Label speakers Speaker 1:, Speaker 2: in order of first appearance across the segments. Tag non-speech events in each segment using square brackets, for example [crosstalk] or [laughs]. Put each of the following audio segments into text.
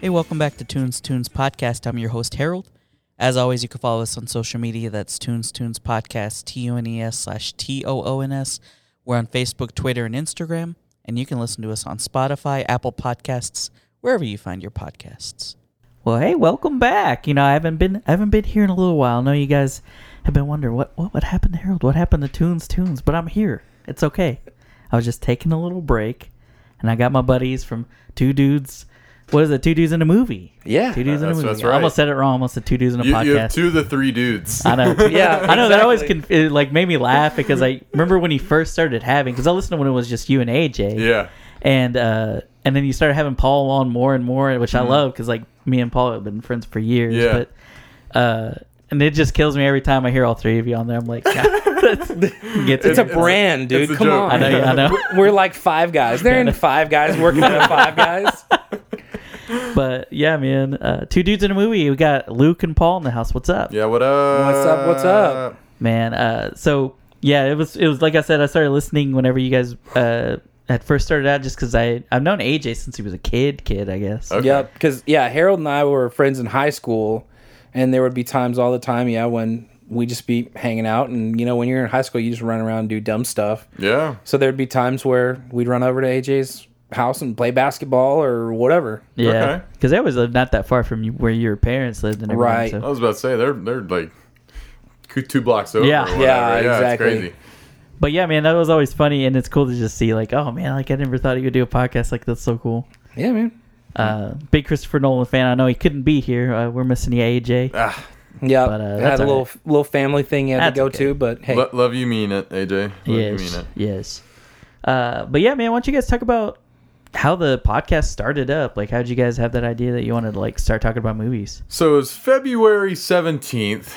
Speaker 1: Hey, welcome back to Tunes Tunes Podcast. I'm your host, Harold. As always, you can follow us on social media. That's Tunes Tunes Podcast, T U N E S slash T O O N S. We're on Facebook, Twitter, and Instagram. And you can listen to us on Spotify, Apple Podcasts, wherever you find your podcasts. Well, hey, welcome back. You know, I haven't been I haven't been here in a little while. I know you guys have been wondering what what, what happened to Harold? What happened to Tunes Tunes? But I'm here. It's okay. I was just taking a little break and I got my buddies from Two Dudes what is it? Two dudes in a movie.
Speaker 2: Yeah,
Speaker 1: Two dudes in a
Speaker 2: that's-
Speaker 1: movie.
Speaker 2: that's
Speaker 1: I
Speaker 2: right.
Speaker 1: almost said it wrong. I almost said two dudes in a
Speaker 2: You,
Speaker 1: podcast.
Speaker 2: you have two of the three dudes.
Speaker 1: I
Speaker 2: [laughs]
Speaker 1: know.
Speaker 3: Yeah,
Speaker 1: I know that always
Speaker 3: exactly.
Speaker 1: conf- it, like made me laugh because I remember when you first started having because I listened to when it was just you and AJ.
Speaker 2: yeah,
Speaker 1: And uh, and then you started having Paul on more and more, which I love because like me and Paul have been friends for years.
Speaker 2: Mm-hmm. Yeah.
Speaker 1: But uh, and it just kills me every time I hear all three of you on there. I'm like,
Speaker 2: [laughs]
Speaker 1: God, that's- get to
Speaker 3: It's a
Speaker 1: me.
Speaker 3: brand, dude.
Speaker 2: it's a
Speaker 3: Come
Speaker 2: joke.
Speaker 3: on.
Speaker 1: I know. I know.
Speaker 3: We're like five guys. They're in five guys working on five guys.
Speaker 1: [laughs] But yeah, man. Uh, two dudes in a movie. We got Luke and Paul in the house. What's up?
Speaker 2: yeah. What up?
Speaker 3: What's up, what's up?
Speaker 1: man uh so yeah it was it was like i said i started listening whenever you guys uh had first started out just because i i've known aj since he was a kid kid i guess
Speaker 2: Okay.
Speaker 3: [laughs] Yep. Because yeah, Harold and I were friends in high school, and there would be times all the time, yeah, when we just be hanging out, and you know, when you're in high school, you just run around and do dumb stuff.
Speaker 2: Yeah,
Speaker 3: So there'd be times where we'd run over to AJ's house and play basketball or whatever.
Speaker 1: yeah
Speaker 2: Okay.
Speaker 1: because i was uh, not that far from you, where your parents lived and everything
Speaker 3: Right.
Speaker 2: I
Speaker 1: so.
Speaker 2: was about to say they're they're like two- two blocks over.
Speaker 1: Yeah.
Speaker 2: or whatever.
Speaker 3: Yeah,
Speaker 2: It's
Speaker 3: exactly.
Speaker 2: crazy.
Speaker 1: but yeah man that was always funny and it's cool to just see like oh man like i never thought he would do a podcast like that's so cool
Speaker 3: Yeah, man.
Speaker 1: uh big christopher nolan fan i know he couldn't be here uh, we're missing the aj
Speaker 2: Ah,
Speaker 3: Yeah.
Speaker 1: But, uh,
Speaker 3: had
Speaker 1: that's
Speaker 3: a
Speaker 1: all
Speaker 3: little little family thing you had
Speaker 1: That's
Speaker 3: to go
Speaker 1: okay.
Speaker 3: to, but hey,
Speaker 2: lo- love you mean it, AJ. Love you
Speaker 1: yes
Speaker 2: mean it.
Speaker 1: yes uh but yeah man why don't you guys talk about how the podcast started up like how did you guys have that idea that you wanted to like start talking about movies
Speaker 2: So it's February seventeenth.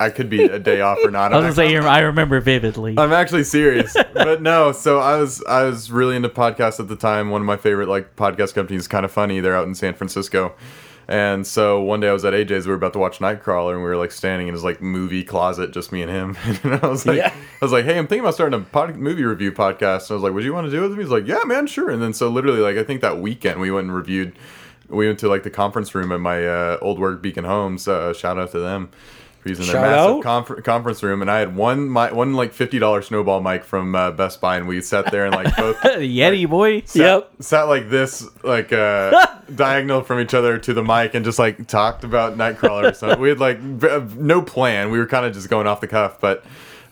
Speaker 2: I could be a day off or not.
Speaker 1: i was gonna say you're- i remember
Speaker 2: [laughs]
Speaker 1: vividly
Speaker 2: I'm actually
Speaker 3: [laughs]
Speaker 2: serious, but no. So I was I was really into podcasts at the time. One of my favorite like podcast companies, kind of funny. They're out in San Francisco, and so one day I was at AJ's. We were about to watch Nightcrawler, and we were like standing in his like movie closet, just me and him. [laughs] And I was like,
Speaker 3: Yeah.
Speaker 2: I was like, hey, I'm thinking about starting a pod- movie review podcast. And I was like, would you want to do it with me? He's like, yeah, man, sure. And then so literally like I think that weekend we went and reviewed. We went to like the conference room at my uh, old work Beacon Homes. Uh, shout out to them. for Using their
Speaker 3: Shout
Speaker 2: massive
Speaker 3: out.
Speaker 2: confer- conference room, and I had one my one like fifty dollar snowball mic from uh, Best Buy, and we sat there and like both
Speaker 1: [laughs]
Speaker 2: sat,
Speaker 1: yeti boy
Speaker 3: Yep.
Speaker 2: sat like this, like uh, diagonal from each other to the mic, and just like talked about Nightcrawler. or something. we had like v- uh, no plan. We were kind of just going off the cuff, but.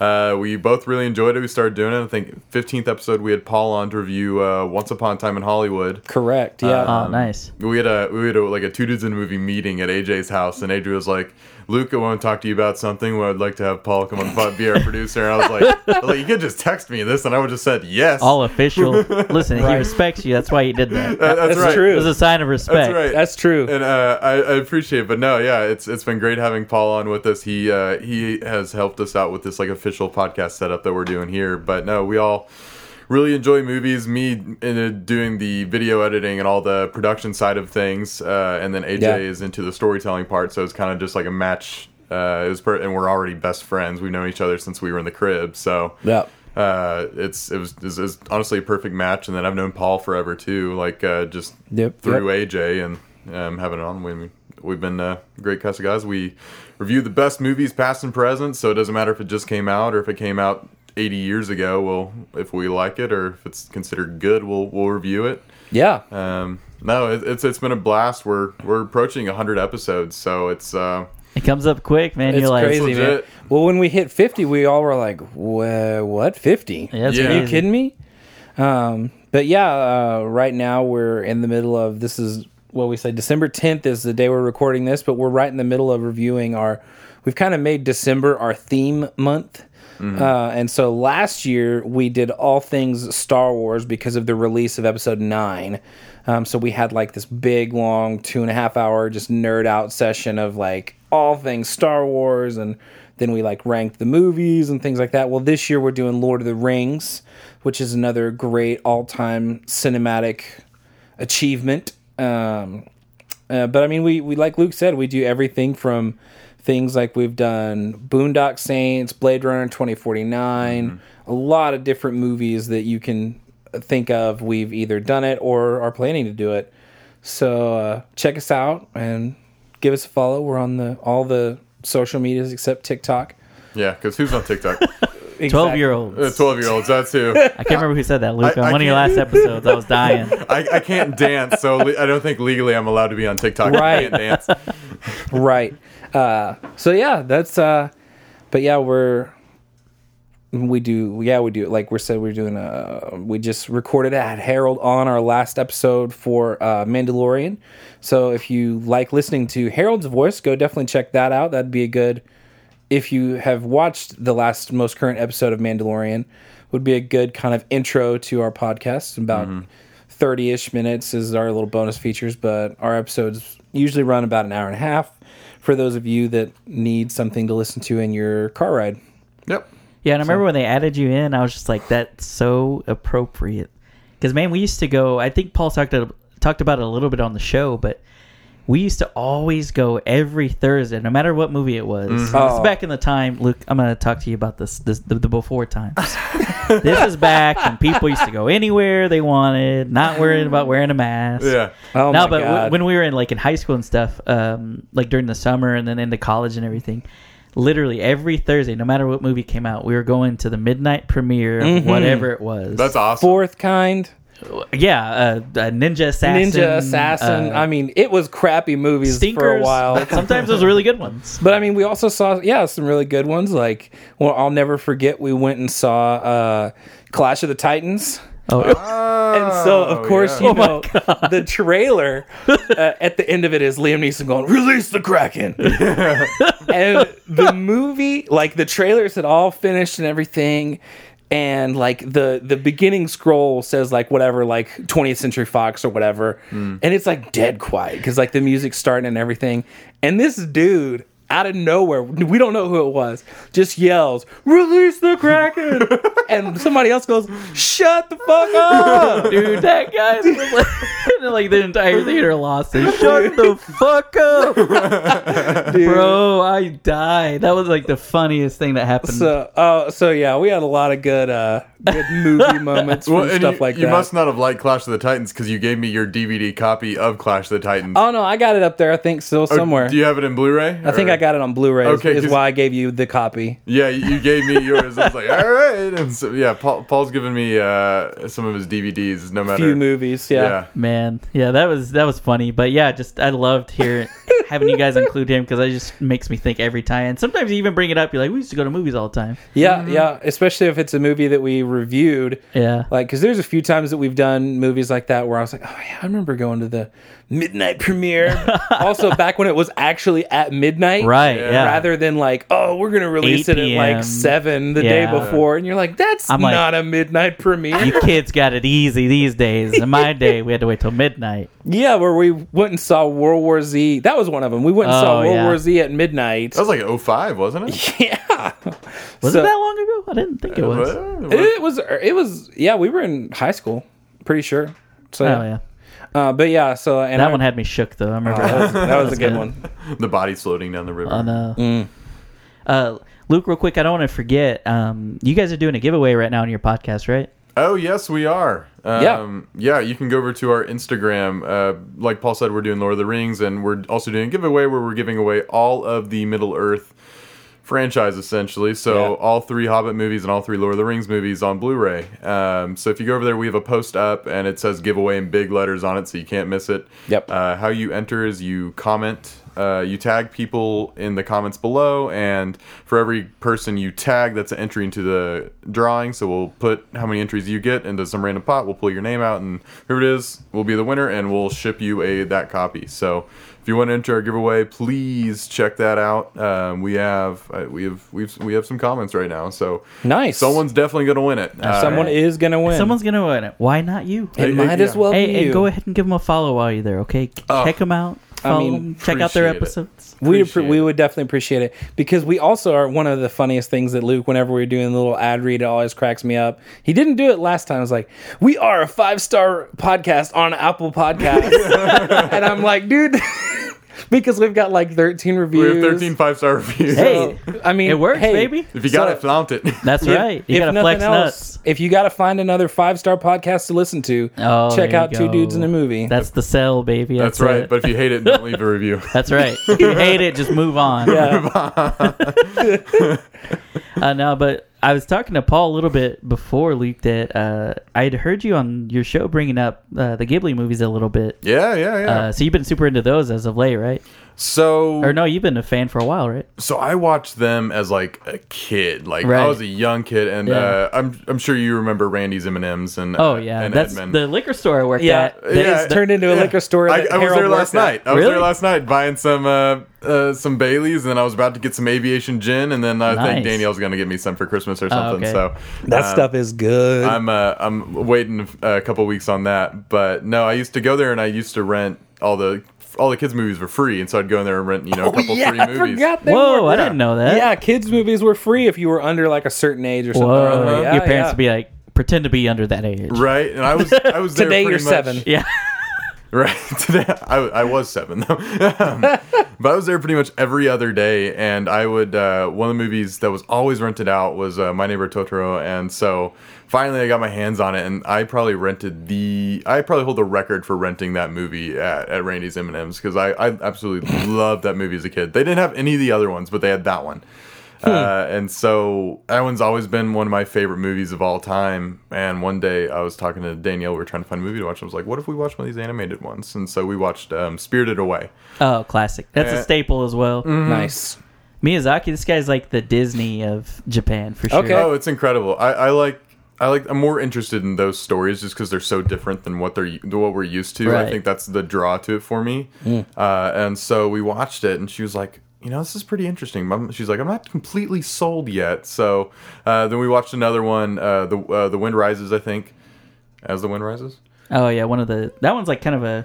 Speaker 2: Uh, we both really enjoyed it. We started doing it. I think 15th episode we had Paul on to review uh, Once Upon a Time in Hollywood.
Speaker 3: correct. Yeah.
Speaker 2: Uh,
Speaker 1: oh nice
Speaker 2: [laughs] We had a we had a, like a two dudes in a movie meeting at AJ's house, and AJ was like, "Luke, I want to talk to you about something. Where I'd like to have Paul come on the pod, be our producer." And I was like, [laughs] I was like, "You could just text me this," and I would just said yes.
Speaker 1: all official listen he
Speaker 3: Right.
Speaker 1: respects you that's why he did that
Speaker 2: [laughs] That- that's,
Speaker 3: That's
Speaker 2: right.
Speaker 3: true.
Speaker 1: it was a sign of respect
Speaker 2: That's right.
Speaker 3: That's true.
Speaker 2: And uh, I, I appreciate, it. but no, yeah, it's it's been great having Paul on with us. He uh, he has helped us out with this like official podcast setup that we're doing here. But no, we all really enjoy movies. Me uh, doing the video editing and all the production side of things, uh, and then AJ
Speaker 3: Yeah.
Speaker 2: is into the storytelling part. So it's kind of just like a match. Uh, it was per- and we're already best friends. We've known each other since we were in the crib. So
Speaker 3: Yep.
Speaker 2: uh, it's it was, it was, honestly a perfect match, and then I've known Paul forever too, like uh, just
Speaker 3: Yep,
Speaker 2: through AJ and um, having it on. We, we've been uh, great cast of guys. We review the best movies, past and present, so it doesn't matter if it just came out or if it came out 80 years ago. Well, if we like it or if it's considered good, we'll we'll review it.
Speaker 3: yeah.
Speaker 2: Um, no, it, it's it's been a blast. We're we're approaching 100 episodes, so it's uh,
Speaker 1: it comes up quick man
Speaker 3: It's
Speaker 1: you're like
Speaker 3: crazy, man.
Speaker 2: legit.
Speaker 3: Well, when we hit 50, we all were like, "Wha- what, 50?
Speaker 1: yeah, that's
Speaker 2: Yeah.
Speaker 3: Are you
Speaker 1: crazy.
Speaker 3: kidding me? Um, but yeah, uh, right now we're in the middle of this is what we say December 10th is the day we're recording this, but we're right in the middle of reviewing our. We've kind of made December our theme month. Uh, and so last year we did all things Star Wars because of the release of episode nine. Um, so we had like this big, long, two and a half hour just nerd out session of like all things Star Wars and then we like ranked the movies and things like that. Well, this year we're doing Lord of the Rings, which is another great all-time cinematic achievement. Um, uh, but I mean, we we like Luke said, we do everything from things like we've done Boondock Saints, Blade Runner twenty forty nine, a lot of different movies that you can think of. We've either done it or are planning to do it. So uh, check us out and give us a follow. We're on the all the social medias except TikTok.
Speaker 2: Yeah, because who's on TikTok?
Speaker 3: [laughs]
Speaker 1: Twelve year olds.
Speaker 2: Twelve year olds. That's who.
Speaker 1: I can't remember who said that, Luke.
Speaker 2: I-
Speaker 1: on
Speaker 2: I
Speaker 1: one of your last
Speaker 2: [laughs] can't-
Speaker 1: episodes, I was dying.
Speaker 2: I, I can't dance, so le- I don't think legally I'm allowed to be on TikTok. I
Speaker 3: Right.
Speaker 2: can't dance.
Speaker 3: [laughs] right. Uh, so yeah, that's. Uh, but yeah, we're we do yeah we do like we said we're doing uh we just recorded at Harold on our last episode for uh, Mandalorian. So if you like listening to Harold's voice, go definitely check that out. That'd be a good. If you have watched the last most current episode of Mandalorian, would be a good kind of intro to our podcast about.
Speaker 1: Mm-hmm.
Speaker 3: 30-ish minutes is our little bonus features but our episodes usually run about an hour and a half for those of you that need something to listen to in your car ride
Speaker 2: Yep.
Speaker 1: Yeah, and I remember when they added you in, I was just like, that's so appropriate. Because man, we used to go. I think Paul talked talked about it a little bit on the show, but we used to always go every Thursday, no matter what movie it was. This is
Speaker 3: Oh.
Speaker 1: back in the time, Luke. I'm going to talk to you about this, this the, the before times. this is back when people used to go anywhere they wanted, not worrying about wearing a mask
Speaker 2: Yeah.
Speaker 3: Oh
Speaker 1: no,
Speaker 3: my
Speaker 1: but w-
Speaker 3: God.
Speaker 1: when we were in like in high school and stuff, um, like during the summer and then into college and everything, literally every Thursday, no matter what movie came out, we were going to the midnight premiere, of
Speaker 3: Mm-hmm.
Speaker 1: whatever it was.
Speaker 2: That's awesome.
Speaker 3: fourth kind,
Speaker 1: yeah, uh, uh, Ninja Assassin,
Speaker 3: Ninja Assassin.
Speaker 1: uh,
Speaker 3: I mean, it was crappy movies
Speaker 1: Stinkers.
Speaker 3: for a while.
Speaker 1: but [laughs] sometimes those are really good ones.
Speaker 3: But I mean, we also saw yeah some really good ones. Like, well, I'll never forget we went and saw uh, Clash of the Titans.
Speaker 1: Oh,
Speaker 3: [laughs] And so, of course,
Speaker 2: Oh, yeah.
Speaker 3: you know [laughs] the trailer uh, at the end of it is Liam Neeson going, "Release the Kraken," and the movie, like the trailers had all finished and everything, and like the the beginning scroll says like whatever, like 20th Century Fox or whatever, and it's like dead quiet because like the music's starting and everything, and this dude. Out of nowhere, we don't know who it was, just yells, Release the Kraken! and somebody else goes, Shut the fuck
Speaker 1: [laughs]
Speaker 3: up!
Speaker 1: dude, that guy's [laughs] like the entire theater lost it. Shut the fuck up, bro! I died. That was like the funniest thing that happened.
Speaker 3: So, oh, so yeah, we had a lot of good, uh, good
Speaker 2: [laughs]
Speaker 3: movie moments
Speaker 2: Well,
Speaker 3: and
Speaker 2: and
Speaker 3: stuff
Speaker 2: you,
Speaker 3: like
Speaker 2: you
Speaker 3: that.
Speaker 2: must not have liked Clash of the Titans because you gave me your DVD copy of Clash of the Titans.
Speaker 3: oh no, I got it up there. I think still
Speaker 2: Or
Speaker 3: somewhere.
Speaker 2: Do you have it in Blu-ray?
Speaker 3: I think I got it on Blu-ray. is-
Speaker 2: Oh, Okay,
Speaker 3: is,
Speaker 2: 'cause-
Speaker 3: why I gave you the copy.
Speaker 2: Yeah, you gave me yours. I
Speaker 3: [laughs]
Speaker 2: was like, all right. And so, yeah, Paul, Paul's given me uh, some of his DVDs. No matter.
Speaker 3: Few movies, yeah.
Speaker 2: Yeah.
Speaker 1: Man, yeah, that was that was funny, but yeah, just I loved hearing having you guys include him because that just makes me think every time. And sometimes you even bring it up, you're like, we used to go to movies all the time.
Speaker 3: Yeah, yeah, especially if it's a movie that we reviewed.
Speaker 1: Yeah,
Speaker 3: Like, because there's a few times that we've done movies like that where I was like, oh, yeah, I remember going to the midnight premiere. also, back when it was actually at midnight.
Speaker 1: right. Yeah,
Speaker 2: Yeah.
Speaker 3: Rather than like, oh, we're gonna release
Speaker 1: 8
Speaker 3: it at like
Speaker 1: PM.
Speaker 3: seven the
Speaker 1: Yeah.
Speaker 3: day before, and you're like, that's
Speaker 1: I'm like-
Speaker 3: not a midnight premiere.
Speaker 1: you kids got it easy these days. In my day, we had to wait till midnight.
Speaker 3: Yeah, where we went and saw World War Z. That was one of them. We went and
Speaker 1: Oh,
Speaker 3: saw World
Speaker 1: yeah.
Speaker 3: War Z at midnight.
Speaker 1: Oh.
Speaker 2: That was like 05, wasn't
Speaker 3: [laughs]
Speaker 2: it?
Speaker 3: yeah,
Speaker 1: Was
Speaker 3: So-
Speaker 1: it that long ago? I didn't
Speaker 2: Uh,
Speaker 1: think it was. Oh
Speaker 3: it was. er, It was. Yeah, we were in high school. Pretty sure. So yeah.
Speaker 1: Oh, yeah,
Speaker 3: Uh, but yeah, so and
Speaker 1: that
Speaker 3: I-
Speaker 1: one had me shook though. I remember.
Speaker 3: that
Speaker 1: [laughs]
Speaker 3: was, that was a good
Speaker 1: good.
Speaker 3: one.
Speaker 2: the body's floating down the river.
Speaker 1: on uh, uh, Luke, real quick, I don't want to forget. Um, you guys are doing a giveaway right now on your podcast, right?
Speaker 2: Oh yes, we are.
Speaker 3: Yeah.
Speaker 2: Um, yeah. You can go over to our Instagram. Uh, like Paul said, we're doing Lord of the Rings, and we're also doing a giveaway where we're giving away all of the Middle Earth franchise essentially. So
Speaker 3: Yeah.
Speaker 2: all three Hobbit movies and all three Lord of the Rings movies on Blu-ray. Um, so if you go over there, we have a post up, and it says giveaway in big letters on it, so you can't miss it.
Speaker 3: Yep.
Speaker 2: Uh, how you enter is you comment. Uh, you tag people in the comments below, and for every person you tag, that's an entry into the drawing. So we'll put how many entries you get into some random pot. We'll pull your name out, and whoever it is will be the winner, and we'll ship you a that copy. So if you want to enter our giveaway, please check that out. Um, we have uh, we have we've we have some comments right now, so
Speaker 3: Nice.
Speaker 2: someone's definitely gonna win it. Uh,
Speaker 3: Someone is gonna win.
Speaker 1: Someone's gonna win it. Why not you?
Speaker 3: It might
Speaker 2: Yeah.
Speaker 3: as well
Speaker 1: hey,
Speaker 3: be
Speaker 1: hey,
Speaker 3: you.
Speaker 1: go ahead and give them a follow while you're there, okay? Check 'em
Speaker 2: Oh.
Speaker 1: Check them out. Follow
Speaker 3: mean,
Speaker 1: 'em, Check out their
Speaker 2: appreciate it.
Speaker 1: episodes.
Speaker 3: We'd
Speaker 2: Appreciate
Speaker 3: appre- we would definitely appreciate it because we also are one of the funniest things that Luke, whenever we're doing the little ad read, it always cracks me up. He didn't do it last time. I was like, "We are a
Speaker 2: [laughs]
Speaker 3: five star podcast on Apple Podcasts," and I'm like, "Dude." [laughs] because we've got like 13
Speaker 2: We
Speaker 3: reviews.
Speaker 2: have 13 five star reviews.
Speaker 1: Hey,
Speaker 3: I mean,
Speaker 1: it works,
Speaker 3: hey,
Speaker 1: baby.
Speaker 2: If you got
Speaker 3: So-
Speaker 2: it, flaunt it. [laughs]
Speaker 1: That's right. You
Speaker 3: if
Speaker 1: gotta
Speaker 3: nothing
Speaker 1: flex
Speaker 3: else,
Speaker 1: nuts.
Speaker 3: if you got to find another five star podcast to listen to,
Speaker 1: Oh,
Speaker 3: check
Speaker 1: there
Speaker 3: out
Speaker 1: you
Speaker 3: Two
Speaker 1: go.
Speaker 3: Dudes in a Movie.
Speaker 1: That's the sell, baby.
Speaker 2: That's
Speaker 1: That's,
Speaker 2: right.
Speaker 1: it.
Speaker 2: But if you hate it, don't leave a review.
Speaker 1: [laughs] That's right. If you hate it, just move on.
Speaker 3: [laughs]
Speaker 2: [laughs]
Speaker 3: yeah.
Speaker 1: Uh, no, but I was talking to Paul a little bit before Luke that uh, I had heard you on your show bringing up uh, the Ghibli movies a little bit.
Speaker 2: Yeah, yeah, yeah.
Speaker 1: Uh, so you've been super into those as of late, right?
Speaker 2: so
Speaker 1: Or no, you've been a fan for a while, right?
Speaker 2: so I watched them as like a kid. Like I
Speaker 1: Right.
Speaker 2: was a young kid, and
Speaker 1: Yeah.
Speaker 2: uh, I'm I'm sure you remember Randy's M and M's and
Speaker 1: Oh yeah,
Speaker 2: and
Speaker 1: that's
Speaker 2: Edmund.
Speaker 1: the liquor store I worked
Speaker 3: Yeah.
Speaker 1: at.
Speaker 2: Yeah,
Speaker 1: That is
Speaker 2: yeah.
Speaker 1: the-
Speaker 3: Turned into a liquor store.
Speaker 2: I,
Speaker 3: that
Speaker 2: I was
Speaker 3: Harold
Speaker 2: there last
Speaker 3: worked at.
Speaker 2: night. I was
Speaker 1: Really?
Speaker 2: there last night buying some uh, uh, some Bailey's, and then I was about to get some aviation gin, and then I
Speaker 1: Nice. Oh,
Speaker 2: think Danielle's going to get me some for Christmas or something.
Speaker 1: okay.
Speaker 2: So
Speaker 3: That
Speaker 2: um,
Speaker 3: stuff is good.
Speaker 2: I'm uh, I'm waiting a couple weeks on that, but no, I used to go there and I used to rent all the all the kids movies were free, and so I'd go in there and rent you know a
Speaker 3: Oh, [laughs]
Speaker 2: couple
Speaker 3: yeah,
Speaker 2: free
Speaker 3: I
Speaker 2: movies.
Speaker 3: forgot they
Speaker 1: Whoa,
Speaker 3: were.
Speaker 1: I didn't know that.
Speaker 3: Yeah, kids' movies were free if you were under like a certain age or something.
Speaker 1: Whoa,
Speaker 3: or other. Yeah,
Speaker 1: your parents
Speaker 3: yeah.
Speaker 1: would be like, pretend to be under that age.
Speaker 2: Right, and I was
Speaker 3: [laughs]
Speaker 2: I was there
Speaker 3: Today
Speaker 2: pretty
Speaker 3: you're
Speaker 2: much- [laughs]
Speaker 3: seven.
Speaker 1: Yeah.
Speaker 2: Right. [laughs] Today, I, I was seven though, [laughs] Um, but I was there pretty much every other day, and I would uh, one of the movies that was always rented out was uh, My Neighbor Totoro, and so finally I got my hands on it, and I probably rented the I probably hold the record for renting that movie at, at Randy's M and M's because I I absolutely loved that movie as a kid. They didn't have any of the other ones, but they had that one. Uh, and so that one's always been one of my favorite movies of all time. And one day I was talking to Danielle, we were trying to find a movie to watch. I was like, what if we watch one of these animated ones? And so we watched um, Spirited Away.
Speaker 1: Oh, classic. That's
Speaker 2: Yeah.
Speaker 1: a staple as well.
Speaker 3: Mm. Nice.
Speaker 1: Miyazaki, this guy's like the Disney of Japan for sure.
Speaker 3: Okay.
Speaker 2: Oh, it's incredible. I, I like. I like. I'm more interested in those stories just because they're so different than what they're what we're used to.
Speaker 1: Right.
Speaker 2: I think that's the draw to it for me. Uh, and so we watched it, and she was like, "You know, this is pretty interesting." Mom, she's like, "I'm not completely sold yet." So uh, then we watched another one. Uh, the uh, The Wind Rises, I think. As the wind rises.
Speaker 1: Oh yeah, one of the that one's like kind of a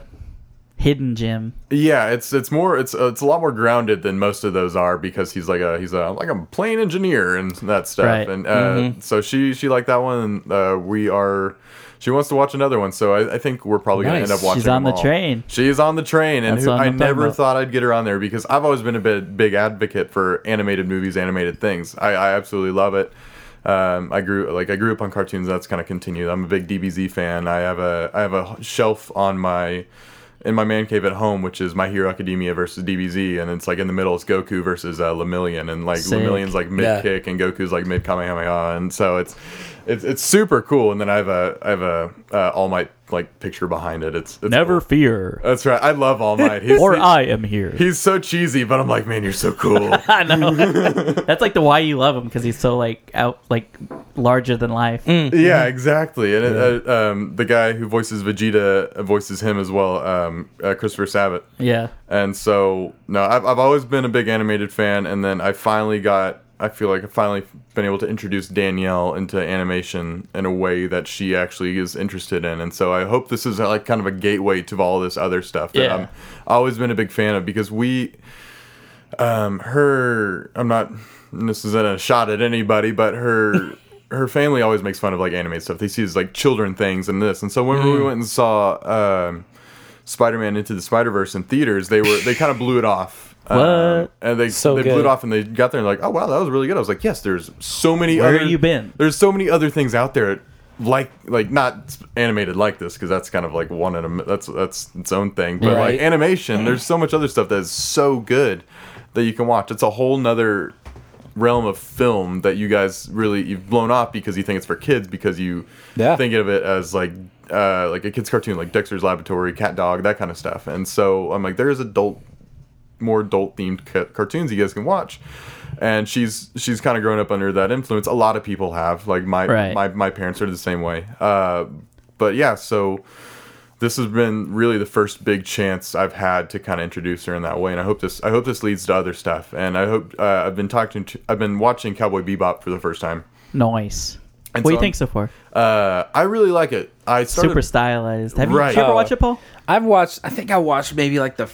Speaker 1: hidden gem. [laughs]
Speaker 2: Yeah, it's it's more it's uh, it's a lot more grounded than most of those are because he's like a he's a like a plane engineer and that stuff.
Speaker 1: Right. Mm-hmm.
Speaker 2: And uh, so she she liked that one. And, uh, we are she wants to watch another one. So I, I think we're probably gonna
Speaker 3: Nice.
Speaker 2: end up watching.
Speaker 1: She's on
Speaker 2: them
Speaker 1: the
Speaker 2: all.
Speaker 1: train.
Speaker 2: She's on the train, and
Speaker 1: That's
Speaker 2: who,
Speaker 1: what I'm
Speaker 2: I
Speaker 1: talking
Speaker 2: never
Speaker 1: about.
Speaker 2: thought I'd get her on there because I've always been a bit big advocate for animated movies, animated things. I, I absolutely love it. Um, I grew like I grew up on cartoons. That's kind of continued. I'm a big DBZ fan. I have a I have a shelf on my in my man cave at home, which is My Hero Academia versus DBZ, and it's like in the middle is Goku versus uh, Lemillion, and like
Speaker 1: Sick.
Speaker 2: Lemillion's like mid
Speaker 3: Yeah.
Speaker 2: kick and Goku's like mid Kamehameha, and so it's it's it's super cool. And then I have a I have a uh, All Might like picture behind it. It's, it's cool.
Speaker 1: fear.
Speaker 2: That's right. I love All Might. He's, he-
Speaker 1: am here.
Speaker 2: he's so cheesy, but I'm like, man, you're so cool.
Speaker 1: I
Speaker 2: [laughs]
Speaker 1: know. That's like the why you love him because he's so like out like larger than life.
Speaker 2: yeah, exactly. And it, uh, um, the guy who voices Vegeta uh, voices him as well, um, uh, Christopher Sabat.
Speaker 1: Yeah.
Speaker 2: And so, no, I've, I've always been a big animated fan. And then I finally got, I feel like I've finally been able to introduce Danielle into animation in a way that she actually is interested in. And so I hope this is uh, like kind of a gateway to all this other stuff that
Speaker 1: Yeah.
Speaker 2: I'm always been a big fan of because we, um, her, I'm not, and this isn't a shot at anybody, but
Speaker 1: [laughs]
Speaker 2: her. Her family always makes fun of like anime stuff. They see it as like children things and this. And so when
Speaker 1: Mm.
Speaker 2: we went and saw um, Spider-Man Into the Spider-Verse in theaters, they were they kind of blew
Speaker 1: [laughs]
Speaker 2: it off. Um, and they
Speaker 3: So
Speaker 2: they
Speaker 3: good.
Speaker 2: blew it off, and they got there and like, oh wow, that was really good. I was like, yes, there's so many.
Speaker 1: Where
Speaker 2: other,
Speaker 1: have you been?
Speaker 2: There's so many other things out there, like like not s- animated like this because that's kind of like one in a mi- that's that's its own thing. But
Speaker 3: Right.
Speaker 2: like animation, there's so much other stuff that's so good that you can watch. It's a whole nother realm of film that you guys really you've blown off because you think it's for kids because you
Speaker 3: Yeah.
Speaker 2: think of it as like uh, like a kids cartoon like Dexter's Laboratory, Cat Dog, that kind of stuff. And so I'm like, there's adult, more adult themed ca- cartoons you guys can watch. And she's she's kind of grown up under that influence. A lot of people have like my
Speaker 1: Right.
Speaker 2: my my parents are the same way. Uh, but yeah, so this has been really the first big chance I've had to kind of introduce her in that way, and I hope this I hope this leads to other stuff. And I hope uh, I've been talking to I've been watching Cowboy Bebop for the first time.
Speaker 1: Nice.
Speaker 2: And
Speaker 1: what do
Speaker 2: so
Speaker 1: you think
Speaker 2: I'm-
Speaker 1: so far?
Speaker 2: Uh, I really like it. I started
Speaker 1: Super stylized. Have
Speaker 2: Right.
Speaker 1: you, did you ever
Speaker 2: Oh.
Speaker 1: watch it, Paul?
Speaker 3: I've watched. I think I watched maybe like the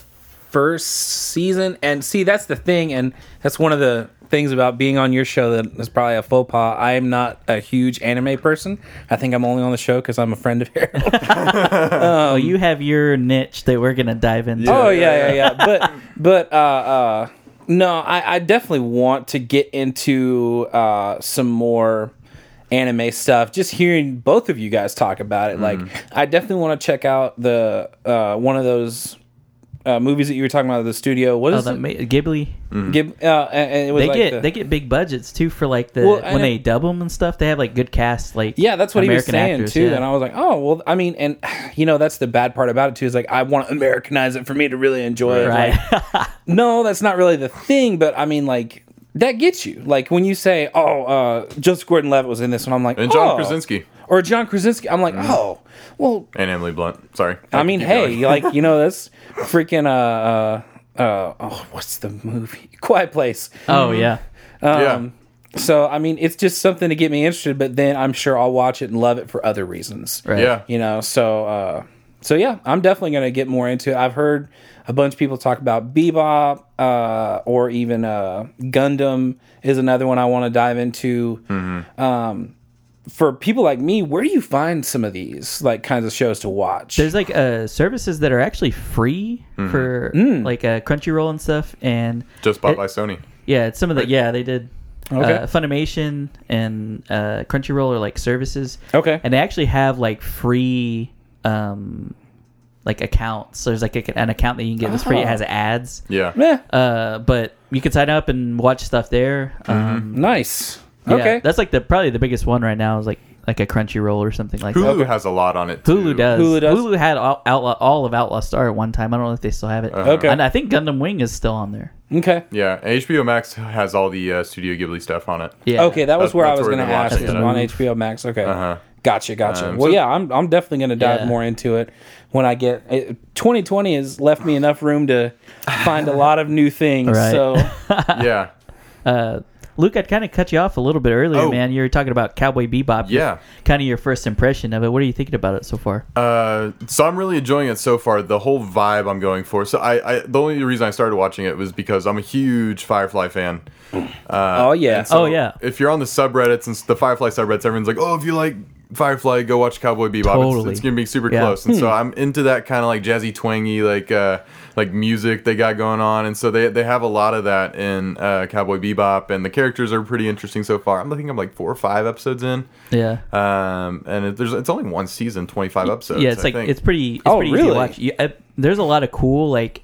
Speaker 3: first season. And see, that's the thing, and that's one of the things about being on your show that is probably a faux pas. I am not a huge anime person. I think I'm only on the show because I'm a friend of [laughs] Harold.
Speaker 1: Um, oh, you have your niche that we're gonna dive into.
Speaker 3: oh yeah, [laughs] yeah, yeah. But But uh, uh, no, I, I definitely want to get into uh, some more anime stuff. Just hearing both of you guys talk about it, like I definitely want to check out the uh, one of those uh, movies that you were talking about. The studio, what
Speaker 1: Oh,
Speaker 3: is
Speaker 1: that
Speaker 3: it?
Speaker 1: ma- Ghibli.
Speaker 3: Gib- uh, and- and it was
Speaker 1: They
Speaker 3: like
Speaker 1: get
Speaker 3: the-
Speaker 1: they get big budgets too for like the
Speaker 3: Well,
Speaker 1: when
Speaker 3: and-
Speaker 1: they dub them and stuff. They have like good casts, like
Speaker 3: Yeah, that's what
Speaker 1: American
Speaker 3: he was saying
Speaker 1: actors,
Speaker 3: too.
Speaker 1: yeah.
Speaker 3: And I was like, oh well. I mean, and [sighs] you know, that's the bad part about it too. Is like, I want to Americanize it for me to really enjoy it. Like,
Speaker 1: [laughs] right.
Speaker 3: no, that's not really the thing. But I mean, like that gets you. Like when you say, oh, uh, Joseph Gordon-Levitt was in this, and I'm like,
Speaker 2: And John
Speaker 3: oh.
Speaker 2: Krasinski
Speaker 3: or John Krasinski. I'm like, oh, well.
Speaker 2: and Emily Blunt. Sorry.
Speaker 3: I mean,
Speaker 2: Keep
Speaker 3: hey,
Speaker 2: going.
Speaker 3: like you know,
Speaker 2: [laughs]
Speaker 3: that's freaking. Uh, uh, uh, oh, what's the movie? [laughs] Quiet Place.
Speaker 1: [laughs]
Speaker 2: Um.
Speaker 1: oh
Speaker 3: "Hmm."
Speaker 1: yeah.
Speaker 2: yeah.
Speaker 3: um, So I mean, it's just something to get me interested. But then I'm sure I'll watch it and love it for other reasons.
Speaker 1: Right.
Speaker 2: Yeah.
Speaker 3: you know so uh so yeah i'm definitely gonna get more into it i've heard a bunch of people talk about bebop uh or even uh gundam is another one i want to dive into um for people like me where do you find some of these like kinds of shows to watch
Speaker 1: There's like uh, services that are actually free for
Speaker 3: Mm.
Speaker 1: like uh, Crunchyroll and stuff, and
Speaker 2: Just bought
Speaker 1: it-
Speaker 2: by Sony.
Speaker 1: Yeah, it's some of the yeah they did.
Speaker 3: Okay.
Speaker 1: Uh, Funimation and uh, Crunchyroll are like services.
Speaker 3: Okay.
Speaker 1: And they actually have like free, um, like accounts. So there's like a, an account that you can get that's free.
Speaker 3: Ah.
Speaker 1: It has ads.
Speaker 2: Yeah.
Speaker 3: Eh,
Speaker 1: Uh, but you can sign up and watch stuff there. Um,
Speaker 3: nice
Speaker 1: yeah,
Speaker 3: okay
Speaker 1: That's like the probably the biggest one right now is like like a Crunchyroll or something like
Speaker 2: Hulu
Speaker 1: that.
Speaker 2: has a lot on it.
Speaker 1: Hulu
Speaker 2: too.
Speaker 1: does.
Speaker 3: Hulu does?
Speaker 1: had all, Outlaw, all of Outlaw Star at one time. I don't know if they still have it.
Speaker 2: Uh-huh.
Speaker 3: Okay.
Speaker 1: And I think Gundam Wing is still on there.
Speaker 3: okay
Speaker 2: Yeah, and HBO Max has all the uh, Studio Ghibli stuff on it.
Speaker 1: Yeah.
Speaker 3: okay that was
Speaker 2: That's-
Speaker 3: where i
Speaker 2: that's
Speaker 3: was
Speaker 2: where
Speaker 3: gonna
Speaker 2: they're
Speaker 3: ask
Speaker 2: watching
Speaker 3: was
Speaker 2: it.
Speaker 3: on hbo max okay
Speaker 2: Uh-huh.
Speaker 3: Gotcha, gotcha.
Speaker 2: Um,
Speaker 3: well,
Speaker 2: so-
Speaker 3: yeah, I'm, I'm definitely going to dive
Speaker 1: Yeah.
Speaker 3: more into it when I get. It, 2020 has left me enough room to find a lot of new things.
Speaker 1: [laughs] Right.
Speaker 3: So,
Speaker 2: [laughs] Yeah,
Speaker 1: uh, Luke, I'd kind of cut you off a little bit earlier,
Speaker 2: Oh.
Speaker 1: man. You were talking about Cowboy Bebop.
Speaker 2: Yeah.
Speaker 1: Kind of your first impression of it. What are you thinking about it so far?
Speaker 2: Uh, so I'm really enjoying it so far. The whole vibe I'm going for. So I, I, the only reason I started watching it was because I'm a huge Firefly fan.
Speaker 3: oh yeah,
Speaker 2: And so
Speaker 1: Oh, yeah.
Speaker 2: If you're on the subreddits and s- the Firefly subreddits, everyone's like, "Oh, if you like Firefly, go watch Cowboy Bebop. It's- It's,
Speaker 1: Totally.
Speaker 2: gonna be super
Speaker 1: Yeah. Hmm.
Speaker 2: close." And so I'm into that kind of like jazzy, twangy, like uh, like music they got going on. And so they they have a lot of that in uh, Cowboy Bebop, and the characters are pretty interesting so far. I'm I think I'm like four or five episodes in.
Speaker 1: Yeah.
Speaker 2: Um, and it, there's it's only one season, 25 episodes.
Speaker 1: yeah, it's
Speaker 2: I
Speaker 1: like
Speaker 2: think.
Speaker 1: it's pretty. It's
Speaker 3: Oh,
Speaker 1: pretty easy
Speaker 3: really?
Speaker 1: to watch. You, uh, there's a lot of cool like.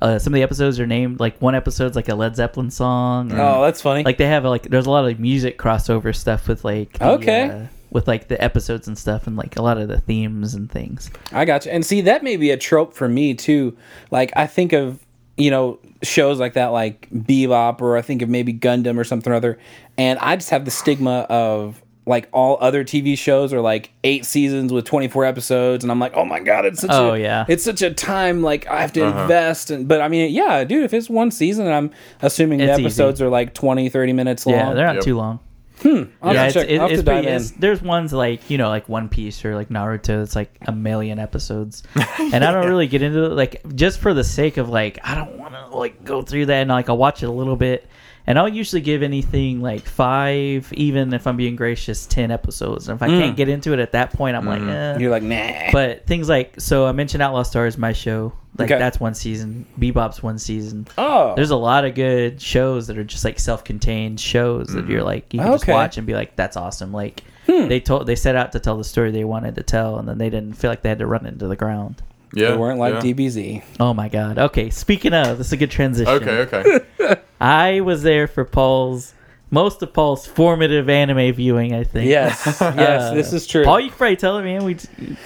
Speaker 1: Uh, some of the episodes are named like one episode's like a Led Zeppelin song. and,
Speaker 3: oh that's funny.
Speaker 1: Like they have like there's a lot of music crossover stuff with like the,
Speaker 3: Okay.
Speaker 1: uh, with like the episodes and stuff and like a lot of the themes and things.
Speaker 3: I got you. And see, that may be a trope for me too. Like I think of you know shows like that, like Bebop, or I think of maybe Gundam or something or other, and I just have the stigma of like all other TV shows are like eight seasons with twenty four episodes, and I'm like, oh my god, it's such
Speaker 1: Oh,
Speaker 3: a,
Speaker 1: yeah.
Speaker 3: it's such a time like I have to
Speaker 2: Uh-huh.
Speaker 3: invest. And but I mean, yeah, dude, if it's one season, and I'm assuming
Speaker 1: It's
Speaker 3: the
Speaker 1: easy.
Speaker 3: episodes are like 20, 30 minutes long.
Speaker 1: Yeah, they're not
Speaker 2: Yep.
Speaker 1: too long.
Speaker 3: I'll
Speaker 1: yeah,
Speaker 3: have
Speaker 1: it's,
Speaker 3: to check-
Speaker 1: it-
Speaker 3: I'll have
Speaker 1: it's
Speaker 3: to dive
Speaker 1: pretty,
Speaker 3: in.
Speaker 1: it's- there's ones like you know like One Piece or like Naruto. It's like a million episodes, and I don't really get into it. Like just for the sake of like I don't want to like go through that and like I'll watch it a little bit, and I'll usually give anything like five, even if I'm being gracious, ten episodes. And if I can't get into it at that point, I'm like, eh.
Speaker 3: You're like, nah.
Speaker 1: but things like so I mentioned Outlaw Star is my show. Like
Speaker 3: Okay.
Speaker 1: that's one season. Bebop's one season.
Speaker 3: oh,
Speaker 1: There's a lot of good shows that are just like self-contained shows that you're like you can just
Speaker 3: Mm. Okay. Hmm.
Speaker 1: watch and be like that's awesome. Like they told they set out to tell the story they wanted to tell and then they didn't feel like they had to run into the ground.
Speaker 2: yeah,
Speaker 3: they weren't like
Speaker 2: yeah.
Speaker 3: DBZ.
Speaker 1: Oh my god. Okay, speaking of, this is a good transition.
Speaker 2: Okay, okay.
Speaker 1: I was there for Paul's most of Paul's formative anime viewing, I think.
Speaker 3: Yes, [laughs] yes,
Speaker 1: Uh,
Speaker 3: this is true.
Speaker 1: Paul, you can probably tell it, man. We,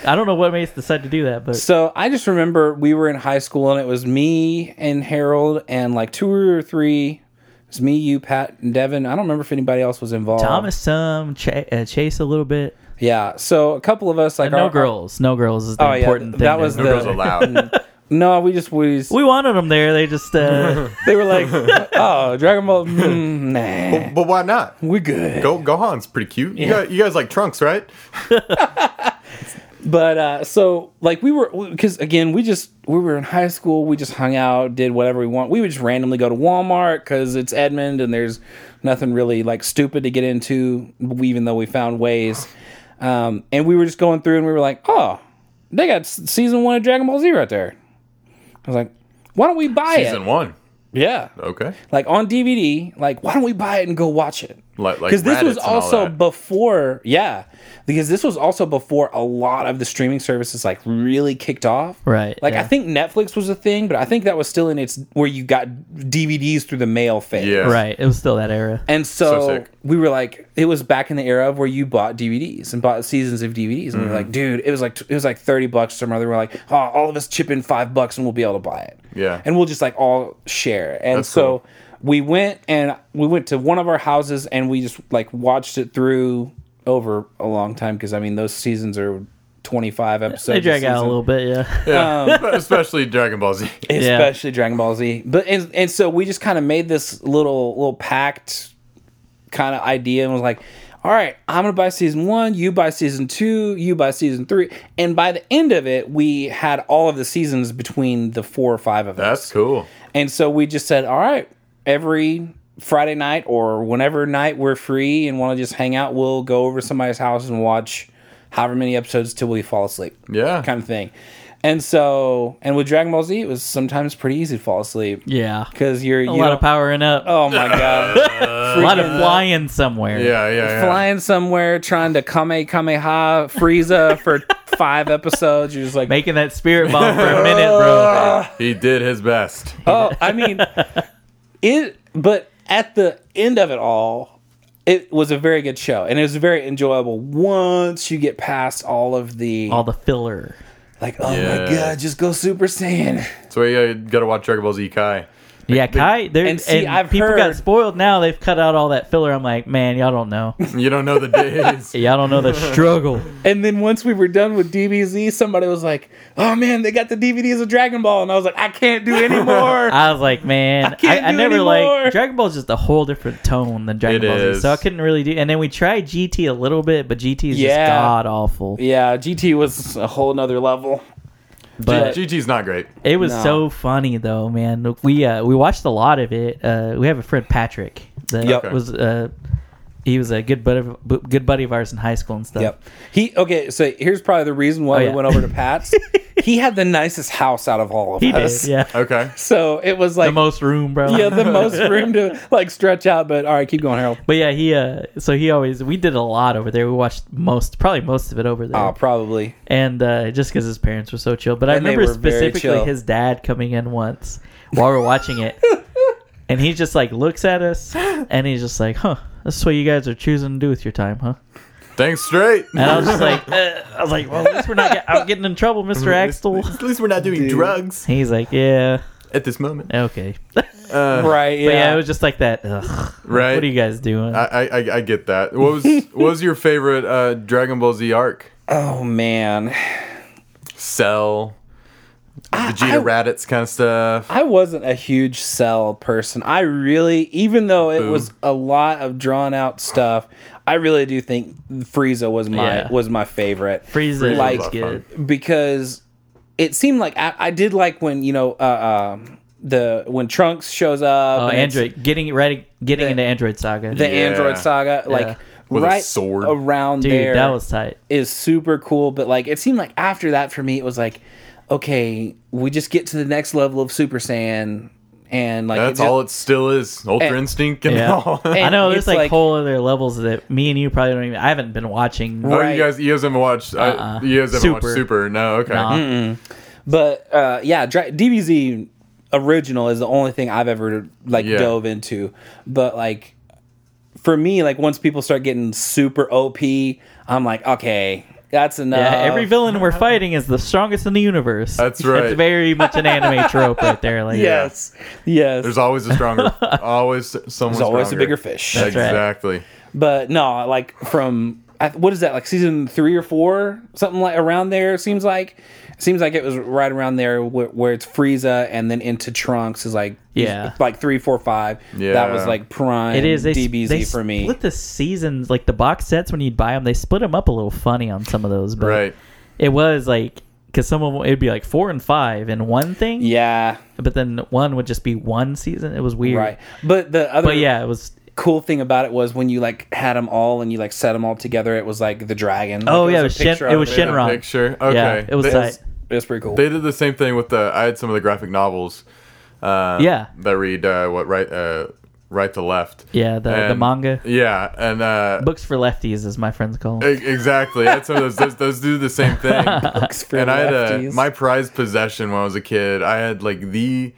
Speaker 1: I don't know what made us decide to do that, but
Speaker 3: So I just remember we were in high school and it was me and Harold and like two or three. It was me, you, Pat, and Devin. I don't remember if anybody else was involved.
Speaker 1: Thomas some, Ch- uh, Chase a little bit.
Speaker 3: Yeah. So a couple of us like
Speaker 1: And no
Speaker 3: our-
Speaker 1: girls, no girls is the
Speaker 3: Oh, yeah,
Speaker 1: important
Speaker 3: that
Speaker 1: thing. to
Speaker 3: was
Speaker 2: No
Speaker 3: the-
Speaker 2: girls allowed.
Speaker 3: No, we just
Speaker 1: [laughs]
Speaker 3: we, just,
Speaker 1: We wanted them there. They just uh,
Speaker 3: they were like, oh, Dragon Ball. Mm, nah,
Speaker 2: but why not?
Speaker 3: we good.
Speaker 2: Go Gohan's pretty cute. You, guys, you guys like trunks, right?
Speaker 3: But uh, so like we were because again we just we were in high school. We just hung out, did whatever we want. We would just randomly go to Walmart because it's Edmond and there's nothing really like stupid to get into. Even though we found ways, um, and we were just going through and we were like, oh, they got s- season one of Dragon Ball Z right there. I was like, Why don't we buy
Speaker 2: Season
Speaker 3: it?
Speaker 2: one.
Speaker 3: Yeah,
Speaker 2: Okay.
Speaker 3: like on DVD. Like, why don't we buy it and go watch it?
Speaker 2: Like- like
Speaker 3: because this was
Speaker 2: Raditz and all
Speaker 3: also
Speaker 2: that.
Speaker 3: before, yeah, because this was also before a lot of the streaming services like really kicked off.
Speaker 1: Right,
Speaker 3: Like I
Speaker 1: yeah.
Speaker 3: think Netflix was a thing, but I think that was still in its where you got DVDs through the mail phase.
Speaker 2: Yeah.
Speaker 1: [laughs] Right. It was still that era.
Speaker 3: And so,
Speaker 2: So sick.
Speaker 3: we were like, it was back in the era of where you bought DVDs and bought seasons of DVDs, and we were
Speaker 2: Mm-hmm.
Speaker 3: like, dude, it was like it was like thirty bucks or something. We're like, oh, all of us chip in five bucks and we'll be able to buy it.
Speaker 2: Yeah.
Speaker 3: and we'll just like all share. And
Speaker 2: That's
Speaker 3: so
Speaker 2: cool.
Speaker 3: we went and we went to one of our houses and we just like watched it through over a long time because I mean those seasons are twenty five episodes.
Speaker 1: They
Speaker 3: a
Speaker 1: drag out a
Speaker 3: season
Speaker 1: little bit, yeah.
Speaker 2: [laughs] Especially Dragon Ball Z.
Speaker 1: Yeah.
Speaker 3: especially Dragon Ball Z. But and, and so we just kind of made this little little pact kind of idea and was like, all right, I'm gonna buy season one, you buy season two, you buy season three, and by the end of it, we had all of the seasons between the four or five of us.
Speaker 2: That's cool.
Speaker 3: And so we just said, all right, every Friday night or whenever night we're free and want to just hang out, we'll go over to somebody's house and watch however many episodes till we fall asleep
Speaker 2: Yeah.
Speaker 3: kind of thing. And so, and with Dragon Ball Z, it was sometimes pretty easy to fall asleep
Speaker 1: [laughs] Yeah.
Speaker 3: because you're
Speaker 1: A
Speaker 3: you
Speaker 1: lot
Speaker 3: know-
Speaker 1: of powering up.
Speaker 3: Oh uh, my
Speaker 1: [laughs]
Speaker 3: god,
Speaker 1: a lot of flying somewhere.
Speaker 2: yeah, yeah, yeah.
Speaker 3: flying somewhere trying to kame kameha Frieza
Speaker 1: [laughs]
Speaker 3: for five episodes. You're just like,
Speaker 1: Making that spirit bomb for
Speaker 3: [laughs]
Speaker 1: a minute, bro.
Speaker 2: He did his best.
Speaker 3: oh,
Speaker 1: [laughs]
Speaker 3: I mean, it. But at the end of it all, it was a very good show, and it was very enjoyable once you get past all of the
Speaker 1: All the filler.
Speaker 3: like, oh my
Speaker 2: Yeah.
Speaker 3: god, just go Super Saiyan.
Speaker 2: So you got to watch Dragon Ball Z Kai.
Speaker 1: Yeah, Kai. There
Speaker 3: and see, I've
Speaker 1: people got
Speaker 3: heard-
Speaker 1: spoiled. Now they've cut out all that filler. I'm like, man, y'all don't
Speaker 3: [laughs]
Speaker 1: know.
Speaker 2: You don't know the days.
Speaker 1: Y'all don't know the struggle.
Speaker 3: And then once we were done with DBZ, somebody was like, "Oh man, they got the DVDs of Dragon Ball," and I was like, "I can't do [laughs] anymore."
Speaker 1: I was like, man, I,
Speaker 3: can't
Speaker 1: I,
Speaker 3: do
Speaker 1: never
Speaker 3: anymore.
Speaker 1: like Dragon Ball's just a whole different tone than Dragon
Speaker 2: It
Speaker 1: Ball Z,
Speaker 2: is.
Speaker 1: so I couldn't really do. And then we tried GT a little bit, but GT is
Speaker 3: Yeah.
Speaker 1: just god awful.
Speaker 3: yeah, GT was a whole nother level.
Speaker 1: But
Speaker 2: GT's not great.
Speaker 1: It was
Speaker 3: No.
Speaker 1: so funny though, man. Look, We uh, we watched a lot of it. Uh, we have a friend Patrick that
Speaker 3: Yep.
Speaker 1: was uh, he was a good buddy of, bu- good buddy of ours in high school and stuff.
Speaker 3: Yep. He okay. So here's probably the reason why
Speaker 1: Oh,
Speaker 3: we
Speaker 1: yeah.
Speaker 3: went over
Speaker 1: [laughs]
Speaker 3: to Pat's. he had the nicest house out of all of
Speaker 1: He did,
Speaker 3: us. [laughs]
Speaker 1: yeah.
Speaker 2: Okay.
Speaker 3: So it was like
Speaker 1: The most room, bro. [laughs]
Speaker 3: yeah, the most room to like stretch out. But all right, keep going, Harold.
Speaker 1: But yeah, he uh, so he always we did a lot over there. We watched most probably most of it over there,
Speaker 3: Oh, probably.
Speaker 1: and uh, just because his parents were so chill. But I
Speaker 3: And they
Speaker 1: remember
Speaker 3: were very
Speaker 1: specifically
Speaker 3: chill.
Speaker 1: his dad coming in once while we're watching
Speaker 3: [laughs]
Speaker 1: it, and he just like looks at us and he's just like, "Huh, that's what you guys are choosing to do with your time, huh?"
Speaker 2: Thanks straight. [laughs]
Speaker 1: And I was just
Speaker 3: [laughs]
Speaker 1: like, uh, I was like, well, at least we're not get, out getting in trouble, Mister Axel.
Speaker 2: At least we're not doing drugs
Speaker 1: He's like, yeah,
Speaker 2: at this moment. Uh,
Speaker 1: okay. [laughs] But
Speaker 3: Right. Yeah.
Speaker 1: yeah. it was just like that. Ugh,
Speaker 2: Right.
Speaker 1: What are you guys doing?
Speaker 2: I, I, I- I get that. What was what was your favorite uh, Dragon Ball Z arc?
Speaker 3: oh man.
Speaker 2: Cell, Vegeta,
Speaker 3: I-
Speaker 2: Raditz kind of stuff.
Speaker 3: I wasn't a huge cell person. I really, even though it was a lot of drawn out stuff, I really do think Frieza was my
Speaker 1: Yeah.
Speaker 3: was my favorite
Speaker 1: Frieza was
Speaker 3: like-
Speaker 1: good.
Speaker 3: because it seemed like I, I did like when you know uh, um the when Trunks shows up.
Speaker 1: Oh,
Speaker 3: and it's
Speaker 1: Android getting ready, getting into Android Saga.
Speaker 3: the
Speaker 2: Yeah.
Speaker 3: Android Saga, like
Speaker 2: With a
Speaker 3: right
Speaker 2: sword.
Speaker 3: around
Speaker 1: Dude,
Speaker 3: there
Speaker 1: that was tight.
Speaker 3: is super cool. But like, it seemed like after that for me, it was like, okay, we just get to the next level of Super Saiyan, and like it
Speaker 2: That's
Speaker 3: just-
Speaker 2: all it still is. Ultra
Speaker 3: And-
Speaker 2: Instinct
Speaker 3: [laughs]
Speaker 2: and
Speaker 1: Yeah. Eh,
Speaker 2: all. [laughs]
Speaker 1: I know there's
Speaker 3: it's
Speaker 1: like,
Speaker 3: like-
Speaker 1: whole other levels that me and you probably don't even. I haven't been watching. Uh,
Speaker 2: Oh,
Speaker 3: Right.
Speaker 2: you guys, you guys haven't watched.
Speaker 1: Uh-uh.
Speaker 2: I, you guys haven't
Speaker 1: Super.
Speaker 2: watched Super. No, okay.
Speaker 1: Nah.
Speaker 3: But uh, yeah, Dra- DBZ original is the only thing I've ever like
Speaker 2: Yeah.
Speaker 3: dove into. But like for me, like once people start getting super OP, I'm like, okay, that's enough.
Speaker 1: Yeah, every villain we're fighting is the strongest in the universe.
Speaker 2: That's right.
Speaker 1: It's very much an
Speaker 2: [laughs]
Speaker 1: anime trope right there. Like,
Speaker 3: yes, yes.
Speaker 2: There's always a stronger. always someone's
Speaker 3: There's always a
Speaker 2: stronger.
Speaker 3: bigger fish.
Speaker 1: right.
Speaker 2: exactly.
Speaker 3: But no, like from I, what is that like season three or four, something like around there. It seems like it seems like it was right around there where, where it's Frieza and then into Trunks is like
Speaker 1: Yeah.
Speaker 3: like three, four, five. that was
Speaker 2: Yeah.
Speaker 3: like prime.
Speaker 1: It is they,
Speaker 3: DBZ
Speaker 1: they
Speaker 3: for me.
Speaker 1: Split the seasons, like the box sets when you'd buy them, they split them up a little funny on some of those. But
Speaker 2: Right.
Speaker 1: it was like because some of them it'd be like four and five in one thing,
Speaker 3: Yeah,
Speaker 1: but then one would just be one season. It was weird,
Speaker 3: right. But the other
Speaker 1: But yeah, it was.
Speaker 3: cool thing about it was when you like had them all and you like set them all together. It was like the dragon. Like,
Speaker 1: Oh yeah, it was
Speaker 3: a
Speaker 1: Shen,
Speaker 3: picture
Speaker 1: it
Speaker 3: of
Speaker 1: was
Speaker 2: In a
Speaker 1: Shenron.
Speaker 2: Picture. Okay.
Speaker 1: Yeah, it was
Speaker 2: They-
Speaker 1: tight.
Speaker 3: It was pretty cool.
Speaker 2: They did the same thing with the. I had some of the graphic novels, Uh,
Speaker 1: Yeah.
Speaker 2: That read uh, what right uh, right to left.
Speaker 1: Yeah, the, the
Speaker 2: And-
Speaker 1: manga.
Speaker 2: Yeah, and uh,
Speaker 1: Books for lefties, as my friends call
Speaker 2: e-
Speaker 1: them.
Speaker 2: exactly. That's some of those, those. Those do the
Speaker 1: [laughs]
Speaker 2: same thing. and I had a, my prized possession when I was a kid. I had like the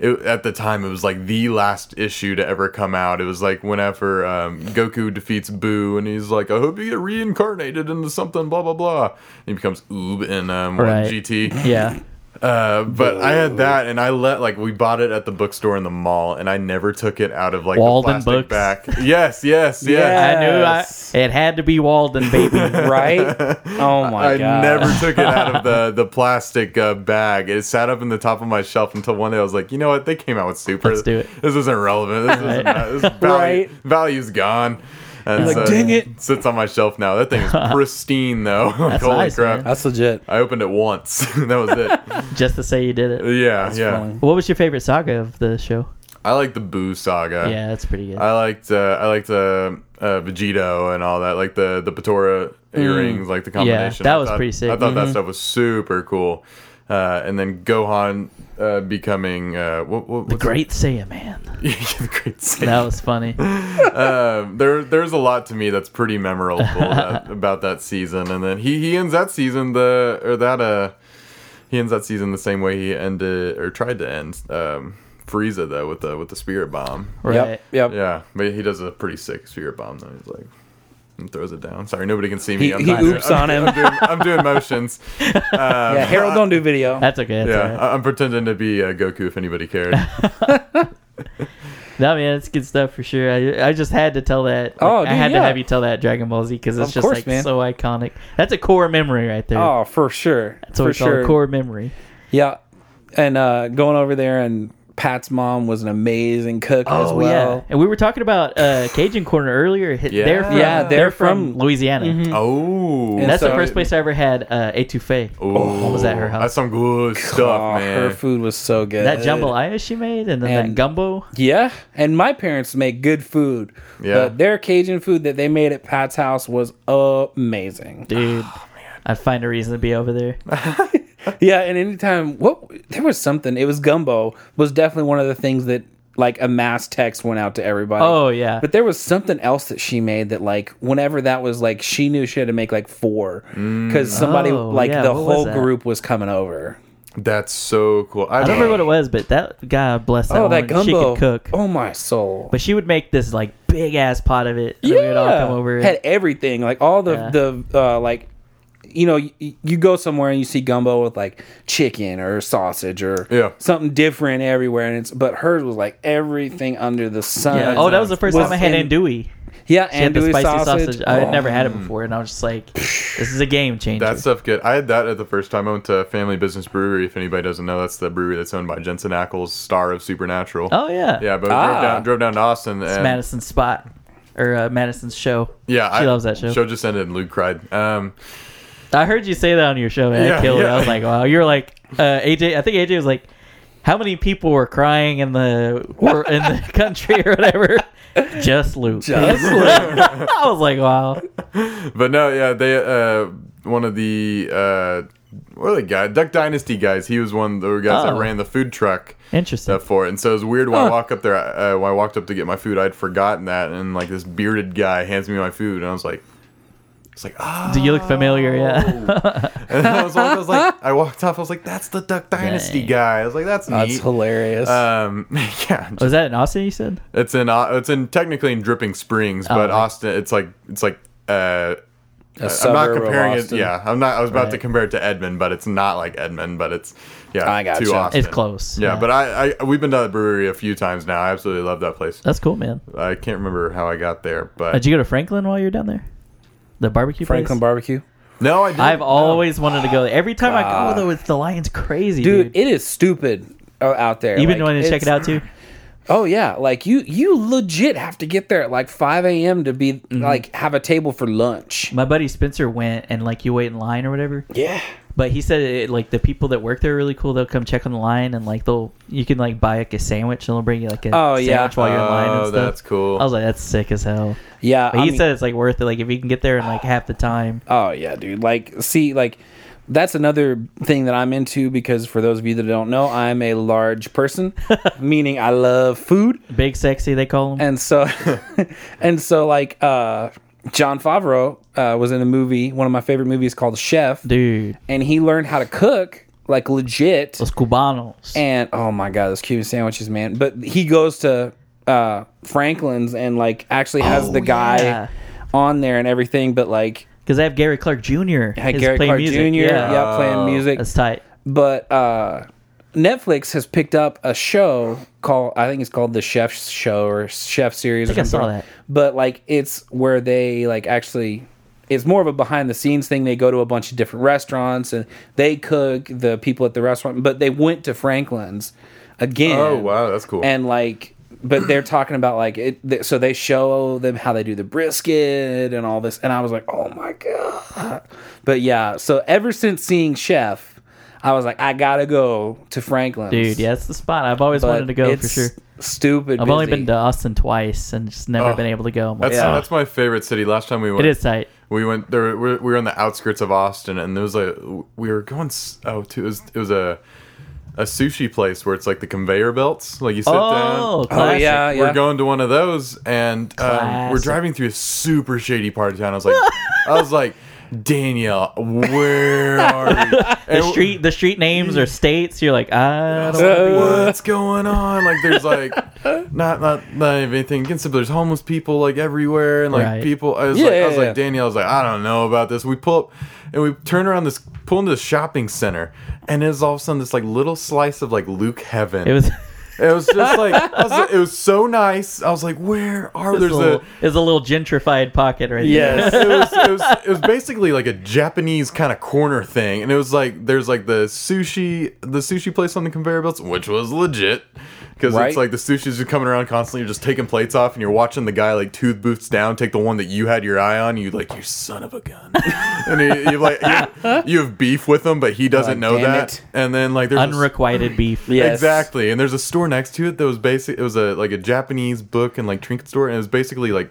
Speaker 2: it, at the time it was like the last issue to ever come out. It was like whenever um, Goku defeats Boo and he's like, "I hope you get reincarnated into something," blah blah blah. And he becomes Oob in um,
Speaker 1: Right.
Speaker 2: GT.
Speaker 1: Yeah.
Speaker 2: Uh, but I had that, and I let like we bought it at the bookstore in the mall, and I never took it out of like
Speaker 1: Walden
Speaker 2: the
Speaker 1: books.
Speaker 2: plastic back. Yes, yes, yes.
Speaker 3: Yeah.
Speaker 1: I knew I,
Speaker 3: Yes.
Speaker 1: it had to be Walden,
Speaker 2: [laughs]
Speaker 1: baby.
Speaker 3: right? Oh my
Speaker 2: I
Speaker 3: god!
Speaker 2: never took it out
Speaker 1: [laughs]
Speaker 2: of the the plastic uh, bag. It sat up in the top of my shelf until one day I was like, you know what? They came out with Super.
Speaker 1: Let's do it.
Speaker 2: This isn't relevant. This isn't this value,
Speaker 3: Right.
Speaker 2: value's gone. And
Speaker 3: Like, "Dang it."
Speaker 2: Sits on my shelf now.
Speaker 1: [laughs]
Speaker 2: That thing is pristine though. Like,
Speaker 1: That's
Speaker 2: Holy
Speaker 1: nice,
Speaker 2: crap!
Speaker 1: man.
Speaker 3: That's legit.
Speaker 2: I opened it once. [laughs] that was
Speaker 1: [laughs]
Speaker 2: it.
Speaker 1: Just to say you did it.
Speaker 2: yeah, yeah.
Speaker 3: funny.
Speaker 1: What was your favorite saga of the show?
Speaker 2: I like the Boo
Speaker 3: Uh,
Speaker 2: saga.
Speaker 1: Yeah, that's pretty good.
Speaker 2: I liked uh, I liked uh, uh, Vegito and all that, like the the Patora earrings, like the
Speaker 1: Mm.
Speaker 2: combination.
Speaker 1: that
Speaker 2: I
Speaker 1: was
Speaker 2: thought-
Speaker 1: pretty sick. Mm-hmm.
Speaker 2: I thought that stuff was super cool. Uh, and then Gohan uh, becoming uh, what, what,
Speaker 1: the
Speaker 2: what's-
Speaker 1: Great Saiyan Man.
Speaker 2: [laughs] Yeah, the
Speaker 1: [laughs]
Speaker 2: great. Saiyan.
Speaker 1: That was
Speaker 3: [laughs]
Speaker 1: funny.
Speaker 2: Um, there there's a lot to me that's
Speaker 1: [laughs]
Speaker 2: pretty memorable that, about that season. And then he he ends that season the or that uh he ends that season the same way he ended or tried to end um, Frieza though with the with the spirit bomb.
Speaker 1: Right.
Speaker 3: Yep. Yep.
Speaker 2: Yeah, but he does a pretty sick spirit bomb though. He's like and throws it down. Sorry, nobody can see me.
Speaker 3: He- he
Speaker 2: not doing-
Speaker 3: oops on him.
Speaker 2: I'm doing, I'm
Speaker 1: [laughs]
Speaker 2: doing motions. Um,
Speaker 3: Yeah. Harold, don't do video.
Speaker 1: That's okay. That's
Speaker 2: yeah,
Speaker 1: all right.
Speaker 2: I- I'm pretending to be uh, Goku if
Speaker 1: [laughs]
Speaker 2: anybody cared.
Speaker 1: No, man, it's good stuff for sure. I, I just had to tell that. like,
Speaker 3: Oh, dude,
Speaker 1: I had
Speaker 3: yeah.
Speaker 1: to have you tell that Dragon Ball Z because it's
Speaker 3: Of
Speaker 1: just
Speaker 3: course,
Speaker 1: like
Speaker 3: man.
Speaker 1: so iconic. That's a core memory right there.
Speaker 3: Oh, for sure.
Speaker 1: That's what
Speaker 3: for
Speaker 1: we call a core memory.
Speaker 3: Yeah. And uh, going over there and Pat's mom was an amazing cook as well.
Speaker 1: Oh, and we were talking about uh, Cajun Corner earlier. H-
Speaker 2: Yeah.
Speaker 1: They're from,
Speaker 3: Yeah,
Speaker 1: they're,
Speaker 3: they're
Speaker 1: from,
Speaker 3: from- Mm-hmm.
Speaker 1: Louisiana.
Speaker 2: oh,
Speaker 1: That's
Speaker 3: so-
Speaker 1: the first place I ever had uh, etouffee.
Speaker 2: Oh,
Speaker 1: was at her house.
Speaker 2: That's some good
Speaker 3: Oh,
Speaker 2: stuff, man.
Speaker 3: her food was so good.
Speaker 1: That jambalaya she made, and then that
Speaker 3: And-
Speaker 1: gumbo.
Speaker 3: Yeah, and my parents make good food.
Speaker 2: Yeah.
Speaker 3: But their Cajun food that they made at Pat's house was amazing.
Speaker 1: Dude,
Speaker 3: Oh,
Speaker 1: I'd find a reason to be over
Speaker 3: [laughs]
Speaker 1: there.
Speaker 3: Yeah, and anytime what there was something, it was gumbo was definitely one of the things that like a mass text went out to everybody.
Speaker 1: Oh yeah,
Speaker 3: But there was something else that she made that like whenever that was like she knew she had to make like four
Speaker 2: Mm.
Speaker 3: because somebody
Speaker 1: Oh,
Speaker 3: like
Speaker 1: yeah,
Speaker 3: the
Speaker 1: what was
Speaker 3: whole
Speaker 1: that?
Speaker 3: group was coming over.
Speaker 2: That's so cool. I,
Speaker 1: I don't remember what
Speaker 2: know.
Speaker 1: it was, but that God bless that
Speaker 3: Oh,
Speaker 1: woman.
Speaker 3: that gumbo!
Speaker 1: She could cook,
Speaker 3: Oh my soul!
Speaker 1: but she would make this like big ass pot of it. And then we would all come over. and-
Speaker 3: had everything like all the
Speaker 1: Yeah.
Speaker 3: the uh, like. You know, you, you go somewhere and you see gumbo with like chicken or sausage or
Speaker 2: Yeah.
Speaker 3: something different everywhere, and it's but hers was like everything under the sun.
Speaker 1: Yeah. Oh, that was the first time I had
Speaker 3: in-
Speaker 1: andouille.
Speaker 3: Yeah,
Speaker 1: She had the
Speaker 3: andouille
Speaker 1: spicy
Speaker 3: sausage.
Speaker 1: sausage. I
Speaker 3: Oh.
Speaker 1: had never had it before, and I was just
Speaker 3: [sighs]
Speaker 1: like, "This is Mm. a game changer."
Speaker 2: That stuff good. I had that at the first time I went to Family Business Brewery. If anybody doesn't know, that's the brewery that's owned by Jensen Ackles, star of Supernatural.
Speaker 1: oh yeah,
Speaker 2: Yeah, but we
Speaker 3: Ah.
Speaker 2: drove down drove down to Austin.
Speaker 1: It's
Speaker 2: and
Speaker 1: Madison's spot or uh, Madison's show.
Speaker 2: Yeah,
Speaker 1: she loves that show.
Speaker 2: Show just ended and Luke cried. Um,
Speaker 1: I heard you say that on your show, man.
Speaker 2: Yeah,
Speaker 1: I killed it.
Speaker 2: yeah.
Speaker 1: I was like, "Wow." You were like, uh, "AJ." I think AJ was like, "How many people were crying in the
Speaker 2: [laughs]
Speaker 1: were in the country or whatever?" Just Luke. [laughs]
Speaker 3: Just
Speaker 1: I was like, "Wow."
Speaker 2: but no, yeah, they uh, one of the uh, what are the guy Duck Dynasty guys. He was one of the guys that
Speaker 1: Oh.
Speaker 2: ran the food truck.
Speaker 1: Interesting.
Speaker 2: stuff for it. And so it was weird when I walk up there. Uh, when I walked up to get my food, I'd forgotten that, and like this bearded guy hands me my food, and I was like, "It's like ah."
Speaker 1: Do you look familiar? Yeah.
Speaker 2: [laughs]
Speaker 1: [laughs]
Speaker 2: And I was, I was like, I walked off. I was like, "That's the Duck Dynasty
Speaker 1: Dang.
Speaker 2: guy." I was like, "That's neat."
Speaker 3: That's hilarious.
Speaker 2: um, [laughs] yeah,
Speaker 1: was that in Austin? You said.
Speaker 2: it's in uh, it's in technically in Dripping Springs, but
Speaker 1: right.
Speaker 2: Austin, it's like it's like uh.
Speaker 3: A
Speaker 2: I'm not
Speaker 3: suburb of
Speaker 2: comparing it.
Speaker 3: Austin.
Speaker 2: Yeah, I'm not. I was about to
Speaker 1: Right.
Speaker 2: compare it to Edmond, but it's not like Edmond. But it's yeah,
Speaker 3: I gotcha.
Speaker 2: to Austin.
Speaker 1: It's close.
Speaker 2: Yeah,
Speaker 1: yeah.
Speaker 2: but I, I we've been to that brewery a few times now. I absolutely love that place.
Speaker 1: That's cool, man.
Speaker 2: I can't remember how I got there, but
Speaker 1: Did you go to Franklin while you were down there? The barbecue
Speaker 3: Franklin
Speaker 1: place?
Speaker 3: Barbecue.
Speaker 2: no, I didn't.
Speaker 1: I've always wanted to go there. Every time I go, though, it's the lion's crazy, dude.
Speaker 3: Dude, it is stupid uh, out there.
Speaker 1: You've been
Speaker 3: Like,
Speaker 1: wanting to check it
Speaker 3: it's-
Speaker 1: out, too?
Speaker 3: Oh yeah, like you you legit have to get there at like 5 a.m. to be
Speaker 1: Mm-hmm.
Speaker 3: like have a table for lunch.
Speaker 1: My buddy Spencer went, and, like, you wait in line or whatever.
Speaker 3: Yeah.
Speaker 1: But he said, it, like, the people that work there are really cool. They'll come check on the line, and, like, they'll, you can, like, buy, like, a sandwich, and they'll bring you, like, a
Speaker 3: Oh, yeah.
Speaker 1: sandwich while you're in line and
Speaker 2: Oh,
Speaker 1: stuff.
Speaker 2: that's cool.
Speaker 1: I was like, that's sick as hell.
Speaker 3: Yeah.
Speaker 1: But
Speaker 3: I
Speaker 1: he
Speaker 3: mean-
Speaker 1: said it's, like, worth it. Like, if you can get there in, like, half the time.
Speaker 3: Oh yeah, dude. Like see like that's another thing that I'm into because for those of you that don't know, I'm a
Speaker 1: [laughs]
Speaker 3: large person, meaning I love food.
Speaker 1: Big sexy, they call him.
Speaker 3: And so, [laughs] and so, like, uh, John Favreau uh, was in a movie, one of my favorite movies called Chef,
Speaker 1: Dude,
Speaker 3: and he learned how to cook like legit.
Speaker 1: los cubanos.
Speaker 3: And oh my god, those Cuban sandwiches, man! But he goes to uh, Franklin's and like actually has the guy
Speaker 1: Oh, yeah.
Speaker 3: on there and everything. But like,
Speaker 1: Because they have Gary Clark Jr.
Speaker 3: had
Speaker 1: is
Speaker 3: Gary
Speaker 1: playing
Speaker 3: Clark
Speaker 1: music.
Speaker 3: Jr.
Speaker 1: Yeah.
Speaker 3: Yeah, playing music.
Speaker 1: That's tight.
Speaker 3: But uh, Netflix has picked up a show called I think it's called the Chef Show or Chef Series. I
Speaker 1: think I saw that.
Speaker 3: But like, it's where they like actually. It's more of a behind the scenes thing. They go to a bunch of different restaurants and they cook the people at the restaurant. But they went to Franklin's again.
Speaker 2: Oh wow, that's cool.
Speaker 3: And like, but they're talking about like it. Th- so they show them how they do the brisket and all this, and I was like, oh my god. But yeah, so ever since seeing Chef, I was like, I gotta go to Franklin's,
Speaker 1: Dude, yeah, that's the spot. I've always
Speaker 3: But
Speaker 1: wanted to go for
Speaker 3: it's
Speaker 1: sure.
Speaker 3: Stupid.
Speaker 1: I've only
Speaker 3: busy.
Speaker 1: been to Austin twice and just never
Speaker 2: Oh.
Speaker 1: been able to go. I'm like,
Speaker 2: that's
Speaker 3: Yeah.
Speaker 2: that's my favorite city. Last time we went,
Speaker 1: It is tight.
Speaker 2: we went there. We were, we were on the outskirts of Austin, and there was like we were going. s- Oh, to, it was it was a a sushi place where it's like the conveyor belts. Like you sit
Speaker 1: Oh,
Speaker 2: down.
Speaker 3: Oh
Speaker 1: classic.
Speaker 3: yeah, yeah.
Speaker 2: We're going to one of those, and um, we're
Speaker 1: Classic.
Speaker 2: driving through a super shady part of town. I was like, I was like, Danielle, where are
Speaker 1: [laughs]
Speaker 2: we?
Speaker 1: The street, the street names or states. You're like, I don't. [laughs]
Speaker 2: what's going on? Like, there's like not not not anything against it, but there's homeless people like everywhere, and like
Speaker 1: Right.
Speaker 2: people. I was
Speaker 3: Yeah,
Speaker 2: like, I
Speaker 3: yeah,
Speaker 2: was
Speaker 3: yeah.
Speaker 2: like, Danielle was like, I don't know about this. We pull up and we turn around this pull into the shopping center, and it's all of a sudden this like little slice of like Luke heaven.
Speaker 1: It was. [laughs]
Speaker 2: It was just like I was- it was so nice. I was like, where are
Speaker 1: There's
Speaker 2: there's
Speaker 1: a little,
Speaker 2: a
Speaker 1: it's a little gentrified pocket right there.
Speaker 3: Yes.
Speaker 2: it was, it was it was basically like a Japanese kind of corner thing, and it was like there's like the sushi the sushi place on the conveyor belts, which was legit because
Speaker 3: Right.
Speaker 2: it's like the sushis are coming around constantly, you're just taking plates off, and you're watching the guy like tooth boots down, take the one that you had your eye on, you like you son of a gun, [laughs] and you, you like you, you have beef with him, but he doesn't
Speaker 3: Oh,
Speaker 2: know
Speaker 3: damn
Speaker 2: that,
Speaker 3: it.
Speaker 2: and then like there's a-
Speaker 1: Unrequited beef.
Speaker 3: Yes.
Speaker 2: Exactly. And there's a store next to it that was basic. It was a like a Japanese book and like trinket store, and it was basically like.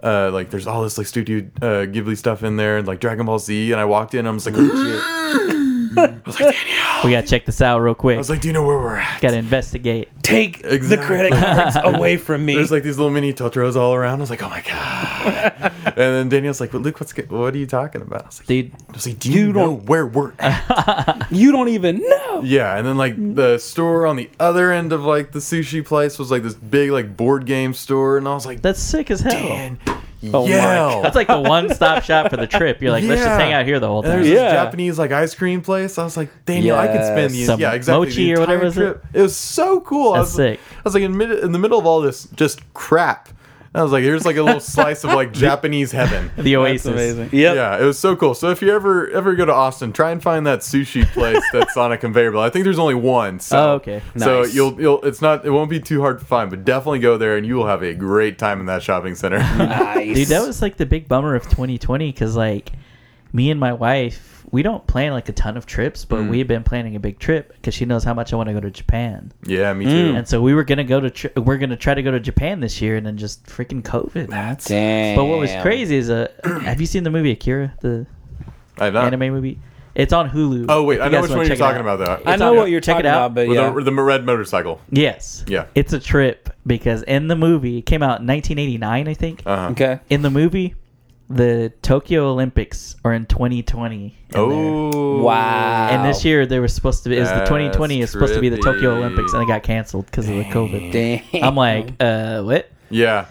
Speaker 2: Uh, like there's all this like Studio uh, Ghibli stuff in there and like Dragon Ball Z and I walked in and I was like "Oh, I
Speaker 1: We gotta check this out real quick.
Speaker 2: was like do you know where we're at?
Speaker 1: gotta investigate.
Speaker 3: Take the
Speaker 2: Exactly.
Speaker 3: credit cards
Speaker 2: [laughs]
Speaker 3: away from me.
Speaker 2: There's like these little mini Totoro's all around. I was like oh my god.
Speaker 3: [laughs]
Speaker 2: and then Danielle's like but Luke what's get, what are you talking about? I was like,
Speaker 1: Dude,
Speaker 2: I was like do you,
Speaker 3: You
Speaker 2: know
Speaker 3: don't-
Speaker 2: where we're at?
Speaker 3: [laughs] you don't even know.
Speaker 2: Yeah, and then like the store on the other end of like the sushi place was like this big like board game store and I was like
Speaker 1: that's sick as hell.
Speaker 2: man,
Speaker 3: Oh my
Speaker 2: yell.
Speaker 1: That's like the one stop shop for the trip. You're like, let's just
Speaker 2: Yeah.
Speaker 1: hang out here the whole
Speaker 2: And
Speaker 1: time.
Speaker 2: there's
Speaker 3: Yeah.
Speaker 2: this Japanese like ice cream place. I was like, Daniel, I could spend the
Speaker 3: Yes.
Speaker 1: Some
Speaker 2: yeah exactly the
Speaker 1: mochi or whatever
Speaker 2: entire
Speaker 1: is it?
Speaker 2: trip. It was so cool. I
Speaker 1: That's
Speaker 2: was,
Speaker 1: sick.
Speaker 2: I was like in mid in the middle of all this just crap. I was like, here's like
Speaker 1: [laughs]
Speaker 2: a little slice of like Japanese heaven.
Speaker 1: The Oasis.
Speaker 3: Yep.
Speaker 2: Yeah, it was so cool. So if you ever ever go to Austin, try and find that sushi
Speaker 1: [laughs]
Speaker 2: place that's on a conveyor belt. I think there's only one.
Speaker 1: Oh,
Speaker 2: So,
Speaker 1: okay.
Speaker 2: So
Speaker 3: Nice.
Speaker 2: you'll you'll it's not it won't be too hard to find, but definitely go there and you will have a great time in that
Speaker 1: [laughs]
Speaker 2: shopping center.
Speaker 3: Nice.
Speaker 1: Dude, that was like the big bummer of 2020 because like me and my wife, we don't plan like a ton of trips, but
Speaker 2: Mm.
Speaker 1: we've been planning a big trip because she knows how much I want to go to Japan,
Speaker 2: yeah, me too.
Speaker 1: and so we were gonna go to tri- we're gonna try to go to Japan this year, and then just freaking COVID. man.
Speaker 3: Damn.
Speaker 1: But what was crazy is
Speaker 2: [clears throat]
Speaker 1: uh, have you seen the movie Akira, the
Speaker 2: I have not.
Speaker 1: anime movie? It's on Hulu.
Speaker 2: Oh wait,
Speaker 1: If
Speaker 2: I
Speaker 1: you
Speaker 2: know
Speaker 1: guys
Speaker 2: which
Speaker 1: wanna
Speaker 2: one you're
Speaker 1: check it out.
Speaker 2: talking about though.
Speaker 3: I
Speaker 1: It's
Speaker 3: know
Speaker 1: on-
Speaker 3: what you're
Speaker 1: check
Speaker 3: talking
Speaker 1: it out.
Speaker 3: about, but
Speaker 2: With
Speaker 3: yeah.
Speaker 2: the- with the red motorcycle.
Speaker 1: Yes.
Speaker 2: Yeah.
Speaker 1: It's a trip because in the movie, it came out in 1989, I think.
Speaker 2: Uh-huh.
Speaker 3: okay.
Speaker 1: In the movie, the Tokyo Olympics are in 2020. in there.
Speaker 2: Oh
Speaker 3: Wow.
Speaker 1: And this year they were supposed to be is the 2020 is
Speaker 2: That's
Speaker 1: supposed to be the Tokyo
Speaker 2: trippy.
Speaker 1: Olympics and it got canceled because of the COVID.
Speaker 3: Damn.
Speaker 1: I'm like, uh, what?
Speaker 2: Yeah.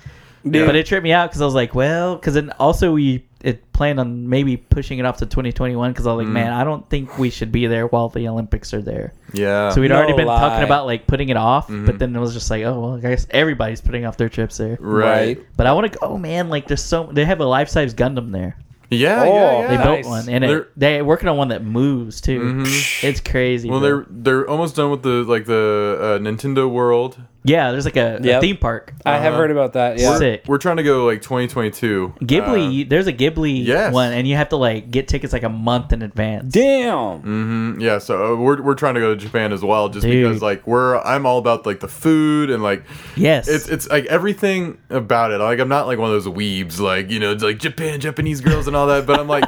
Speaker 1: But it tripped me out because I was like, well, because then also we it planned on maybe pushing it off to 2021 because I
Speaker 2: Mm.
Speaker 1: was like, man, I don't think we should be there while the Olympics are there.
Speaker 2: Yeah.
Speaker 1: So we'd
Speaker 3: No
Speaker 1: already been
Speaker 3: lie.
Speaker 1: talking about like putting it off,
Speaker 2: Mm-hmm.
Speaker 1: but then it was just like, oh well, I guess everybody's putting off their trips there.
Speaker 2: right.
Speaker 3: Right.
Speaker 1: But I want to go, oh, man. Like there's so they have a life size Gundam there.
Speaker 2: Yeah,
Speaker 3: Oh,
Speaker 2: yeah, yeah.
Speaker 1: They
Speaker 3: Nice.
Speaker 1: built one, and
Speaker 2: They're- Mm-hmm.
Speaker 1: it, they're working on one that moves too. It's crazy.
Speaker 2: well,
Speaker 1: bro.
Speaker 2: they're they're almost done with the like the uh, Nintendo World.
Speaker 1: yeah, there's like a, a
Speaker 3: Yep.
Speaker 1: theme park.
Speaker 3: I
Speaker 2: Uh-huh.
Speaker 3: have heard about that. Yeah.
Speaker 1: Sick.
Speaker 2: We're trying to go like 2022.
Speaker 1: Ghibli, you- there's a Ghibli
Speaker 2: Um, Yes.
Speaker 1: one, and you have to like get tickets like a month in advance.
Speaker 3: Damn.
Speaker 2: Mm, yeah, so uh, we're we're trying to go to Japan as well, just
Speaker 1: Dude.
Speaker 2: because like we're I'm all about like the food and like
Speaker 1: yes,
Speaker 2: it's it's like everything about it. Like I'm not like one of those
Speaker 3: [laughs]
Speaker 2: weebs, like you know, it's like Japan, Japanese girls and all that. But I'm like,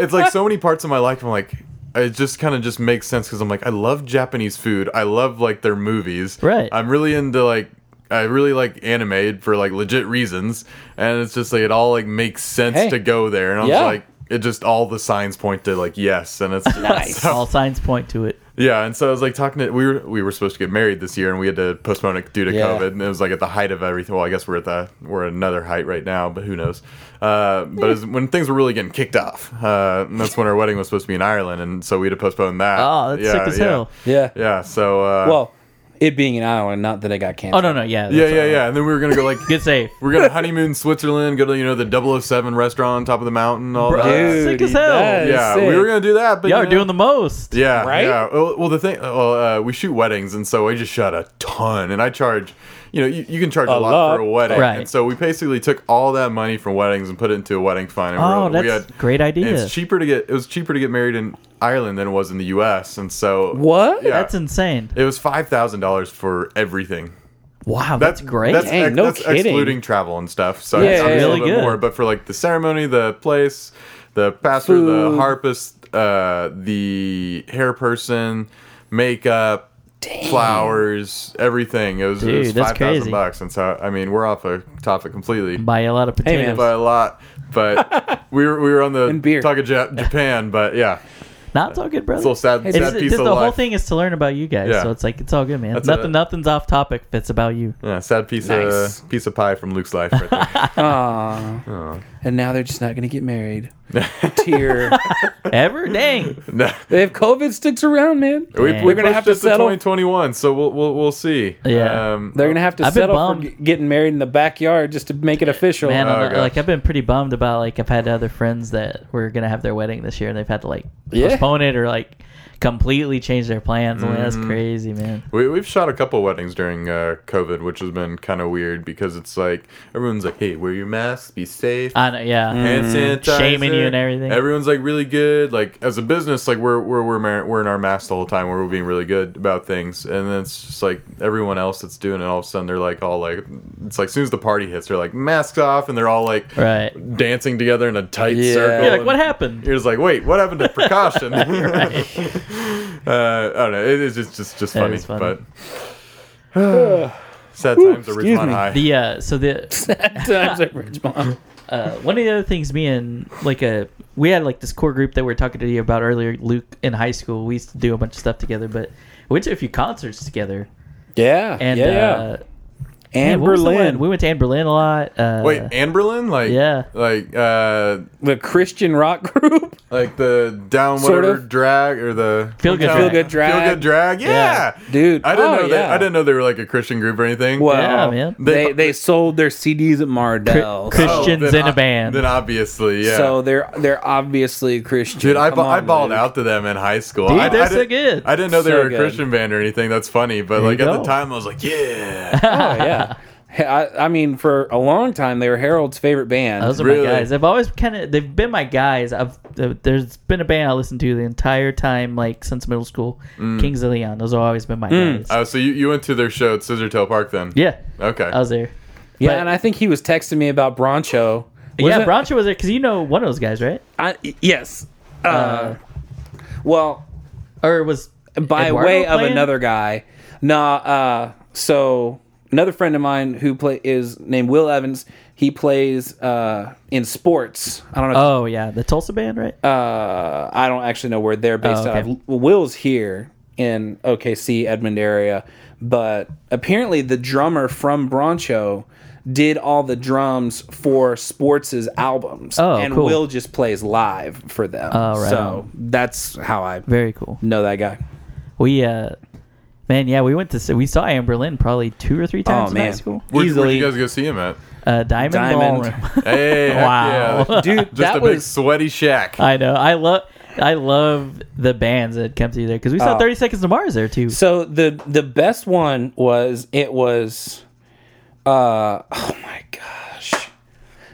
Speaker 2: it's like so many parts of my life. I'm like, it just kind of just makes sense because I'm like, I love Japanese food. I love like their movies.
Speaker 1: Right.
Speaker 2: I'm really into like. I really like anime for like legit reasons, and it's just like it all like makes sense
Speaker 3: Hey.
Speaker 2: to go there. And I was
Speaker 3: Yeah.
Speaker 2: like, it just all the signs point to like yes,
Speaker 3: [laughs]
Speaker 2: and it's
Speaker 3: Nice.
Speaker 2: so-
Speaker 1: All signs point to it.
Speaker 2: yeah, and so I was like talking to we were we were supposed to get married this year, and we had to postpone it due to
Speaker 3: Yeah.
Speaker 2: COVID, and it was like at the height of everything. Well, I guess we're at the we're at another height right now, but who knows? Uh, but it was when things were really getting kicked off, uh, and that's when our wedding was supposed to be in Ireland, and so we had to postpone that.
Speaker 1: Oh, that's sick as hell.
Speaker 3: Yeah.
Speaker 2: Yeah. So uh,
Speaker 3: Well, it being an island, not that it got
Speaker 1: Oh
Speaker 3: canceled.
Speaker 1: no, no, yeah,
Speaker 2: yeah,
Speaker 1: that's
Speaker 2: yeah,
Speaker 1: all.
Speaker 2: yeah, and then we were gonna go like
Speaker 1: Good save.
Speaker 2: we're gonna honeymoon Switzerland, go to you know the 007 restaurant on top of the mountain, all
Speaker 1: Bro.
Speaker 2: that.
Speaker 1: Dude, Sick as hell.
Speaker 3: that is
Speaker 2: Yeah,
Speaker 3: sick.
Speaker 2: we were gonna do that, but
Speaker 1: Y'all
Speaker 2: you
Speaker 1: are
Speaker 2: know-
Speaker 1: doing the most.
Speaker 2: Yeah,
Speaker 3: Right?
Speaker 2: Yeah. Well, well, the thing, well, uh, we shoot weddings, and so I just shot a ton, and I charge, you know, you, you can charge a, lot,
Speaker 3: lot.
Speaker 2: for a wedding,
Speaker 1: Right.
Speaker 2: and so we basically took all that money from weddings and put it into a wedding fund. And
Speaker 1: Oh,
Speaker 2: we're- we
Speaker 1: that's
Speaker 2: had,
Speaker 1: great idea.
Speaker 2: and It's cheaper to get. It was cheaper to get married in Ireland than it was in the U.S., and so
Speaker 3: What?
Speaker 2: Yeah,
Speaker 1: That's insane.
Speaker 2: it was five thousand dollars for everything.
Speaker 1: Wow, that's, great.
Speaker 2: That's,
Speaker 3: Dang,
Speaker 2: ex-
Speaker 3: no
Speaker 2: that's
Speaker 3: kidding.
Speaker 2: excluding travel and stuff. So
Speaker 3: Yeah,
Speaker 2: it's
Speaker 3: yeah,
Speaker 2: a
Speaker 3: yeah.
Speaker 2: little
Speaker 1: Really
Speaker 2: bit
Speaker 1: good.
Speaker 2: more. But for like the ceremony, the place, the pastor,
Speaker 3: Food.
Speaker 2: the harpist, uh, the hair person, makeup, flowers, everything. It was, it was
Speaker 1: Dude, that's
Speaker 2: five thousand
Speaker 1: crazy.
Speaker 2: bucks. And so I mean, we're off a topic completely
Speaker 1: Buy a lot of
Speaker 3: man.
Speaker 1: potatoes.
Speaker 2: by a lot.
Speaker 1: [laughs]
Speaker 2: But we were we were on the
Speaker 3: And beer.
Speaker 2: talk of Ja- Japan. But yeah,
Speaker 1: Not so good, brother.
Speaker 2: it's a little sad,
Speaker 1: It's-
Speaker 2: sad
Speaker 1: it's-
Speaker 2: piece
Speaker 1: the
Speaker 2: of
Speaker 1: whole
Speaker 2: life.
Speaker 1: thing is to learn about you guys,
Speaker 2: Yeah.
Speaker 1: so it's like it's all good, man.
Speaker 2: That's
Speaker 1: Nothing,
Speaker 2: it.
Speaker 1: nothing's off topic. if It's about you.
Speaker 2: Yeah, sad piece
Speaker 3: Nice.
Speaker 2: of piece of pie from Luke's life right
Speaker 1: [laughs]
Speaker 2: there.
Speaker 3: Aw. And now they're just not going to get married.
Speaker 2: [laughs]
Speaker 3: Tear.
Speaker 1: Ever, dang.
Speaker 2: No.
Speaker 3: if COVID sticks around, man,
Speaker 2: We,
Speaker 1: Dang.
Speaker 2: we're
Speaker 1: We're
Speaker 3: gonna
Speaker 2: gonna
Speaker 3: have
Speaker 2: have
Speaker 3: to
Speaker 2: to
Speaker 3: settle.
Speaker 2: 2021, so we'll we'll, we'll see.
Speaker 1: Yeah.
Speaker 2: um,
Speaker 3: they're going to have to
Speaker 1: I've been
Speaker 3: settle for
Speaker 1: bummed.
Speaker 3: g- getting married in the backyard just to make it official. [laughs]
Speaker 1: Man, uh, I'm
Speaker 2: Oh,
Speaker 1: not- like
Speaker 2: gosh.
Speaker 1: I've been pretty bummed about like I've had other friends that were gonna have their wedding this year and they've had to like
Speaker 3: Yeah.
Speaker 1: postpone it or like completely change their plans. I'm like, that's
Speaker 2: Mm-hmm.
Speaker 1: crazy, man.
Speaker 2: We, we've shot a couple weddings during uh, COVID, which has been kind of weird because it's like everyone's like, "Hey, wear your mask, be safe."
Speaker 1: I know, yeah.
Speaker 2: hand sanitizer.
Speaker 1: Um, Shaming you and everything.
Speaker 2: Everyone's like really good. Like as a business, like we're we're we're, mar- we're in our masks the whole time. Where we're being really good about things, and then it's just like everyone else that's doing it. All of a sudden, they're like all like, it's like as soon as the party hits, they're like masks off, and they're all like
Speaker 1: Right.
Speaker 2: dancing together in a tight
Speaker 3: Yeah.
Speaker 2: circle.
Speaker 1: You're like,
Speaker 2: and-
Speaker 1: what happened?
Speaker 2: You're just like, wait, what happened
Speaker 1: [laughs]
Speaker 2: to precaution? uh, [laughs] I don't know. It is just just, just
Speaker 1: That
Speaker 2: funny,
Speaker 1: is funny.
Speaker 3: [sighs]
Speaker 2: but [sighs] sad times are
Speaker 3: excuse
Speaker 2: Ridgemont
Speaker 3: me.
Speaker 2: High.
Speaker 1: The uh so the
Speaker 3: Times at Ridgemont.
Speaker 1: uh one of the other things me and like a we had like this core group that we were talking to you about earlier, Luke in high school. We used to do a bunch of stuff together, but we went to a few concerts together.
Speaker 3: Yeah.
Speaker 1: And
Speaker 3: yeah.
Speaker 1: uh
Speaker 3: yeah.
Speaker 1: man,
Speaker 3: And
Speaker 1: what was the
Speaker 3: Berlin.
Speaker 1: one? We went to Anne Berlin a lot. Uh
Speaker 2: Wait, Anne Berlin, like
Speaker 1: Yeah.
Speaker 2: like uh,
Speaker 3: the Christian rock group. [laughs]
Speaker 2: like the down
Speaker 3: Sort
Speaker 2: whatever
Speaker 3: of.
Speaker 2: drag or the
Speaker 1: Feel Good
Speaker 2: down-
Speaker 1: Drag. Feel Good
Speaker 3: Drag.
Speaker 2: feel good drag, yeah,
Speaker 3: Dude,
Speaker 2: I didn't
Speaker 3: oh,
Speaker 2: know that.
Speaker 3: yeah.
Speaker 2: I didn't know they were like a Christian group or anything.
Speaker 1: Yeah,
Speaker 3: Wow.
Speaker 1: man.
Speaker 3: They, they sold their CDs at Mardell.
Speaker 1: Chris-
Speaker 2: Oh,
Speaker 1: Christians
Speaker 2: then
Speaker 1: in a
Speaker 2: ob-
Speaker 1: band.
Speaker 2: Then obviously, yeah.
Speaker 3: So they're they're obviously Christian.
Speaker 2: Dude, I,
Speaker 3: Come
Speaker 2: ba- I
Speaker 3: on,
Speaker 2: balled
Speaker 3: Luke.
Speaker 2: out to them in high school.
Speaker 1: Dude,
Speaker 2: I,
Speaker 1: they're
Speaker 2: I
Speaker 1: so
Speaker 2: didn't-
Speaker 1: good.
Speaker 2: I didn't know they
Speaker 3: So
Speaker 2: were a
Speaker 3: good.
Speaker 2: Christian band or anything. That's funny, but like
Speaker 1: you
Speaker 2: at the
Speaker 1: go.
Speaker 2: time, I was
Speaker 3: [laughs]
Speaker 2: like, yeah.
Speaker 1: [laughs]
Speaker 3: Oh yeah. Hey, I, I mean, for a long time they were Harold's favorite band.
Speaker 1: Those are
Speaker 2: Really?
Speaker 1: my guys. I've always kind of they've been my guys. I've uh, there's been a band I listened to the entire time, like since middle school. Kings of Leon. Those have always been my
Speaker 3: Mm.
Speaker 1: guys.
Speaker 2: Mm. oh, so you, you went to their show at Scissortail Park then?
Speaker 1: yeah,
Speaker 2: Okay.
Speaker 1: I was there.
Speaker 3: yeah,
Speaker 1: but-
Speaker 3: and I think he was texting me about Broncho. Was
Speaker 1: yeah,
Speaker 3: it-
Speaker 1: Broncho was there because you know one of those guys, right?
Speaker 3: I, yes. Uh, well,
Speaker 1: Or was
Speaker 3: by
Speaker 1: Eduardo
Speaker 3: way of
Speaker 1: playing?
Speaker 3: another guy. Nah. Uh, so another friend of mine who play is named Will Evans. He plays uh, in sports. I don't know.
Speaker 1: Oh
Speaker 3: if
Speaker 1: yeah, the Tulsa band, right?
Speaker 3: uh, I don't actually know where they're based
Speaker 1: Oh,
Speaker 3: out
Speaker 1: okay.
Speaker 3: of. Will's here in OKC, Edmond area, but apparently the drummer from Broncho did all the drums for Sports' albums.
Speaker 1: Oh,
Speaker 3: and
Speaker 1: cool.
Speaker 3: Will just plays live for them.
Speaker 1: Oh, right
Speaker 3: So
Speaker 1: on.
Speaker 3: that's how I
Speaker 1: Very cool.
Speaker 3: know that guy.
Speaker 1: We uh, man, yeah, we went to s- we saw Anne Berlin probably two or three times
Speaker 3: Oh,
Speaker 1: in
Speaker 3: man.
Speaker 1: high school.
Speaker 2: Where'd, where'd
Speaker 3: Easily.
Speaker 2: you guys go see him at?
Speaker 1: Uh, Diamond,
Speaker 3: Diamond.
Speaker 1: [laughs] Ballroom.
Speaker 2: Hey, heck
Speaker 1: Wow.
Speaker 2: yeah.
Speaker 3: Dude,
Speaker 2: Just
Speaker 3: that
Speaker 2: a big
Speaker 3: was- Uh,
Speaker 2: sweaty
Speaker 1: [laughs]
Speaker 2: shack.
Speaker 1: I know. I love. I love the bands that come through there because we saw
Speaker 3: Oh.
Speaker 1: Thirty Seconds to Mars there too.
Speaker 3: So the the best one was it was uh oh my gosh.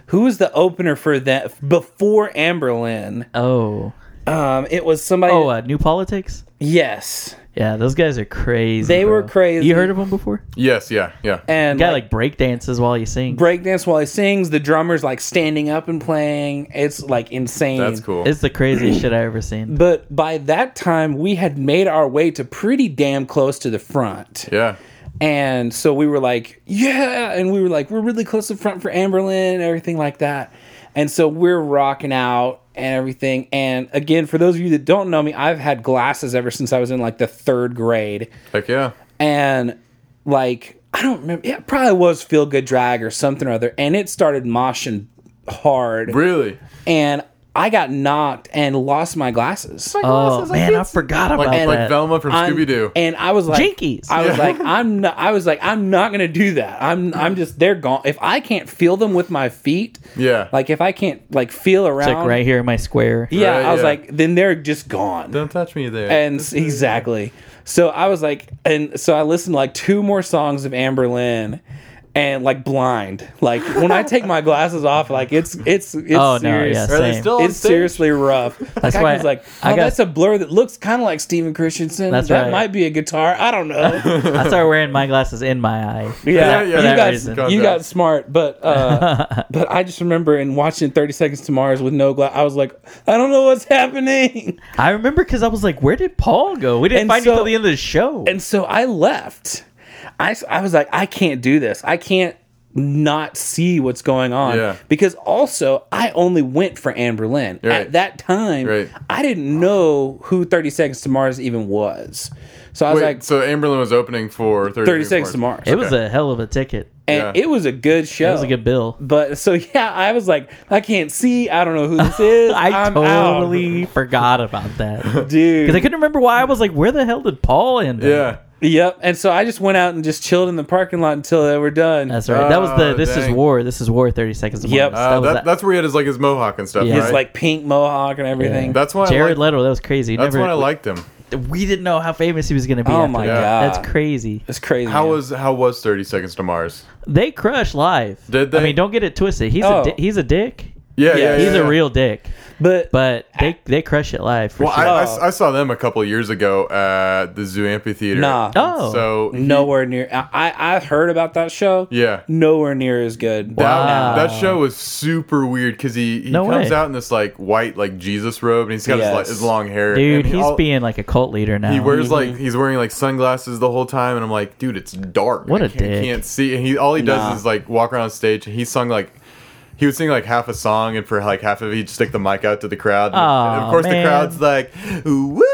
Speaker 3: Who was the opener for that before Amberlin?
Speaker 1: Oh,
Speaker 3: Um, it was somebody.
Speaker 1: oh, uh, New Politics.
Speaker 3: yes,
Speaker 1: Yeah, those guys are crazy.
Speaker 3: They were
Speaker 1: bro.
Speaker 3: crazy.
Speaker 1: You heard of them before?
Speaker 2: Yes, yeah, yeah.
Speaker 3: And
Speaker 1: The guy
Speaker 3: like,
Speaker 1: like break dances while you sing.
Speaker 3: breakdance while he sings. The drummer's like standing up and playing. It's like insane.
Speaker 2: That's cool.
Speaker 1: It's the craziest shit I ever seen.
Speaker 3: But by that time, we had made our way to pretty damn close to the front.
Speaker 2: yeah.
Speaker 3: And so we were like, yeah. And we were like, we're really close to front for Amberlin and everything like that. And so we're rocking out and everything. And again, for those of you that don't know me, I've had glasses ever since I was in like the third grade.
Speaker 2: Heck yeah.
Speaker 3: And like, I don't remember. It probably was Feel Good Drag or something or other. And it started moshing hard.
Speaker 2: Really?
Speaker 3: And I got knocked and lost my glasses.
Speaker 1: Oh man, I forgot about
Speaker 2: Like, like
Speaker 1: that.
Speaker 2: Velma from
Speaker 3: I'm-
Speaker 2: Scooby Doo.
Speaker 3: And I was like,
Speaker 1: Jinkies.
Speaker 3: I was like, I'm not. I was like, I'm not gonna do that. I'm. I'm just. They're gone. If I can't feel them with my feet,
Speaker 2: Yeah.
Speaker 3: Like if I can't like feel around,
Speaker 1: Like right here in my square.
Speaker 3: Yeah.
Speaker 2: Right,
Speaker 3: I was
Speaker 2: yeah.
Speaker 3: like, then they're just gone.
Speaker 2: Don't touch me there.
Speaker 3: and s- exactly. So I was like, and so I listened to like two more songs of Amber Lynn. And like blind, like when I take my glasses off, like it's it's it's
Speaker 1: Oh, no,
Speaker 3: serious.
Speaker 1: yes.
Speaker 2: Are they
Speaker 1: same.
Speaker 2: still on
Speaker 3: It's
Speaker 2: stage?
Speaker 3: seriously rough. That's
Speaker 1: why
Speaker 3: I was like, oh,
Speaker 1: I got-
Speaker 3: that's a blur that looks kind of like Steven Christensen.
Speaker 1: That's
Speaker 3: that
Speaker 1: right.
Speaker 3: might be a guitar. I don't know.
Speaker 1: I started wearing my glasses in my eye.
Speaker 3: yeah,
Speaker 2: yeah,
Speaker 3: you
Speaker 2: that
Speaker 3: got
Speaker 2: reason.
Speaker 3: you got smart,
Speaker 1: [laughs]
Speaker 3: but uh, but I just remember in watching Thirty Seconds to Mars with no glass, I was like, I don't know what's happening,
Speaker 1: I remember because I was like, "Where did Paul go? We didn't
Speaker 3: And
Speaker 1: find him
Speaker 3: so-
Speaker 1: till the end of the show."
Speaker 3: and so I left. I s- I was like, I can't do this. I can't not see what's going on
Speaker 2: Yeah.
Speaker 3: because also I only went for Anne Boleyn
Speaker 2: Right.
Speaker 3: at that time.
Speaker 2: Right.
Speaker 3: I didn't know who Thirty Seconds to Mars even was, so I was
Speaker 2: Wait,
Speaker 3: like.
Speaker 2: so Amberlin was opening for 30,
Speaker 3: 30 Seconds to Mars.
Speaker 1: it was a hell of a ticket.
Speaker 3: and
Speaker 2: Yeah.
Speaker 3: it was a good show.
Speaker 1: It was a good bill.
Speaker 3: But so yeah, I was like, I can't see. I don't know
Speaker 1: [laughs]
Speaker 3: who this is.
Speaker 1: I
Speaker 3: I'm out.
Speaker 2: [laughs]
Speaker 1: totally forgot about that because I
Speaker 3: dude.
Speaker 1: couldn't remember why I was like, "Where the hell did Paul end?" up?"
Speaker 2: Yeah.
Speaker 3: Yep. And so I just went out and just chilled in the parking lot until they were done.
Speaker 1: that's right. that was the
Speaker 2: Oh,
Speaker 1: "This
Speaker 2: dang.
Speaker 1: is War, This is War" thirty seconds. Of
Speaker 3: Yep.
Speaker 1: Mars.
Speaker 2: Uh,
Speaker 1: was
Speaker 2: that, That's where he had his like his mohawk and stuff.
Speaker 1: Yeah.
Speaker 3: his
Speaker 2: right?
Speaker 3: like pink mohawk and everything.
Speaker 2: that's why
Speaker 1: Jared
Speaker 2: I liked,
Speaker 1: Leto. That was crazy. He
Speaker 2: that's
Speaker 1: Never,
Speaker 2: why I liked him.
Speaker 1: we didn't know how famous he was going to be.
Speaker 3: Oh
Speaker 1: after
Speaker 3: my
Speaker 1: that.
Speaker 3: God.
Speaker 1: that's crazy.
Speaker 3: It's crazy.
Speaker 2: How
Speaker 3: man.
Speaker 2: was how was Thirty Seconds to Mars?
Speaker 1: They crushed live.
Speaker 2: Did
Speaker 1: I
Speaker 2: they?
Speaker 1: mean, don't get it twisted. He's
Speaker 3: Oh.
Speaker 1: a di- he's a dick.
Speaker 2: Yeah, yeah,
Speaker 3: Yeah.
Speaker 2: yeah
Speaker 1: He's
Speaker 2: yeah.
Speaker 1: a real dick.
Speaker 3: but,
Speaker 1: But
Speaker 3: Ah.
Speaker 1: they they crush it live. For
Speaker 2: Well,
Speaker 1: sure.
Speaker 2: I, I s- I saw them a couple years ago at the Zoo Amphitheater.
Speaker 3: Nah.
Speaker 1: Oh.
Speaker 2: so he-
Speaker 3: nowhere near I, I I heard about that show.
Speaker 2: Mm-hmm. yeah.
Speaker 3: Nowhere near as good.
Speaker 2: That, that show was super weird because he, he
Speaker 1: No
Speaker 2: comes
Speaker 1: way.
Speaker 2: out in this like white like Jesus robe and he's got his, like,
Speaker 3: Yes.
Speaker 2: his long hair.
Speaker 1: Dude,
Speaker 2: and he
Speaker 1: he's
Speaker 2: all-
Speaker 1: being like a cult leader now.
Speaker 2: He wears
Speaker 3: Mm-hmm.
Speaker 2: like he's wearing like sunglasses the whole time, and I'm like, dude, it's dark.
Speaker 1: What
Speaker 2: I
Speaker 1: a
Speaker 2: can't,
Speaker 1: dick.
Speaker 2: Can't see. And he all he does
Speaker 3: Nah.
Speaker 2: is like walk around stage, and he sung like he would sing like half a song, and for like half of it, he'd stick the mic out to the crowd, and,
Speaker 1: Aw,
Speaker 2: and of course
Speaker 1: man.
Speaker 2: the crowd's like, woo.
Speaker 1: [laughs]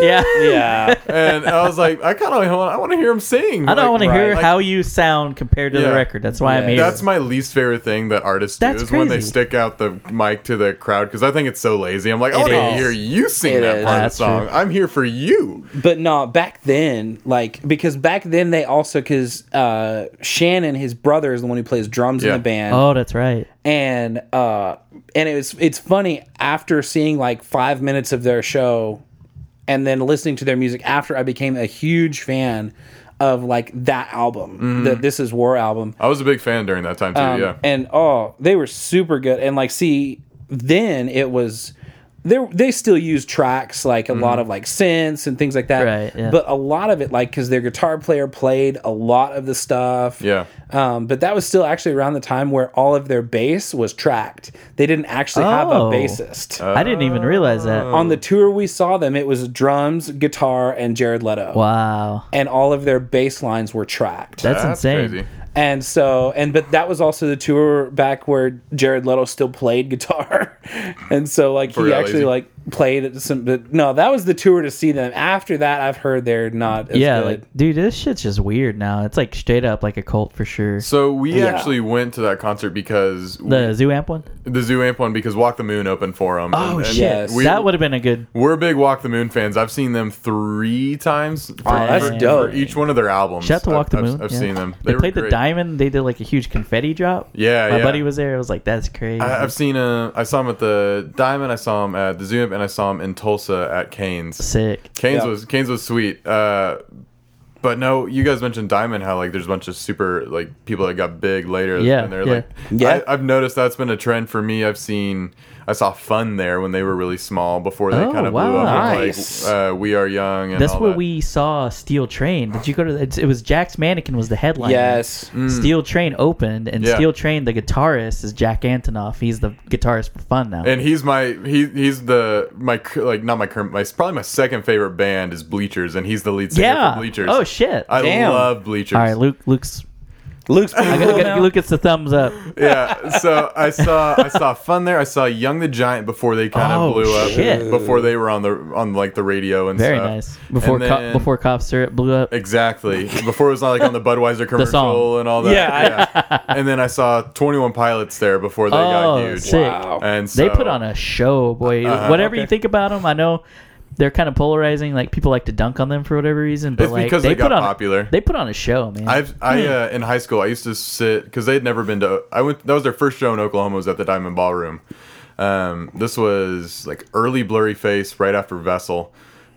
Speaker 1: yeah.
Speaker 2: [laughs]
Speaker 3: Yeah.
Speaker 2: And I was like, I kind of want I want to hear him
Speaker 1: [laughs]
Speaker 2: sing.
Speaker 1: I don't want to hear
Speaker 2: like,
Speaker 1: how you sound compared to the
Speaker 2: Yeah.
Speaker 1: record. That's why I'm
Speaker 3: Yeah.
Speaker 1: here.
Speaker 2: That's my least favorite thing that artists do
Speaker 1: That's
Speaker 2: is when they
Speaker 1: crazy.
Speaker 2: stick out the mic to the crowd because I think it's so lazy. I'm like,
Speaker 1: It
Speaker 2: I want to
Speaker 1: is.
Speaker 2: hear you sing
Speaker 3: It
Speaker 2: that
Speaker 3: is.
Speaker 2: part
Speaker 1: That's
Speaker 2: of the song.
Speaker 1: true.
Speaker 2: I'm here for you.
Speaker 3: But no, back then, like because back then they also because uh, Shannon, his brother, is the one who plays drums
Speaker 2: Yeah.
Speaker 3: in the band.
Speaker 1: oh, that's right.
Speaker 3: and uh and it was it's funny after seeing like five minutes of their show and then listening to their music after i became a huge fan of like that album
Speaker 2: Mm-hmm.
Speaker 3: the this is war album
Speaker 2: I was a big fan during that time too.
Speaker 3: Um,
Speaker 2: yeah.
Speaker 3: and oh they were super good and like see then it was they they still use tracks like a lot of like synths and things like that
Speaker 1: Mm-hmm. Right, yeah.
Speaker 3: but a lot of it like because their guitar player played a lot of the stuff
Speaker 2: Yeah.
Speaker 3: um, but that was still actually around the time where all of their bass was tracked. They didn't actually have a
Speaker 1: Oh.
Speaker 3: bassist.
Speaker 1: I didn't even realize that.
Speaker 3: On the tour we saw them, it was drums, guitar, and Jared Leto.
Speaker 1: Wow.
Speaker 3: And all of their bass lines were tracked.
Speaker 1: That's, insane.
Speaker 3: And so, and but that was also the tour back where Jared Leto still played guitar, [laughs] and so like he
Speaker 2: real,
Speaker 3: actually
Speaker 2: is he?
Speaker 3: like played at some. But no, that was the tour to see them. After that, I've heard they're not. As
Speaker 1: Yeah,
Speaker 3: good.
Speaker 1: like dude, this shit's just weird now. It's like straight up like a cult for sure.
Speaker 2: So we
Speaker 3: Yeah.
Speaker 2: actually went to that concert because the,
Speaker 1: The Zoo Amp one?
Speaker 2: the Zoo Amp one because Walk the Moon opened for them.
Speaker 1: Oh shit.
Speaker 3: yes. we-
Speaker 1: that would have been a good
Speaker 2: We're big Walk the Moon fans. I've seen them three times. For,
Speaker 3: that's
Speaker 2: for-
Speaker 3: dope.
Speaker 2: for each one of their albums.
Speaker 1: Oh, shout out to Walk the
Speaker 2: I've,
Speaker 1: Moon.
Speaker 2: I've, I've
Speaker 1: yeah.
Speaker 2: seen them.
Speaker 1: They,
Speaker 2: were
Speaker 1: played the
Speaker 2: great.
Speaker 1: diamond, they did like a huge confetti drop.
Speaker 2: Yeah,
Speaker 1: My
Speaker 2: yeah.
Speaker 1: buddy was there, I was like, That's crazy.
Speaker 2: I, I've seen a. I saw him at the Diamond. I saw him at the Zoo Amp, and I saw him in Tulsa at Canes.
Speaker 1: Sick.
Speaker 2: Canes
Speaker 3: Yeah.
Speaker 2: was Canes was sweet. Uh, but no, you guys mentioned Diamond. How like there's a bunch of super like people that got big later.
Speaker 1: Yeah,
Speaker 2: and they're
Speaker 1: yeah.
Speaker 2: like,
Speaker 3: Yeah.
Speaker 2: I, I've noticed that's been a trend for me. I've seen I saw Fun there when they were really small before they
Speaker 1: Oh,
Speaker 2: kind of
Speaker 1: wow.
Speaker 2: blew up. and,
Speaker 3: Nice.
Speaker 2: Like, uh, we are young. And
Speaker 1: That's
Speaker 2: all
Speaker 1: where
Speaker 2: that.
Speaker 1: we saw Steel Train. Did you go to? It's, it was Jack's Mannequin was the headline. [laughs]
Speaker 3: Yes.
Speaker 1: Steel Train opened, and
Speaker 2: Mm. Yeah.
Speaker 1: Steel Train, the guitarist, is Jack Antonoff. He's the guitarist for fun now.
Speaker 2: And he's my he he's the my cur- like not my current my probably my second favorite band is Bleachers and he's the lead singer
Speaker 1: yeah.
Speaker 2: for Bleachers.
Speaker 1: Oh shit.
Speaker 2: I
Speaker 3: damn.
Speaker 2: love Bleachers.
Speaker 1: All right, Luke. Luke's.
Speaker 3: Luke's [laughs] pretty
Speaker 1: I
Speaker 3: cool
Speaker 1: gotta-
Speaker 3: now.
Speaker 1: gotta- Luke gets the thumbs up.
Speaker 2: yeah. So I saw I saw Fun there. I saw Young the Giant before they kind of
Speaker 1: Oh,
Speaker 2: blew up.
Speaker 1: shit.
Speaker 2: Before they were on the on like the radio and
Speaker 1: Very
Speaker 2: stuff.
Speaker 1: nice. Before
Speaker 2: uh, And
Speaker 1: co-
Speaker 2: then-
Speaker 1: before cough syrup blew up.
Speaker 2: Exactly. Before it was like on
Speaker 1: [laughs]
Speaker 2: the Budweiser commercial
Speaker 1: song.
Speaker 2: and all that.
Speaker 3: Yeah,
Speaker 2: and then I saw Twenty One Pilots there before they got
Speaker 1: Oh,
Speaker 2: huge.
Speaker 1: sick.
Speaker 3: Wow.
Speaker 2: And so,
Speaker 1: They put on a show, boy.
Speaker 2: Uh-huh.
Speaker 1: whatever you
Speaker 3: Okay.
Speaker 1: think about them, I know they're kind of polarizing. Like people like to dunk on them for whatever reason, but
Speaker 2: It's
Speaker 1: like
Speaker 2: because
Speaker 1: they,
Speaker 2: they got
Speaker 1: put on
Speaker 2: popular.
Speaker 1: They put on a show, man.
Speaker 2: I've I uh, in high school I used to sit because they'd never been to I went that was their first show in Oklahoma was at the Diamond Ballroom. Um, this was like early Blurry Face right after Vessel,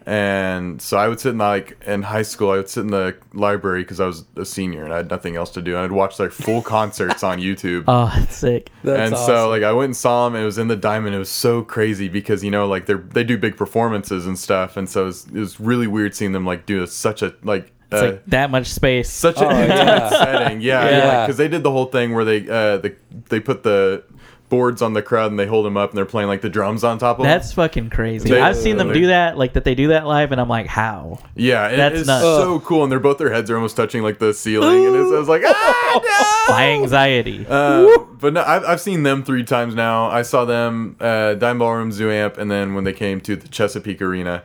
Speaker 2: and so I would sit in like in high school I would sit in the library because I was a senior and I had nothing else to do and I'd watch their full concerts on YouTube.
Speaker 1: oh, that's sick.
Speaker 3: That's
Speaker 2: and so
Speaker 3: awesome.
Speaker 2: like I went and saw him and it was in the diamond. It was so crazy because you know like they are they do big performances and stuff, and so it was, it was really weird seeing them like do such a like.
Speaker 1: It's
Speaker 2: uh,
Speaker 1: like that much space.
Speaker 2: such an
Speaker 3: Oh,
Speaker 2: [laughs] intense
Speaker 3: yeah.
Speaker 2: setting. Yeah,
Speaker 3: Yeah.
Speaker 2: because they did the whole thing where they uh, the, they put the boards on the crowd and they hold them up and they're playing like the drums on top of them.
Speaker 1: That's fucking crazy.
Speaker 2: They-
Speaker 1: I've seen them
Speaker 2: they-
Speaker 1: do that, like that they do that live, and I'm like, how?
Speaker 2: yeah, and
Speaker 1: that's
Speaker 2: it's
Speaker 1: nuts.
Speaker 2: so cool. And they're both their heads are almost touching like the ceiling, and it's,
Speaker 1: [laughs]
Speaker 2: I was like, ah, no!
Speaker 1: My anxiety.
Speaker 2: Uh, but no, I've, I've seen them three times now. I saw them uh, Dime Ballroom, Zoo Amp, and then when they came to the Chesapeake Arena.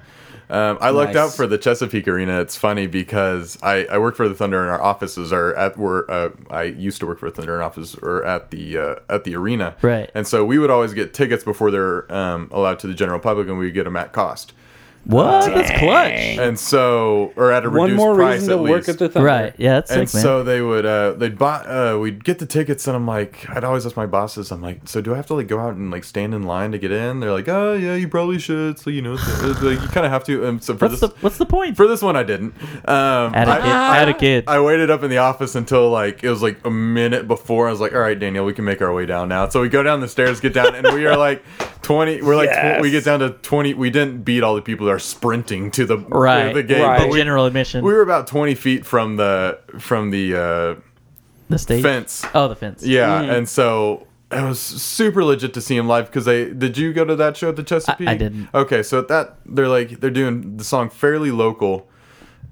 Speaker 2: Um, I lucked
Speaker 3: Nice.
Speaker 2: out for the Chesapeake Arena. It's funny because I, I work for the Thunder, and our offices are at were uh, I used to work for the Thunder, and offices are at the uh, at the arena.
Speaker 1: Right.
Speaker 2: And so we would always get tickets before they're um, allowed to the general public, and we would get them at cost.
Speaker 1: what? That's clutch.
Speaker 2: And so, or at a
Speaker 3: one
Speaker 2: reduced
Speaker 3: more
Speaker 2: price
Speaker 3: reason to
Speaker 2: at
Speaker 3: work
Speaker 2: least
Speaker 3: at the Thunder.
Speaker 1: Right. Yeah, that's
Speaker 2: and
Speaker 1: sick, man.
Speaker 2: so they would uh they'd buy uh we'd get the tickets and i'm like i'd always ask my bosses i'm like so do i have to like go out and like stand in line to get in they're like oh yeah you probably should so you know it's, it's, like, you kind of have to um, so for
Speaker 1: what's
Speaker 2: this
Speaker 1: the what's the point?
Speaker 2: for this one i didn't um
Speaker 1: Add a
Speaker 2: I-
Speaker 1: kid. Add a kid.
Speaker 2: I waited up in the office until like it was like a minute before. I was like, "All right, Daniel, we can make our way down now." So we go down the stairs, get down, and we are like [laughs] twenty. We're like tw- we get down to twenty. We didn't beat all the people that are sprinting to the
Speaker 1: right.
Speaker 2: the gate.
Speaker 3: Right.
Speaker 2: but
Speaker 1: The
Speaker 2: we,
Speaker 1: general admission.
Speaker 2: we were about twenty feet from the from the
Speaker 1: the
Speaker 2: uh,
Speaker 1: stage.
Speaker 2: fence.
Speaker 1: Oh, the fence.
Speaker 2: Yeah, and so it was super legit to see him live because they did you go to that show at the Chesapeake?
Speaker 1: I didn't.
Speaker 2: Okay, so at that they're like they're doing the song fairly local,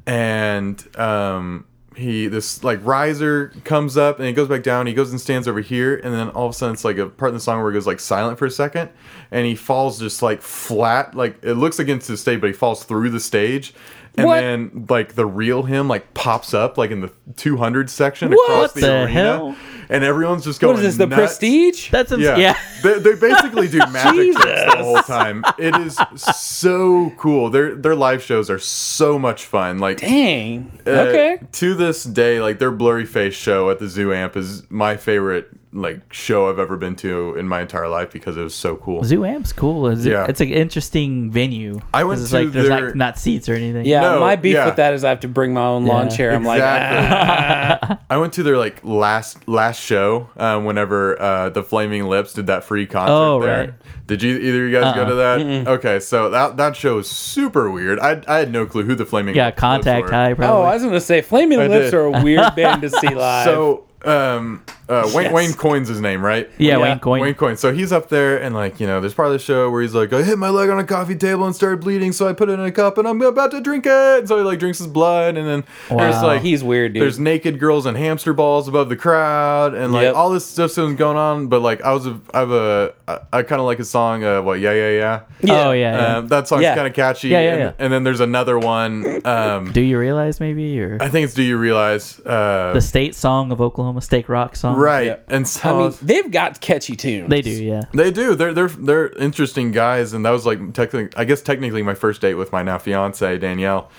Speaker 2: and um he this like riser comes up and he goes back down. He goes and stands over here, and then all of a sudden it's like a part in the song where it goes like silent for a second, and he falls just like flat. Like it looks against the stage, but he falls through the stage. And
Speaker 3: What?
Speaker 2: then, like the real him, like pops up like in the 200 section
Speaker 1: What
Speaker 2: across the,
Speaker 1: the
Speaker 2: arena,
Speaker 1: hell?
Speaker 2: and everyone's just going.
Speaker 3: What is this? The
Speaker 2: nuts.
Speaker 3: Prestige?
Speaker 1: That's ins-
Speaker 2: Yeah,
Speaker 1: yeah.
Speaker 2: They, they
Speaker 3: [laughs]
Speaker 2: basically do magic tricks the whole time. It is so cool. Their their live shows are so much fun. Like,
Speaker 3: Dang.
Speaker 2: uh,
Speaker 3: okay.
Speaker 2: To this day, like their blurry face show at the Zoo Amp is my favorite like show I've ever been to in my entire life because it was so cool.
Speaker 1: Zoo Amp's cool. It's,
Speaker 2: Yeah.
Speaker 1: it's an interesting venue.
Speaker 2: I went
Speaker 1: 'Cause it's
Speaker 2: to
Speaker 1: like there's
Speaker 2: their-
Speaker 1: like not seats or anything.
Speaker 3: Yeah,
Speaker 2: No,
Speaker 3: my beef
Speaker 2: yeah.
Speaker 3: with that is I have to bring my own lawn
Speaker 1: Yeah.
Speaker 3: chair. I'm like,
Speaker 2: Exactly.
Speaker 1: "Ah."
Speaker 2: I went to their like last last show um, whenever uh, the Flaming Lips did that free concert.
Speaker 1: Oh,
Speaker 2: there.
Speaker 1: right.
Speaker 2: Did you either of you guys
Speaker 1: Uh-uh.
Speaker 2: go to that? Okay, so that that show was super weird. I, I had no clue who the Flaming
Speaker 1: Yeah,
Speaker 2: Lips
Speaker 1: contact
Speaker 2: were.
Speaker 1: high
Speaker 3: oh,
Speaker 1: probably.
Speaker 3: I was gonna say, Flaming
Speaker 2: I
Speaker 3: Lips
Speaker 2: did.
Speaker 3: are a weird band to
Speaker 2: [laughs]
Speaker 3: see live.
Speaker 2: So um, uh, Wayne
Speaker 3: Yes.
Speaker 2: Wayne Coyne's his name, right?
Speaker 1: yeah,
Speaker 3: yeah.
Speaker 1: Wayne Coyne.
Speaker 2: Wayne Coyne. So he's up there, and like you know, there's part of the show where he's like, "I hit my leg on a coffee table and started bleeding, so I put it in a cup, and I'm about to drink it." And so he like drinks his blood, and then there's
Speaker 1: Wow.
Speaker 2: like
Speaker 3: he's weird, dude.
Speaker 2: There's naked girls and hamster balls above the crowd, and like
Speaker 3: Yep.
Speaker 2: all this stuff's been going on. But like I was, a, I've a, I, I kind of like his song. Uh, what? Yeah, yeah, yeah.
Speaker 1: Oh yeah. yeah.
Speaker 2: Um, that song's
Speaker 3: Yeah.
Speaker 2: kind of catchy.
Speaker 1: Yeah, yeah,
Speaker 2: and,
Speaker 1: yeah.
Speaker 2: and then there's another one. Um,
Speaker 1: Do you realize maybe or
Speaker 2: I think it's Do You Realize? Uh,
Speaker 1: the state song of Oklahoma, Steak Rock song?
Speaker 2: right.
Speaker 3: Yeah.
Speaker 2: And so
Speaker 3: I mean, they've got catchy tunes.
Speaker 1: They do. Yeah.
Speaker 2: They do. They're they're they're interesting guys, and that was like technically, I guess technically my first date with my now fiance Danielle.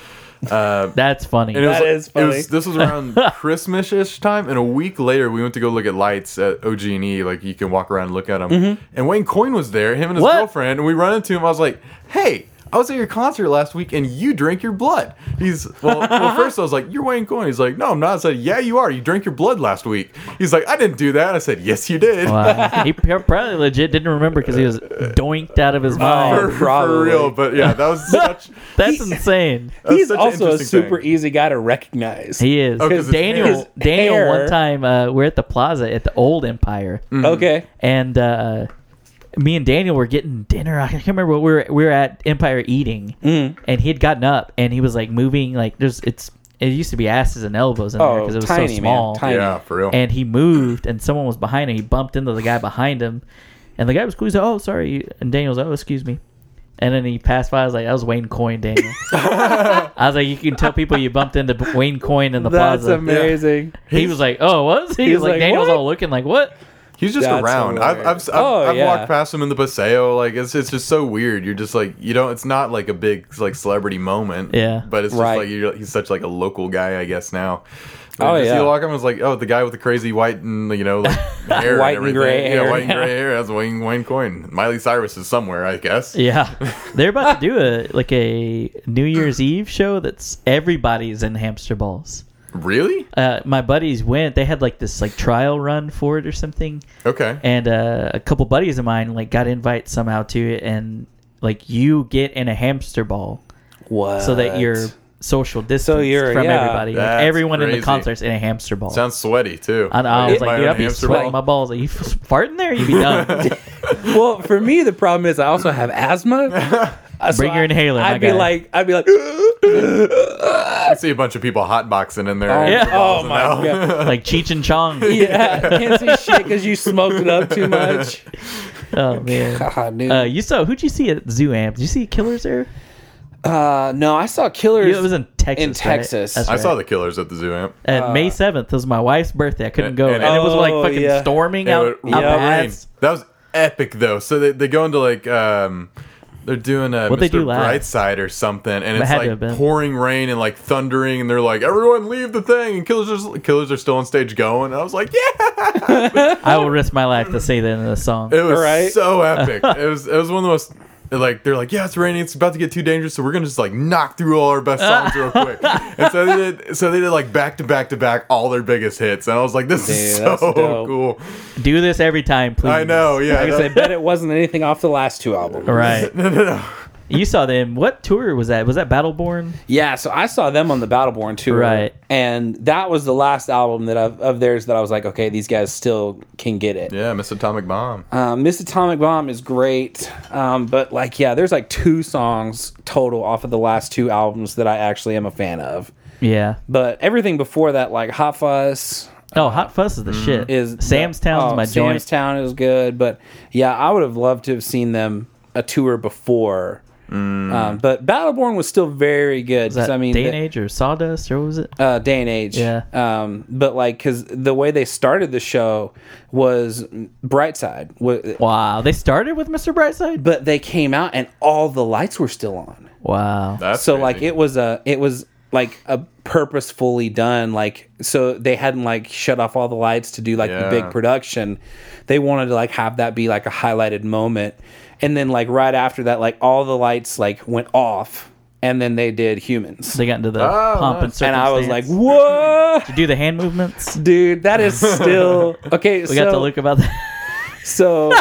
Speaker 2: Uh,
Speaker 1: That's funny.
Speaker 2: and it was,
Speaker 3: That is
Speaker 2: it was-
Speaker 3: funny.
Speaker 2: this
Speaker 3: [laughs]
Speaker 2: was around Christmas ish time, and a week later we went to go look at lights at OG and E. Like
Speaker 3: Mm-hmm.
Speaker 2: you can walk around and look at them. And Wayne Coyne was there, him and his
Speaker 1: What?
Speaker 2: girlfriend, and we run into him. I was like, "Hey, I was at your concert last week and you drink your blood. He's,
Speaker 3: [laughs]
Speaker 2: well, well first I was like, You're Wayne Coyne. He's like, No, I'm not. I said, Yeah, you are. You drank your blood last week. He's like, I didn't do that. I said, Yes, you did.
Speaker 1: Wow. he pr- probably legit didn't remember because he was doinked out of his
Speaker 2: for,
Speaker 1: mind.
Speaker 2: [laughs] for
Speaker 3: probably.
Speaker 2: real. But yeah,
Speaker 3: [laughs]
Speaker 2: that was such.
Speaker 1: That's insane.
Speaker 3: He's
Speaker 2: such an
Speaker 3: also a
Speaker 2: interesting
Speaker 3: super
Speaker 2: thing.
Speaker 3: easy guy to recognize.
Speaker 1: He is.
Speaker 2: 'cause his
Speaker 1: Daniel,
Speaker 2: hair.
Speaker 1: Daniel,
Speaker 3: Oh, Hair.
Speaker 1: one time uh, we're at the plaza at the old Empire,
Speaker 3: Okay.
Speaker 1: and uh, me and Daniel were getting dinner. I can't remember what we were. We were at Empire eating,
Speaker 3: Mm.
Speaker 1: and he had gotten up and he was like moving. Like there's, it's it used to be asses and elbows in there
Speaker 3: Oh,
Speaker 1: because it was
Speaker 3: tiny,
Speaker 1: so
Speaker 3: man,
Speaker 1: small.
Speaker 3: tiny.
Speaker 2: Yeah, for real.
Speaker 1: and he moved and someone was behind him. He bumped into the guy behind him and the guy was cool. He's like, oh, sorry. And Daniel's like, oh, excuse me. And then he passed by. I was like, that was Wayne Coyne,
Speaker 3: [laughs]
Speaker 1: Daniel. I was like, you can tell people you bumped into Wayne Coyne in the
Speaker 3: That's
Speaker 1: plaza.
Speaker 3: amazing.
Speaker 1: he was like, oh, what? He,
Speaker 3: He's
Speaker 1: was like,
Speaker 3: like,
Speaker 1: Daniel's
Speaker 3: "What?"
Speaker 1: all looking like, what?
Speaker 2: He's just
Speaker 3: That's
Speaker 2: around. I've, I've, I've,
Speaker 3: hilarious. Oh,
Speaker 2: I've
Speaker 3: yeah.
Speaker 2: walked past him in the paseo. Like it's, it's just so weird. You're just like you don't. It's not like a big like celebrity moment.
Speaker 1: Yeah.
Speaker 2: But it's
Speaker 3: Right.
Speaker 2: just like you're, he's such like a local guy, I guess now.
Speaker 3: Oh,
Speaker 2: Like, just
Speaker 3: yeah.
Speaker 2: You walk up and it's like, oh, the guy with the crazy white and you know like
Speaker 3: [laughs]
Speaker 2: hair
Speaker 3: White and
Speaker 2: and everything.
Speaker 3: gray
Speaker 2: yeah,
Speaker 3: hair.
Speaker 2: white and gray hair. That's Wayne Wayne Coyne. Miley Cyrus is somewhere, I guess.
Speaker 1: Yeah. [laughs] They're about to do a like a New Year's Eve show that's everybody's in hamster balls.
Speaker 2: Really?
Speaker 1: Uh, my buddies went. They had like this like trial run for it or something.
Speaker 2: Okay.
Speaker 1: and uh, a couple buddies of mine like got invites somehow to it and like you get in a hamster ball
Speaker 3: What?
Speaker 1: so that you're social distance
Speaker 3: you're-
Speaker 1: from
Speaker 3: yeah.
Speaker 1: everybody like
Speaker 2: That's
Speaker 1: everyone in the
Speaker 2: crazy.
Speaker 1: concert's in a hamster ball
Speaker 2: Sounds sweaty too.
Speaker 1: and I was
Speaker 2: My
Speaker 1: like, dude,
Speaker 2: own
Speaker 1: I'd be
Speaker 2: hamster
Speaker 1: sweating my
Speaker 2: ball.
Speaker 1: balls. Like, you farting there, you'd be
Speaker 2: [laughs]
Speaker 1: done.
Speaker 3: Well, for me, the problem is I also have asthma. Uh, so
Speaker 1: Bring your
Speaker 3: I-
Speaker 1: inhaler, my
Speaker 3: I'd be
Speaker 1: guy.
Speaker 3: like, I'd be like,
Speaker 2: I see a bunch of people hotboxing in
Speaker 3: [laughs]
Speaker 2: there.
Speaker 1: Yeah.
Speaker 2: [laughs]
Speaker 3: oh my god,
Speaker 1: like Cheech and Chong.
Speaker 3: yeah, I can't see shit because you smoked it up too much.
Speaker 1: Oh man.
Speaker 3: God, dude.
Speaker 1: Uh,
Speaker 3: Uh,
Speaker 1: you saw who'd you see at Zoo Amp? Did you see Killers there?
Speaker 3: Uh, no, I saw Killers.
Speaker 1: Yeah, it was in Texas.
Speaker 3: in
Speaker 1: right?
Speaker 3: Texas.
Speaker 1: That's
Speaker 2: I
Speaker 1: right.
Speaker 2: saw the killers at the zoo eh? amp.
Speaker 1: And May seventh was my wife's birthday. I couldn't
Speaker 2: And-
Speaker 1: go, and,
Speaker 2: and-
Speaker 1: it was like
Speaker 3: Oh,
Speaker 1: fucking
Speaker 3: yeah.
Speaker 1: storming
Speaker 2: It
Speaker 1: out.
Speaker 2: would-
Speaker 1: out
Speaker 2: yeah,
Speaker 1: the
Speaker 2: rain.
Speaker 1: ass.
Speaker 2: That was epic though. So they, they go into like um they're doing a
Speaker 1: What'd
Speaker 2: Mr.
Speaker 1: they do last?
Speaker 2: Brightside or something, and it's
Speaker 1: had to have been.
Speaker 2: like pouring rain and like thundering, and they're like, "Everyone leave the thing!" And killers are, killers are still on stage going. And I was like, "Yeah!"
Speaker 1: I will risk my life to say that in the song.
Speaker 2: It was
Speaker 3: Right.
Speaker 1: [laughs]
Speaker 2: so epic. it was it was one of the most like they're like, "Yeah, it's raining. It's about to get too dangerous, so we're gonna just like knock through all our best songs real quick."
Speaker 1: [laughs]
Speaker 2: And so they did. So they did like back to back to back all their biggest hits, and I was like, "This is
Speaker 3: Dude, that's
Speaker 2: so
Speaker 3: dope.
Speaker 2: cool."
Speaker 1: Do this every time, please.
Speaker 2: I know. Yeah.
Speaker 3: I
Speaker 2: that-
Speaker 3: bet it wasn't anything off the last two albums.
Speaker 1: Right.
Speaker 2: [laughs] no, no, no.
Speaker 1: You saw them. What tour was that? Was that Battleborn?
Speaker 3: Yeah, so I saw them on the Battleborn tour,
Speaker 1: Right.
Speaker 3: And that was the last album that I've, of theirs that I was like, okay, these guys still can get it.
Speaker 2: Yeah, Miss Atomic Bomb.
Speaker 3: Um, Miss Atomic Bomb is great, um, but like, yeah, there's like two songs total off of the last two albums that I actually am a fan of.
Speaker 1: Yeah.
Speaker 3: But everything before that, like Hot Fuss,
Speaker 1: Oh, Hot Fuss is the
Speaker 3: mm,
Speaker 1: shit.
Speaker 3: is
Speaker 1: Sam's Town's
Speaker 3: oh,
Speaker 1: my
Speaker 3: Sam's
Speaker 1: joint.
Speaker 3: Town is good, but yeah, I would have loved to have seen them a tour before. Um, but Battleborn was still very good.
Speaker 1: Is that
Speaker 3: I mean,
Speaker 1: Day and
Speaker 3: the-
Speaker 1: Age or Sawdust or what was it?
Speaker 3: uh, day and age.
Speaker 1: Yeah.
Speaker 3: Um, but like, because the way they started the show was Brightside, wa-
Speaker 1: Wow. They started with Mr. Brightside?
Speaker 3: but they came out and all the lights were still on.
Speaker 1: Wow.
Speaker 2: That's
Speaker 3: so
Speaker 2: crazy.
Speaker 3: like, it was a it was like a purposefully done like so they hadn't like shut off all the lights to do like the
Speaker 2: Yeah.
Speaker 3: big production they wanted to like have that be like a highlighted moment and then like right after that like all the lights like went off and then they did humans
Speaker 1: They got into the
Speaker 2: Oh,
Speaker 1: pump and
Speaker 2: nice.
Speaker 3: and i was like
Speaker 1: circumstance.
Speaker 3: whoa
Speaker 1: Do the hand movements?
Speaker 3: dude
Speaker 1: [laughs]
Speaker 3: that is still okay
Speaker 1: We
Speaker 3: so,
Speaker 1: got to look about that. [laughs]
Speaker 3: so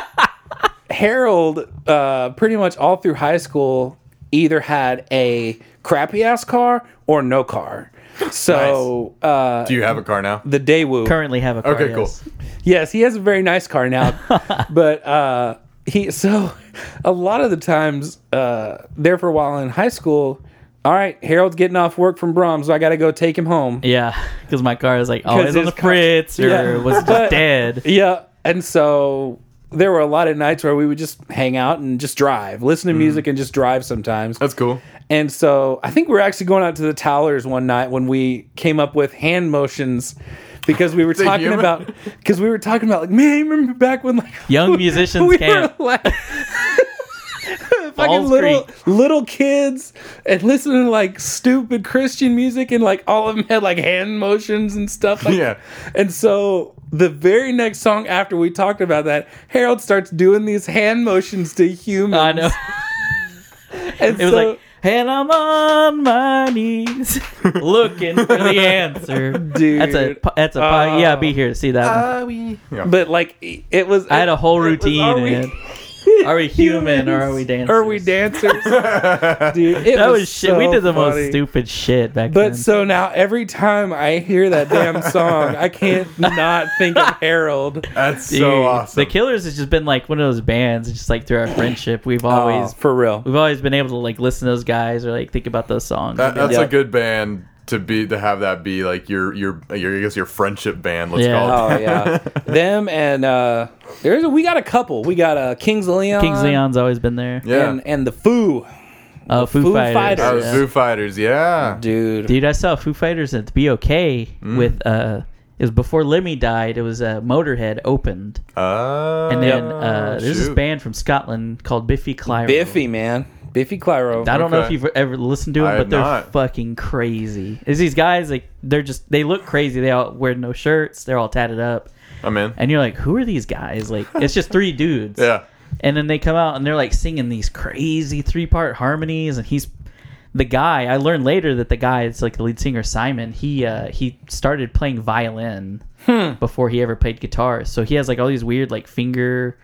Speaker 3: [laughs] harold uh, pretty much all through high school either had a crappy ass car or no car so uh,
Speaker 2: do you have a car now?
Speaker 3: the Daewoo.
Speaker 1: Currently have a car.
Speaker 2: Okay, cool.
Speaker 1: yes.
Speaker 3: yes, he has a very nice
Speaker 1: [laughs]
Speaker 3: car now, but uh, he so [laughs] a lot of the times uh, there for a while in high school. All right, Harold's getting off work from Brom, so I got to go take him home.
Speaker 1: Yeah, because my car is like always on
Speaker 3: his
Speaker 1: the
Speaker 3: car-
Speaker 1: fritz or
Speaker 3: Yeah.
Speaker 1: was just
Speaker 3: [laughs] But-
Speaker 1: dead.
Speaker 3: Yeah, and so there were a lot of nights where we would just hang out and just drive, listen to music, and just drive sometimes.
Speaker 2: That's cool.
Speaker 3: And so I think we were actually going out to the Towlers one night when we came up with hand motions because
Speaker 2: [laughs]
Speaker 3: we were
Speaker 2: a
Speaker 3: talking
Speaker 2: human?
Speaker 3: about because we were talking about like man, you remember back when like [laughs]
Speaker 1: Young musicians
Speaker 3: we
Speaker 1: camp.
Speaker 3: were [laughs] like fucking
Speaker 1: Falls
Speaker 3: little
Speaker 1: Creek.
Speaker 3: little kids and listening to like stupid Christian music and like all of them had like hand motions and stuff like
Speaker 2: Yeah.
Speaker 3: and so the very next song after we
Speaker 1: [laughs]
Speaker 3: talked about that, Harold starts doing these hand motions to humans.
Speaker 1: I know. it was
Speaker 3: so-
Speaker 1: like, and I'm on my
Speaker 3: [laughs]
Speaker 1: knees looking for the answer.
Speaker 3: Dude. Oh.
Speaker 1: that's a po- that's a po- yeah. Be here to see that. one.
Speaker 2: [laughs]
Speaker 3: But like it was.
Speaker 1: I had a whole
Speaker 3: it was,
Speaker 1: routine.
Speaker 3: are
Speaker 1: Are
Speaker 3: we- [laughs]
Speaker 1: we, are we human or are we dancers?
Speaker 3: Are we dancers? [laughs] Dude, it
Speaker 1: That was, shit. we
Speaker 3: so
Speaker 1: did the most
Speaker 3: funny.
Speaker 1: stupid shit back then.
Speaker 3: But so now every time I hear that damn song,
Speaker 1: [laughs]
Speaker 3: I can't not think of Harold.
Speaker 2: That's
Speaker 1: Dude,
Speaker 2: so awesome.
Speaker 1: The Killers has just been like one of those bands. It's just like
Speaker 3: [sighs]
Speaker 1: through our friendship, we've always
Speaker 3: Oh, for real.
Speaker 1: we've always been able to like listen to those guys or like think about those songs.
Speaker 2: That, that's
Speaker 3: Yeah.
Speaker 2: a good band to be to have that be like your your your I guess your friendship band. Let's
Speaker 1: Yeah.
Speaker 2: call it.
Speaker 3: Oh
Speaker 1: [laughs]
Speaker 3: yeah, them and uh, there's we got a couple. We got uh, Kings Leon,
Speaker 1: Kings Leon's always been there.
Speaker 2: [laughs] Yeah.
Speaker 3: and and the Foo.
Speaker 1: Oh, Foo,
Speaker 3: Foo
Speaker 1: Fighters.
Speaker 3: Fighters.
Speaker 2: Oh,
Speaker 1: Yeah.
Speaker 2: Foo Fighters. Yeah.
Speaker 3: Dude,
Speaker 1: Dude, I saw Foo Fighters at the BOK
Speaker 2: Mm.
Speaker 1: with uh it was before Lemmy died. It was uh, Motorhead opened,
Speaker 2: Oh.
Speaker 1: and then uh, there's this
Speaker 2: shoot.
Speaker 1: band from Scotland called Biffy Clyro.
Speaker 3: Biffy, man, Biffy Clyro.
Speaker 1: I don't know if
Speaker 2: Okay.
Speaker 1: you've ever listened to
Speaker 2: I
Speaker 1: them, but
Speaker 2: have
Speaker 1: they're
Speaker 2: not.
Speaker 1: fucking crazy. Is these guys like they're just they look crazy. They all wear no shirts. They're all tatted up,
Speaker 2: I'm in.
Speaker 1: and you're like, who are these guys? Like it's just
Speaker 3: [laughs]
Speaker 1: three dudes.
Speaker 2: Yeah.
Speaker 1: And then they come out and they're like singing these crazy three part harmonies, and he's the guy. I learned later that the guy, it's like the lead singer Simon. He uh, he started playing violin
Speaker 3: Hmm.
Speaker 1: before he ever played guitar, so he has like all these weird like finger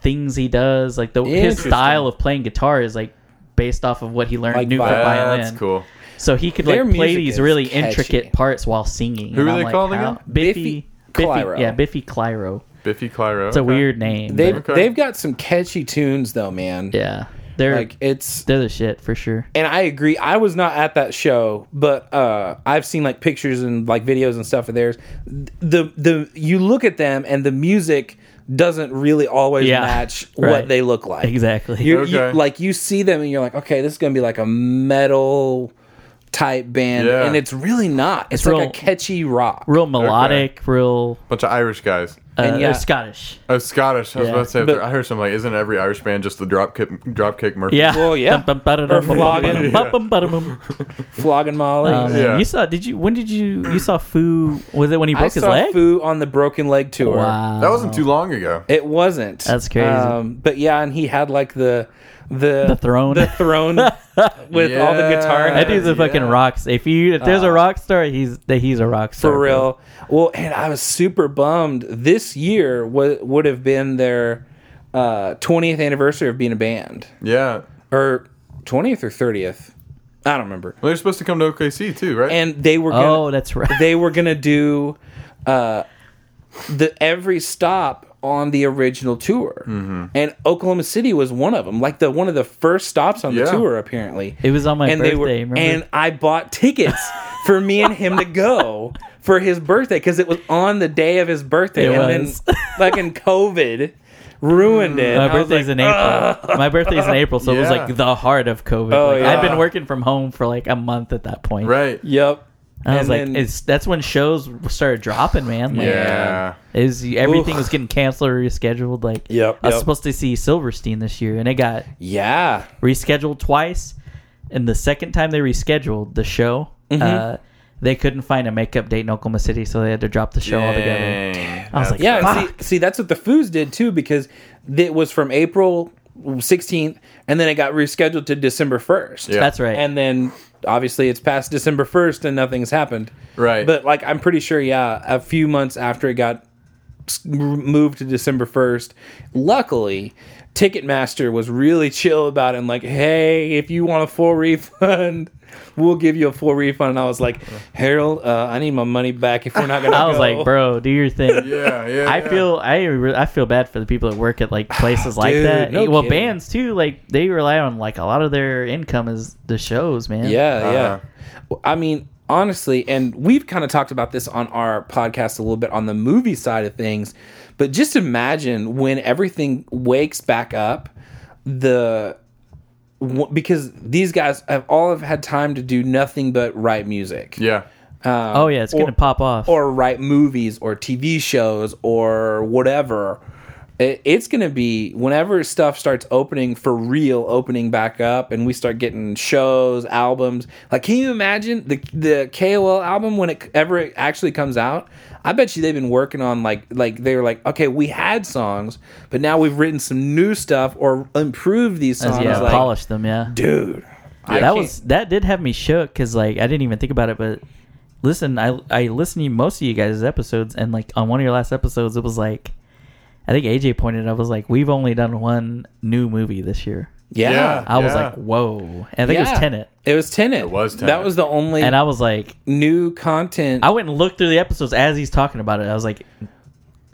Speaker 1: things he does. Like the his
Speaker 3: Interesting.
Speaker 1: style of playing guitar is like based off of what he learned
Speaker 3: Like
Speaker 1: new
Speaker 3: violin.
Speaker 1: from violin.
Speaker 2: That's cool.
Speaker 1: So he could
Speaker 3: Their
Speaker 1: like play
Speaker 3: music
Speaker 1: these
Speaker 3: is
Speaker 1: really
Speaker 3: catchy.
Speaker 1: intricate parts while singing.
Speaker 2: Who
Speaker 1: and
Speaker 2: are
Speaker 1: I'm
Speaker 2: they
Speaker 1: like,
Speaker 2: called
Speaker 1: how-
Speaker 2: again?
Speaker 1: Biffy.
Speaker 3: Biffy
Speaker 1: Biffy
Speaker 3: Clyro.
Speaker 1: Yeah, Biffy Clyro.
Speaker 2: Biffy Clyro.
Speaker 1: It's a weird name.
Speaker 3: They've
Speaker 1: but-
Speaker 2: Okay.
Speaker 3: they've got some catchy tunes though, man.
Speaker 1: yeah, they're
Speaker 3: Like it's
Speaker 1: They're the shit for sure.
Speaker 3: and I agree. I was not at that show, but uh, I've seen like pictures and like videos and stuff of theirs. The the you look at them and the music doesn't really always
Speaker 1: Yeah. [laughs]
Speaker 3: match
Speaker 1: Right.
Speaker 3: what they look like.
Speaker 1: Exactly.
Speaker 3: You, you-
Speaker 2: Okay.
Speaker 3: like you see them and you're like, okay, this is gonna be like a metal type band,
Speaker 2: Yeah.
Speaker 3: and it's really not. It's,
Speaker 1: It's
Speaker 3: like
Speaker 1: real-
Speaker 3: a catchy rock.
Speaker 1: [laughs] real melodic, real.
Speaker 2: Bunch of Irish guys.
Speaker 1: Uh,
Speaker 3: And yeah.
Speaker 1: they're Scottish.
Speaker 2: Oh, Scottish. I was
Speaker 1: Yeah.
Speaker 2: about to say.
Speaker 3: But-
Speaker 2: I heard something like, isn't every Irish band just the Dropkick Dropkick Murphys?
Speaker 1: [laughs] Yeah.
Speaker 3: Well, yeah.
Speaker 1: Dum, bum, ba-da-dum,
Speaker 3: Or
Speaker 1: bum,
Speaker 3: flogging.
Speaker 1: bum, bum, bum, bum,
Speaker 3: [laughs]
Speaker 1: bum.
Speaker 3: Flogging Molly.
Speaker 1: Um,
Speaker 2: Yeah.
Speaker 1: You saw? Did you? When did you? You saw Foo? Was it when he
Speaker 3: I
Speaker 1: broke his [laughs]
Speaker 3: saw
Speaker 1: leg?
Speaker 3: Foo on the Broken Leg tour.
Speaker 1: Wow.
Speaker 2: That wasn't too long ago.
Speaker 3: It wasn't. Um,
Speaker 1: That's crazy.
Speaker 3: but yeah, and he had like the the
Speaker 1: The throne. [laughs]
Speaker 3: the throne with all the
Speaker 2: Yeah.
Speaker 3: guitar.
Speaker 1: that dude's a
Speaker 2: Yeah.
Speaker 1: fucking rock. s- If you, if there's a rock star, he's that he's a rock star
Speaker 3: Uh, for
Speaker 1: bro.
Speaker 3: real. Well, and I was super bummed. This year would would have been their uh, 20th anniversary of being a band,
Speaker 2: Yeah.
Speaker 3: or 20th or 30th. I don't remember.
Speaker 2: Well, they're supposed to come to OKC too, right?
Speaker 3: And they were gonna,
Speaker 1: Oh, that's right.
Speaker 3: they were gonna do uh, the every stop on the original tour, and Oklahoma City was one of them. Like the one of the first stops on the
Speaker 2: Yeah.
Speaker 3: tour, apparently.
Speaker 1: It was on my
Speaker 3: and
Speaker 1: birthday.
Speaker 3: they were,
Speaker 1: remember?
Speaker 3: and I bought tickets for me and him
Speaker 1: [laughs]
Speaker 3: to go for his birthday because it was on the day of his birthday,
Speaker 1: It
Speaker 3: and
Speaker 1: was.
Speaker 3: then fucking COVID ruined it.
Speaker 1: my
Speaker 3: I was
Speaker 1: birthday's
Speaker 3: like, "Ah."
Speaker 1: in April. my birthday's in April, so it was
Speaker 3: [laughs]
Speaker 2: Yeah.
Speaker 1: like the heart of COVID.
Speaker 3: Oh,
Speaker 1: Like, I'd
Speaker 3: yeah.
Speaker 1: been working from home for like a month at that point.
Speaker 2: right.
Speaker 3: Yep.
Speaker 1: I was
Speaker 3: And
Speaker 1: like,
Speaker 3: then-
Speaker 1: it's that's when shows started dropping, man. Like,
Speaker 2: Yeah.
Speaker 1: Is everything
Speaker 3: Oof.
Speaker 1: was getting canceled or rescheduled? Like,
Speaker 3: Yep,
Speaker 1: I was
Speaker 3: yep.
Speaker 1: supposed to see Silverstein this year, and it got
Speaker 3: yeah,
Speaker 1: rescheduled twice. And the second time they rescheduled the show,
Speaker 3: Mm-hmm.
Speaker 1: uh, they couldn't find a makeup date in Oklahoma City, so they had to drop the show altogether.
Speaker 2: Dang.
Speaker 1: I was like,
Speaker 3: yeah. and
Speaker 1: Fuck.
Speaker 3: See, see, that's what the Foos did too because it was from April 16th, and then it got rescheduled to December 1st.
Speaker 2: Yeah.
Speaker 1: That's right.
Speaker 3: And then obviously it's past December 1st and nothing's happened.
Speaker 2: Right.
Speaker 3: But like I'm pretty sure yeah, a few months after it got s- moved to December 1st, luckily Ticketmaster was really chill about it and like, "Hey, if you want a full refund, we'll give you a full refund." And I was like, "Harold, uh, I need my money back if we're not going to
Speaker 1: I was like, bro, do your thing.
Speaker 3: [laughs]
Speaker 2: [laughs] yeah. Yeah.
Speaker 1: I
Speaker 2: yeah.
Speaker 1: feel I re- I feel bad for the people that work at
Speaker 3: [sighs]
Speaker 1: like places like
Speaker 3: Dude,
Speaker 1: that.
Speaker 3: no
Speaker 1: well,
Speaker 3: kidding.
Speaker 1: bands too, like they rely on like a lot of their income is the shows, man.
Speaker 3: Yeah,
Speaker 2: Uh-huh.
Speaker 3: yeah. I mean, honestly, and we've kind of talked about this on our podcast a little bit on the movie side of things, but just imagine when everything wakes back up, the w- because these guys have all have had time to do nothing but write music
Speaker 2: Yeah.
Speaker 1: Oh yeah, it's gonna pop off.
Speaker 3: or write movies or TV shows or whatever. it, it's going to be whenever stuff starts opening for real, opening back up, and we start getting shows, albums. Like, can you imagine the the KOL album when it ever it actually comes out? I bet you they've been working on like like they were like, okay, we had songs, but now we've written some new stuff or improved these songs.
Speaker 1: yeah,
Speaker 3: like,
Speaker 1: polish them. Yeah,
Speaker 3: dude, I
Speaker 1: that
Speaker 3: can't-
Speaker 1: was that did have me shook because like I didn't even think about it, but listen, I I listened to most of you guys' episodes, and like on one of your last episodes, it was like I think AJ pointed. I was like, we've only done one new movie this year.
Speaker 3: yeah.
Speaker 1: I was
Speaker 2: Yeah.
Speaker 1: like, whoa, and I think it
Speaker 3: Yeah.
Speaker 1: was Tenet,
Speaker 3: It was Tenet. It
Speaker 2: was
Speaker 3: That
Speaker 2: Tenet.
Speaker 3: was the only
Speaker 1: and I was like,
Speaker 3: new content.
Speaker 1: I went and looked through the episodes as he's talking about it. I was like,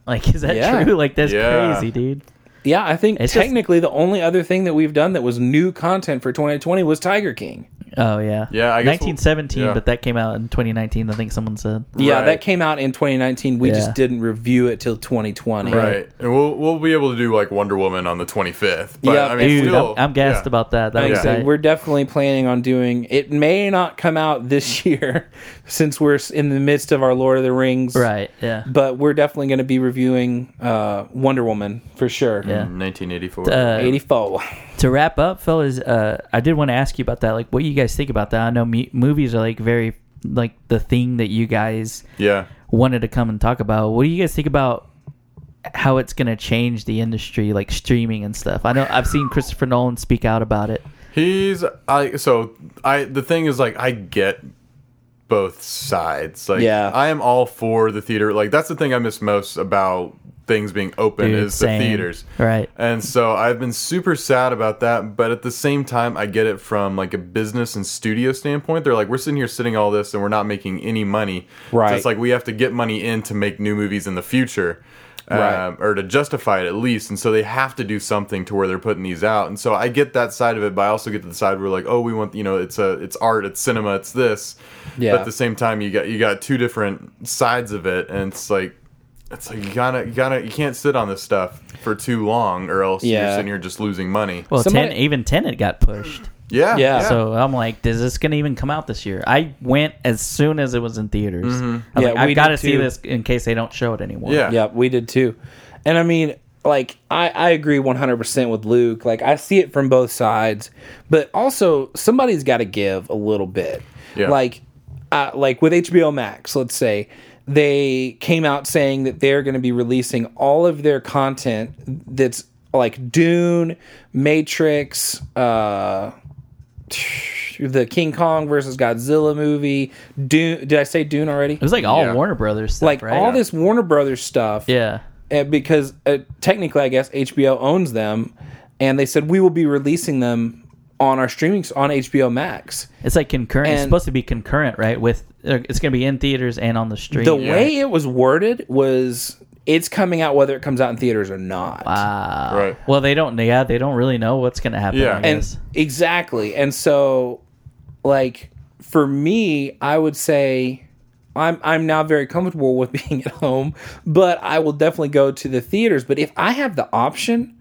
Speaker 1: like is that
Speaker 3: Yeah.
Speaker 1: true? Like that's
Speaker 2: Yeah.
Speaker 1: crazy, dude.
Speaker 3: yeah, I think
Speaker 1: It's just-
Speaker 3: technically the only other thing that we've done that was new content for 2020 was Tiger King.
Speaker 1: Oh yeah,
Speaker 2: Yeah, I guess we'll-
Speaker 1: 1917,
Speaker 2: yeah.
Speaker 1: but that came out in 2019. I think someone said.
Speaker 3: Yeah,
Speaker 2: Right.
Speaker 3: that came out in 2019. We
Speaker 1: Yeah.
Speaker 3: just didn't review it till 2020.
Speaker 2: Right, and we'll we'll be able to do like Wonder Woman on the 25th. But
Speaker 3: Yeah.
Speaker 2: I mean,
Speaker 1: Dude,
Speaker 2: still,
Speaker 1: I'm, I'm gassed
Speaker 2: yeah.
Speaker 1: about that. That
Speaker 3: Like I
Speaker 2: Yeah.
Speaker 1: was
Speaker 3: said, we're definitely planning on doing. It may not come out this [laughs] year, since we're s- in the midst of our Lord of the Rings.
Speaker 1: right. Yeah.
Speaker 3: But we're definitely going to be reviewing uh, Wonder Woman for sure.
Speaker 1: Yeah.
Speaker 2: 1984.
Speaker 1: Uh,
Speaker 3: 84.
Speaker 1: to wrap up, fellas, uh, I did want to ask you about that. Like, what you guys think about that? I know me- movies are like very like the thing that you guys
Speaker 2: yeah,
Speaker 1: wanted to come and talk about. What do you guys think about how it's gonna change the industry, like streaming and stuff? I know I've seen Christopher Nolan speak out about it.
Speaker 2: he's I. So I. The thing is, like, I get both sides. Like,
Speaker 3: Yeah.
Speaker 2: I am all for the theater. Like, that's the thing I miss most about things being open
Speaker 1: Dude,
Speaker 2: is
Speaker 1: same.
Speaker 2: the theaters.
Speaker 1: Right.
Speaker 2: And so I've been super sad about that, but at the same time, I get it from like a business and studio standpoint. They're like, we're sitting here sitting all this, and we're not making any money.
Speaker 3: Right.
Speaker 2: So it's like we have to get money in to make new movies in the future,
Speaker 3: Right.
Speaker 2: um, or to justify it at least. And so they have to do something to where they're putting these out. And so I get that side of it, but I also get to the side where like, oh, we want you know, it's a it's art, it's cinema, it's this.
Speaker 3: Yeah.
Speaker 2: But at the same time, you got you got two different sides of it, and it's like. It's like you gotta, you gotta, you can't sit on this stuff for too long, or else
Speaker 3: Yeah.
Speaker 2: you're sitting here just losing money.
Speaker 1: Well,
Speaker 3: Somebody-
Speaker 1: ten, even Tenet got pushed.
Speaker 2: yeah,
Speaker 3: Yeah.
Speaker 1: So I'm like, is this gonna even come out this year? I went as soon as it was in theaters. I'm
Speaker 3: Yeah,
Speaker 1: like, I've
Speaker 3: we
Speaker 1: got to
Speaker 3: did
Speaker 1: see
Speaker 3: too.
Speaker 1: this in case they don't show it anymore.
Speaker 2: Mm-hmm. yeah,
Speaker 3: Yeah, we did too. And I mean, like, I, I agree 100% with Luke. Like, I see it from both sides, but also somebody's got to give a little bit.
Speaker 2: Yeah.
Speaker 3: Like, uh, like with HBO Max, let's say, they came out saying that they're going to be releasing all of their content that's like Dune, Matrix, uh, the King Kong versus Godzilla movie. Dune, did I say Dune already?
Speaker 1: It was like all
Speaker 2: Yeah.
Speaker 1: Warner Brothers stuff,
Speaker 3: Like
Speaker 1: right?
Speaker 3: all this Warner Brothers stuff
Speaker 1: Yeah.
Speaker 3: uh, because uh, technically, I guess HBO owns them, and they said we will be releasing them on our streaming on HBO Max.
Speaker 1: It's like concurrent. it's
Speaker 3: And-
Speaker 1: supposed to be concurrent, right? With uh, it's going to be in theaters and on the stream.
Speaker 3: The way it was worded was it's coming out whether it comes out in theaters or not.
Speaker 1: Wow.
Speaker 2: Right.
Speaker 1: Well, they don't. Yeah, they don't really know what's going to happen.
Speaker 2: Yeah.
Speaker 1: I
Speaker 3: and
Speaker 1: guess.
Speaker 3: exactly and so like for me i would say i'm i'm now very comfortable with [laughs] being at home but i will definitely go to the theaters but if i have the option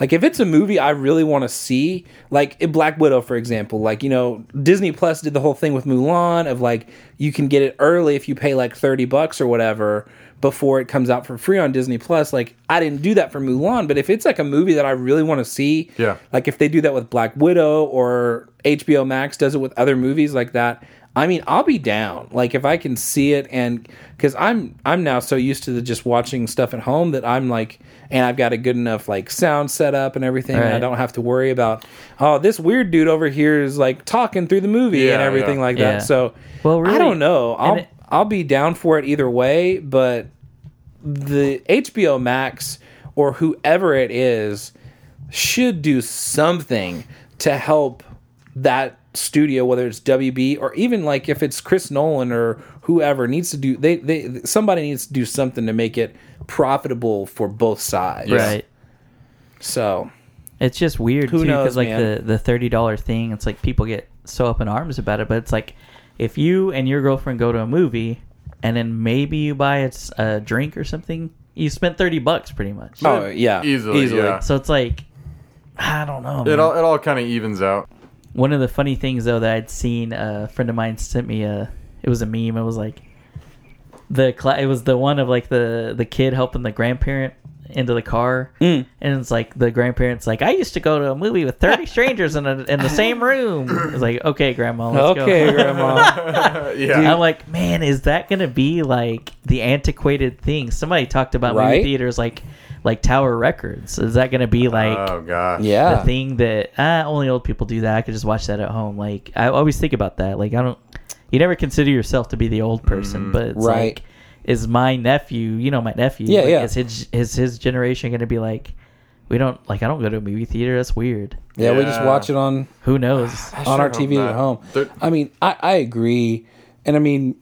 Speaker 3: like if it's a movie i really want to see like in black widow for example like you know disney plus did the whole thing with mulan of like you can get it early if you pay like 30 bucks or whatever before it comes out for free on disney plus like i didn't do that for mulan but if it's like a movie that i really want to see
Speaker 2: Yeah.
Speaker 3: like if they do that with Black Widow or HBO Max does it with other movies like that, I mean, I'll be down. Like if I can see it and cuz I'm I'm now so used to the just watching stuff at home that I'm like and I've got a good enough like sound setup and everything and I
Speaker 1: Right.
Speaker 3: don't have to worry about oh, this weird dude over here is like talking through the movie and
Speaker 2: Yeah,
Speaker 3: everything
Speaker 2: yeah.
Speaker 3: like
Speaker 1: Yeah.
Speaker 3: that. So
Speaker 1: Well, really-
Speaker 3: I don't know. I'll
Speaker 1: and it-
Speaker 3: I'll be down for it either way, but the HBO Max or whoever it is should do something to help that studio, whether it's WB or even like if it's Chris Nolan or whoever needs to do they they somebody needs to do something to make it profitable for both sides.
Speaker 1: Right.
Speaker 3: So
Speaker 1: It's just weird
Speaker 3: Who
Speaker 1: too,
Speaker 3: knows,
Speaker 1: because like
Speaker 3: man?
Speaker 1: the the thirty dollar thing, it's like people get so up in arms about it, but it's like if you and your girlfriend go to a movie and then maybe you buy a, s- a drink or something, you spent thirty bucks pretty much.
Speaker 3: oh yeah.
Speaker 2: Easily, yeah.
Speaker 1: So it's like I don't know.
Speaker 2: It
Speaker 1: man.
Speaker 2: all, it all kind of evens out.
Speaker 1: One of the funny things though that I'd seen, uh, a friend of mine sent me a. It was a meme. It was like the cla- it was the one of like the the kid helping the grandparent into the car,
Speaker 3: Mm.
Speaker 1: and it's like the grandparents like I used to go to a movie with
Speaker 3: [laughs]
Speaker 1: thirty strangers in a, in the same room. It's like okay, grandma, let's
Speaker 3: okay,
Speaker 1: go.
Speaker 3: grandma.
Speaker 2: [laughs]
Speaker 1: [laughs]
Speaker 2: yeah.
Speaker 1: I'm like, man, is that gonna be like the antiquated thing? Somebody talked about
Speaker 3: Right?
Speaker 1: movie theaters like like Tower Records. Is that gonna be like
Speaker 2: oh gosh.
Speaker 3: yeah.
Speaker 1: the thing that ah, only old people do that. I could just watch that at home. Like I always think about that. Like I don't, you never consider yourself to be the old person, but it's
Speaker 3: Mm-hmm. Right.
Speaker 1: like, is my nephew? You know my nephew.
Speaker 3: Yeah,
Speaker 1: like,
Speaker 3: yeah.
Speaker 1: Is his is his generation going to be like? We don't like. I don't go to a movie theater. That's weird.
Speaker 3: yeah, we just
Speaker 2: Yeah.
Speaker 3: watch it on
Speaker 1: Who
Speaker 3: [sighs]
Speaker 1: knows?
Speaker 3: on our
Speaker 2: hope
Speaker 3: TV
Speaker 2: not.
Speaker 3: at home.
Speaker 2: They're-
Speaker 3: I mean, I, I agree, and I mean,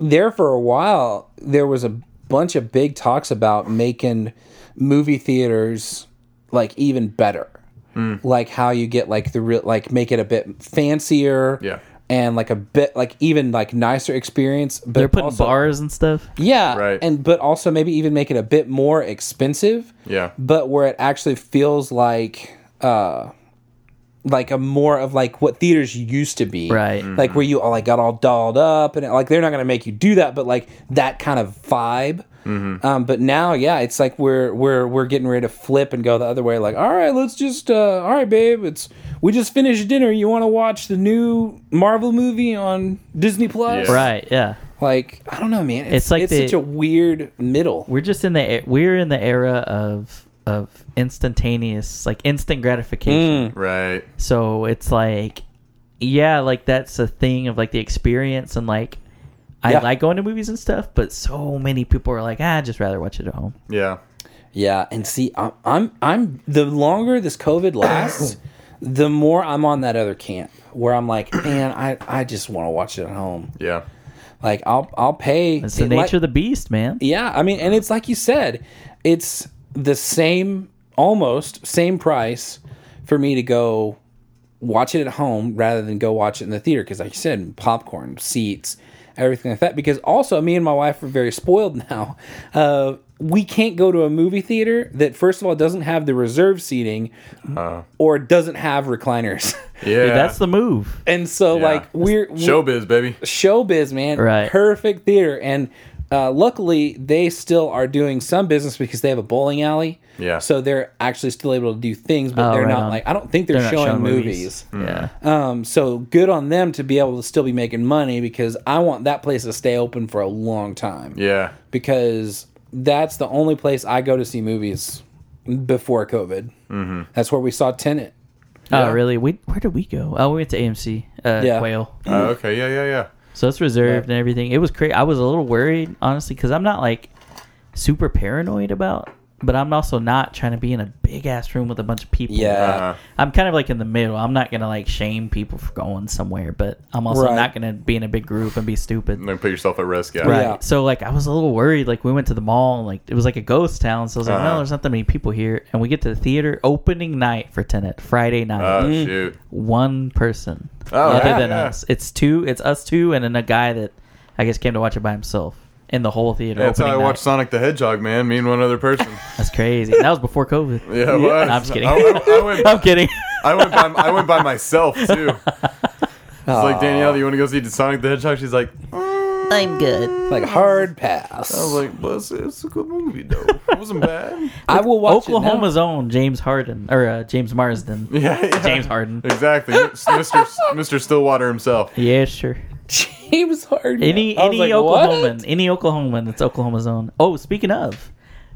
Speaker 3: there for a while there was a bunch of big talks about making movie theaters like even better,
Speaker 2: Hmm.
Speaker 3: like how you get like the real like make it a bit fancier,
Speaker 2: Yeah.
Speaker 3: and like a bit like even like nicer experience. But
Speaker 1: They're putting
Speaker 3: also-
Speaker 1: bars and stuff.
Speaker 3: yeah,
Speaker 2: Right.
Speaker 3: and but also maybe even make it a bit more expensive
Speaker 2: Yeah.
Speaker 3: but where it actually feels like uh like a more of like what theaters used to be
Speaker 1: Right.
Speaker 3: like where you all like got all dolled up and like they're not gonna make you do that but like that kind of vibe um but now yeah it's like we're we're we're getting ready to flip and go the other way like all right let's just uh all right babe it's we just finished dinner you want to watch the new marvel movie on disney plus
Speaker 2: Yeah.
Speaker 1: Right. Yeah.
Speaker 3: like i don't know man it's,
Speaker 1: It's like
Speaker 3: it's
Speaker 1: the-
Speaker 3: such a weird middle
Speaker 1: We're just in the e- we're in the era of of instantaneous like instant gratification.
Speaker 2: Right.
Speaker 1: So it's like, yeah, like that's a thing of like the experience and like, I
Speaker 3: Yeah.
Speaker 1: like going to movies and stuff, but so many people are like, ah, I'd just rather watch it at home.
Speaker 2: Yeah.
Speaker 3: Yeah, and see, I'm, I'm, I'm. The longer this
Speaker 1: [coughs]
Speaker 3: COVID lasts, the more I'm on that other camp where I'm like, man, I, I just want to watch it at home.
Speaker 2: Yeah.
Speaker 3: Like, I'll, I'll pay.
Speaker 1: It's the
Speaker 3: it
Speaker 1: nature
Speaker 3: like-
Speaker 1: of the beast, man.
Speaker 3: Yeah, I mean, and it's like you said, it's the same, almost same price for me to go watch it at home rather than go watch it in the theater because, like you said, popcorn, seats, everything like that. Because also, me and my wife are very [laughs] spoiled now. Uh, we can't go to a movie theater that, first of all, doesn't have the reserve seating or doesn't have recliners. [laughs]
Speaker 2: Yeah.
Speaker 1: Dude, that's the move.
Speaker 3: and so,
Speaker 2: Yeah.
Speaker 3: like, we're
Speaker 2: showbiz, baby.
Speaker 3: showbiz, man.
Speaker 1: Right.
Speaker 3: Perfect theater. And uh, luckily, they still are doing some business because they have a bowling alley.
Speaker 2: Yeah.
Speaker 3: So they're actually still able to do things, but
Speaker 1: Oh,
Speaker 3: they're
Speaker 1: right
Speaker 3: not
Speaker 1: on.
Speaker 3: like, I don't think they're,
Speaker 1: not
Speaker 3: showing, movies.
Speaker 1: Yeah.
Speaker 3: Um, so good on them to be able to still be making money because I want that place to stay open for a long time.
Speaker 2: Yeah.
Speaker 3: Because that's the only place I go to see movies before COVID. Mm-hmm. That's where we saw Tenet.
Speaker 1: Oh, really? We where did we go? Oh, we went to AMC. Uh,
Speaker 3: Yeah.
Speaker 1: Quail.
Speaker 2: Oh, okay. Yeah. Yeah. Yeah.
Speaker 1: So it's reserved and everything. It was crazy. I was a little worried, honestly, because I'm not like super paranoid about, but I'm also not trying to be in a big ass room with a bunch of people.
Speaker 3: Yeah.
Speaker 2: Uh,
Speaker 1: I'm kind of like in the middle. I'm not gonna like shame people for going somewhere, but I'm also
Speaker 3: Right.
Speaker 1: not gonna be in a big group and be stupid.
Speaker 2: and then put yourself at risk. Yeah.
Speaker 1: Right.
Speaker 3: Yeah.
Speaker 1: So like I was a little worried. Like we went to the mall, and, like it was like a ghost town. So I was like,
Speaker 2: Uh-huh.
Speaker 1: no, there's not that many people here. And we get to the theater opening night for Tenet, Friday night.
Speaker 2: Oh shoot.
Speaker 1: One person
Speaker 2: Oh,
Speaker 1: other
Speaker 2: yeah,
Speaker 1: than
Speaker 2: yeah.
Speaker 1: us. It's two. It's us two and then a guy that I guess came to watch it by himself in the whole theater.
Speaker 2: That's how I
Speaker 1: opening night.
Speaker 2: watched Sonic the Hedgehog, man. Me and one other person.
Speaker 1: [laughs] That's crazy. that was before COVID.
Speaker 2: [laughs] Yeah, it was.
Speaker 1: I'm just kidding.
Speaker 2: I, I- I
Speaker 1: [laughs]
Speaker 2: went,
Speaker 1: I'm kidding.
Speaker 2: I went by, I went by myself too.
Speaker 1: [laughs]
Speaker 2: It's like Danielle, do you want to go see Sonic the Hedgehog? She's like, "Mm."
Speaker 1: I'm good.
Speaker 3: Like, hard pass.
Speaker 2: I was like, bless it, it's a good movie though. It wasn't bad.
Speaker 1: [laughs]
Speaker 3: I will watch it now.
Speaker 1: Oklahoma's own James Harden or uh, James Marsden.
Speaker 2: Yeah, [laughs] yeah.
Speaker 1: James Harden.
Speaker 2: Exactly, Mr. Mr. Stillwater himself.
Speaker 1: Yeah, sure.
Speaker 3: [laughs] James Harden.
Speaker 1: Any
Speaker 3: I was
Speaker 1: any
Speaker 3: like, what?
Speaker 1: Oklahoman, any Oklahoman that's Oklahoma's own. Oh, speaking of,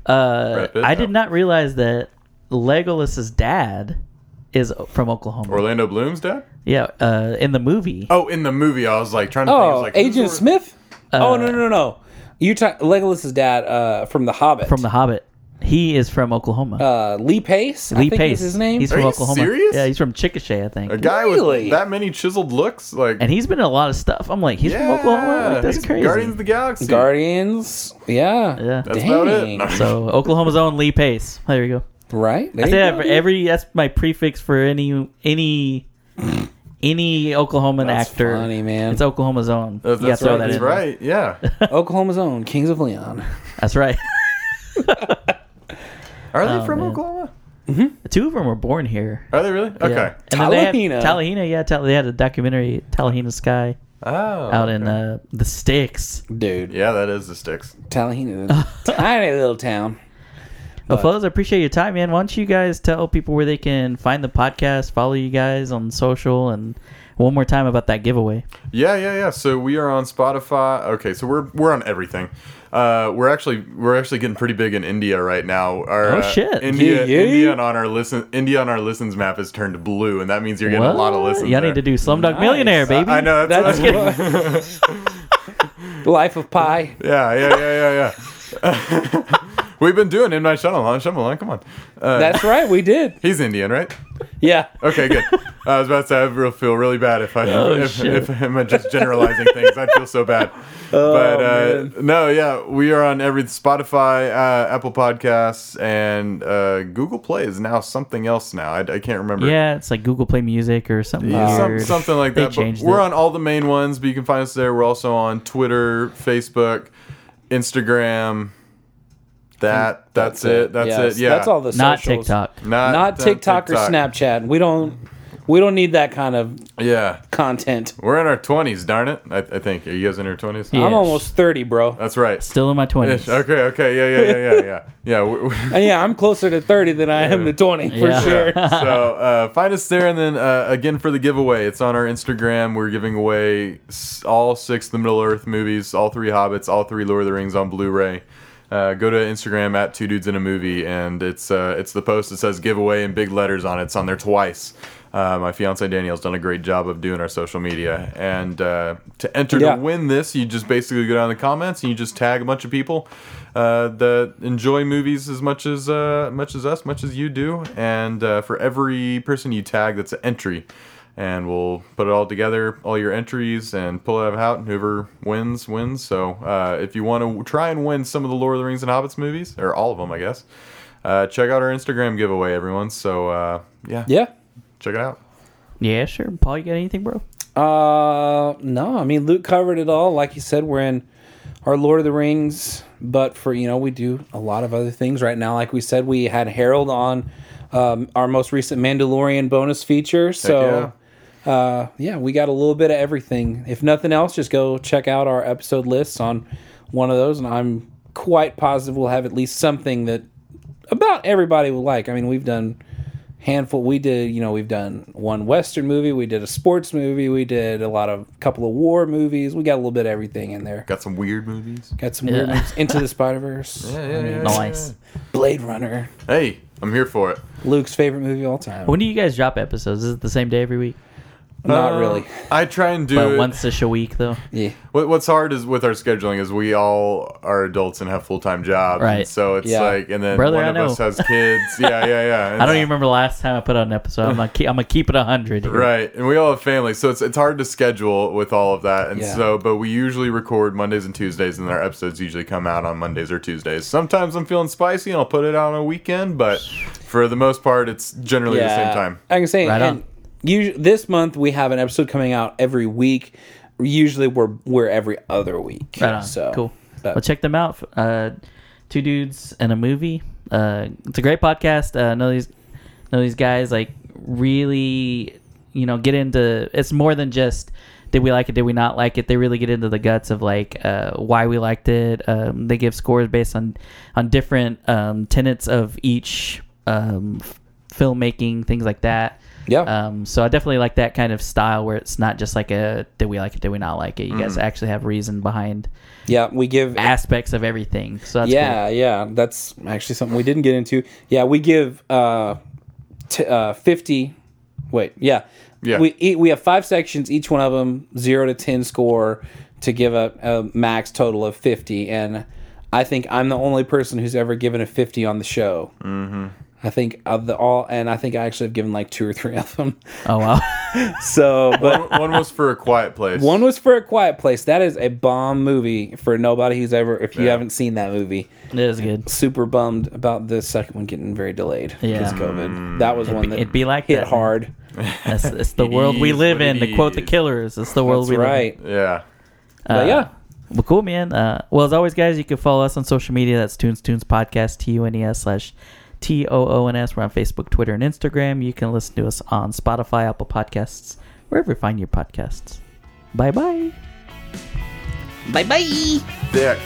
Speaker 1: uh,
Speaker 2: Brad Pitt,
Speaker 1: I
Speaker 2: no.
Speaker 1: did not realize that Legolas's dad is o- from Oklahoma.
Speaker 2: Orlando Bloom's dad.
Speaker 1: yeah, uh, in the movie.
Speaker 2: Oh, in the movie, I was like trying to think. I
Speaker 3: Oh,
Speaker 2: was like,
Speaker 3: Agent
Speaker 2: who's Or-
Speaker 3: Smith?
Speaker 1: Uh,
Speaker 3: oh no no no no! You talk Legolas's dad uh, from The Hobbit.
Speaker 1: from The Hobbit. He is from Oklahoma.
Speaker 3: uh, Lee Pace. I
Speaker 1: Lee
Speaker 3: think
Speaker 1: Pace.
Speaker 3: is his name.
Speaker 1: He's
Speaker 2: Are
Speaker 1: from
Speaker 2: you
Speaker 1: Oklahoma.
Speaker 2: serious?
Speaker 1: Yeah, he's from Chickasha, I think.
Speaker 2: A guy
Speaker 3: Really?
Speaker 2: with that many chiseled looks, like
Speaker 1: And [laughs] he's been in a lot of stuff. I'm like, he's from
Speaker 2: yeah,
Speaker 1: Oklahoma. Like, that's
Speaker 2: he's
Speaker 1: crazy.
Speaker 2: Guardians of the Galaxy.
Speaker 3: Guardians. Yeah.
Speaker 1: yeah.
Speaker 2: That's about
Speaker 3: Dang.
Speaker 2: it. [laughs] No.
Speaker 1: So Oklahoma's own Lee Pace. There you go.
Speaker 3: Right. There
Speaker 1: I
Speaker 3: you
Speaker 1: say
Speaker 3: go,
Speaker 1: that for
Speaker 3: dude.
Speaker 1: every that's my prefix for any any any Oklahoman
Speaker 3: That's
Speaker 1: actor.
Speaker 3: funny, man.
Speaker 1: It's Oklahoma's own.
Speaker 2: That's,
Speaker 1: You gotta
Speaker 2: that's
Speaker 1: throw that
Speaker 2: right. That's
Speaker 1: in there.
Speaker 2: right.
Speaker 3: [laughs]
Speaker 2: Yeah.
Speaker 1: [laughs]
Speaker 3: Oklahoma's own Kings of Leon.
Speaker 1: That's right. [laughs]
Speaker 2: Are they
Speaker 1: Oh,
Speaker 2: from
Speaker 1: man.
Speaker 2: Oklahoma?
Speaker 1: Two of them were born here.
Speaker 2: Are they really? Okay.
Speaker 1: Yeah. And then They
Speaker 3: Tallahena.
Speaker 1: had, Tallahena, yeah. Tal- they had a documentary, Tallahena Sky,
Speaker 2: Oh.
Speaker 1: out in uh, the sticks. [laughs]
Speaker 3: Dude,
Speaker 2: Yeah, that is the sticks.
Speaker 3: Tallahena, tiny little town.
Speaker 1: Well, fellas, I appreciate your time, man. Why don't you guys tell people where they can find the podcast, follow you guys on social, and one more time about that giveaway.
Speaker 2: Yeah, yeah, yeah. So we are on Spotify. Okay, so we're we're on everything. Uh, we're actually we're actually getting pretty big in India right now. Our,
Speaker 1: Oh,
Speaker 2: uh,
Speaker 1: shit.
Speaker 2: India,
Speaker 3: Yeah, yeah.
Speaker 2: India on our listen India on our listens map is turned blue, and that means you're getting a lot of
Speaker 1: What?
Speaker 2: listens.
Speaker 1: Y'all
Speaker 2: there.
Speaker 1: need to do Slumdog
Speaker 3: Nice.
Speaker 1: Millionaire, baby.
Speaker 2: I know that's,
Speaker 3: That's
Speaker 2: that's yeah,
Speaker 3: what,
Speaker 2: [laughs]
Speaker 3: life of pie.
Speaker 2: yeah, yeah, yeah, yeah. [laughs] We've been doing M Night Shyamalan. Shyamalan, come on. Uh,
Speaker 3: That's right, we did.
Speaker 2: he's Indian, right?
Speaker 3: Yeah.
Speaker 2: Okay,
Speaker 1: [laughs]
Speaker 2: good. I was about to say I real feel really bad if I
Speaker 1: Oh,
Speaker 2: if,
Speaker 1: shit. Oh,
Speaker 2: if I'm just generalizing things. I feel
Speaker 1: [laughs]
Speaker 2: so bad. but uh, no, yeah, we are on every Spotify, uh, Apple Podcasts, and uh, Google Play is now something else. Now I, I can't remember.
Speaker 1: Yeah, it's like Google Play Music or something.
Speaker 2: Yeah, some-
Speaker 1: weird.
Speaker 2: something like
Speaker 1: They
Speaker 2: that. But
Speaker 1: changed
Speaker 2: we're
Speaker 1: it.
Speaker 2: on all the main ones, but you can find us there. We're also on Twitter, Facebook, Instagram. That that's, it. That's
Speaker 3: Yes,
Speaker 2: it. Yeah,
Speaker 3: That's all the
Speaker 1: Not
Speaker 3: socials.
Speaker 1: TikTok.
Speaker 2: uh,
Speaker 3: Not TikTok, or Snapchat. We don't we don't need that kind of
Speaker 2: Yeah,
Speaker 3: content.
Speaker 2: We're in our twenties, darn it. I, I think. Are you guys in your twenties?
Speaker 1: Yeah.
Speaker 3: I'm almost 30, bro. Uh,
Speaker 2: That's right.
Speaker 1: Still in my
Speaker 2: Ish.
Speaker 1: twenties.
Speaker 2: Okay. Okay. Yeah. Yeah. Yeah. Yeah. Yeah. [laughs] Yeah. we- we-
Speaker 3: And yeah, I'm closer to 30 than I am to 20 for
Speaker 1: Yeah.
Speaker 3: sure.
Speaker 2: [laughs] so uh, find us there, and then uh, again for the giveaway, it's on our Instagram. We're giving away s- all six the Middle Earth movies, all three Hobbits, all three Lord of the Rings on Blu-ray. Uh, go to Instagram at Two Dudes in a Movie, and it's uh, it's the post that says giveaway in big letters on it. It's on there twice. Uh, my fiance Danielle's done a great job of doing our social media, and uh, to enter
Speaker 3: Yeah.
Speaker 2: to win this, you just basically go down in the comments and you just tag a bunch of people uh, that enjoy movies as much as uh, much as us, much as you do. And uh, for every person you tag, that's an entry, and we'll put it all together, all your entries, and pull it out. And whoever wins wins. So uh, if you want to try and win some of the Lord of the Rings and Hobbits movies, or all of them, I guess, uh, check out our Instagram giveaway, everyone. So uh, yeah,
Speaker 3: Yeah.
Speaker 2: check it out.
Speaker 1: Yeah, sure. Paul, you got anything, bro?
Speaker 3: Uh, no, I mean Luke covered it all. Like you said, we're in our Lord of the Rings, but for you know we do a lot of other things right now. Like we said, we had Harold on um, our most recent Mandalorian bonus feature. So uh, yeah, we got a little bit of everything. If nothing else, just go check out our episode lists on one of those, and I'm quite positive we'll have at least something that about everybody will like. I mean, we've done handful we did you know we've done one western movie we did a sports movie we did a lot of couple of war movies we got a little bit of everything in there
Speaker 2: Got some weird movies.
Speaker 3: got some weird
Speaker 1: Yeah. [laughs]
Speaker 3: ones into the spider verse
Speaker 1: Nice.
Speaker 3: blade runner
Speaker 2: Hey, I'm here for it.
Speaker 3: luke's favorite movie of all time
Speaker 1: When do you guys drop episodes? Is it the same day every week?
Speaker 3: not
Speaker 2: Uh,
Speaker 3: really
Speaker 2: I try and do
Speaker 1: But
Speaker 2: it-
Speaker 1: once ish a week, though.
Speaker 3: yeah
Speaker 2: What, what's hard is with our scheduling is we all are adults and have full time jobs,
Speaker 1: Right.
Speaker 2: And so it's
Speaker 3: Yeah.
Speaker 2: like, and then
Speaker 1: Brother,
Speaker 2: one
Speaker 1: I
Speaker 2: of us
Speaker 1: know.
Speaker 2: has
Speaker 1: [laughs]
Speaker 2: kids. yeah, yeah, yeah. And
Speaker 1: I don't even remember the last time I put out an episode. I'm gonna keep, I'm gonna keep it hundred.
Speaker 2: Right, and we all have families, so it's it's hard to schedule with all of that, and
Speaker 3: Yeah.
Speaker 2: so but we usually record Mondays and Tuesdays, and our episodes usually come out on Mondays or Tuesdays. Sometimes I'm feeling spicy and I'll put it out on a weekend, but for the most part, it's generally the same time.
Speaker 3: I can say
Speaker 1: Right
Speaker 3: and
Speaker 1: on.
Speaker 3: usu- this month we have an episode coming out every week. Usually we're we're every other week.
Speaker 1: Right on.
Speaker 3: So
Speaker 1: cool.
Speaker 3: but-
Speaker 1: well, check them out. Uh, two dudes and a movie. Uh, it's a great podcast. Uh, know these know these guys like really, you know, get into. It's more than just did we like it, did we not like it. They really get into the guts of like uh, why we liked it. Um, they give scores based on on different um, tenets of each um, f- filmmaking, things like that.
Speaker 3: Yeah.
Speaker 1: Um, so I definitely like that kind of style where it's not just like a did we like it, did we not like it. You guys actually have reason behind
Speaker 3: yeah, we give
Speaker 1: aspects of everything. So that's
Speaker 3: yeah, yeah. That's actually something we didn't get into. Yeah, we give uh, t- uh fifty. Wait, yeah,
Speaker 2: Yeah.
Speaker 3: We e- we have five sections, each one of them zero to ten score to give a, a max total of fifty, and I think I'm the only person who's ever given a fifty on the show. Mm-hmm. I think of the all, and I think I actually have given like two or three of them. [laughs]
Speaker 1: cool. Oh wow.
Speaker 3: So, but
Speaker 2: One one was for a quiet place.
Speaker 3: one was for a Quiet Place. That is a bomb movie for nobody who's ever. If you haven't seen that movie,
Speaker 1: it is good.
Speaker 3: super bummed about the second one getting very delayed
Speaker 1: Yeah.
Speaker 3: because COVID. That was one
Speaker 1: be-
Speaker 3: that
Speaker 1: it'd be like
Speaker 3: hit
Speaker 1: that.
Speaker 3: hard.
Speaker 1: That's, it's the
Speaker 2: It
Speaker 1: world we
Speaker 2: is
Speaker 1: live
Speaker 2: what
Speaker 1: in.
Speaker 2: it
Speaker 1: To quote the
Speaker 2: is.
Speaker 1: killers, it's the world
Speaker 3: That's
Speaker 1: we live in. Uh,
Speaker 3: right.
Speaker 2: yeah.
Speaker 3: but yeah,
Speaker 1: Well, cool, man. Uh, well, as always, guys, you can follow us on social media. That's Tunes Tunes Podcast, T U N E S slash T O O N S. We're on Facebook, Twitter, and Instagram. You can listen to us on Spotify, Apple Podcasts, wherever you find your podcasts. Bye bye.
Speaker 2: Dick.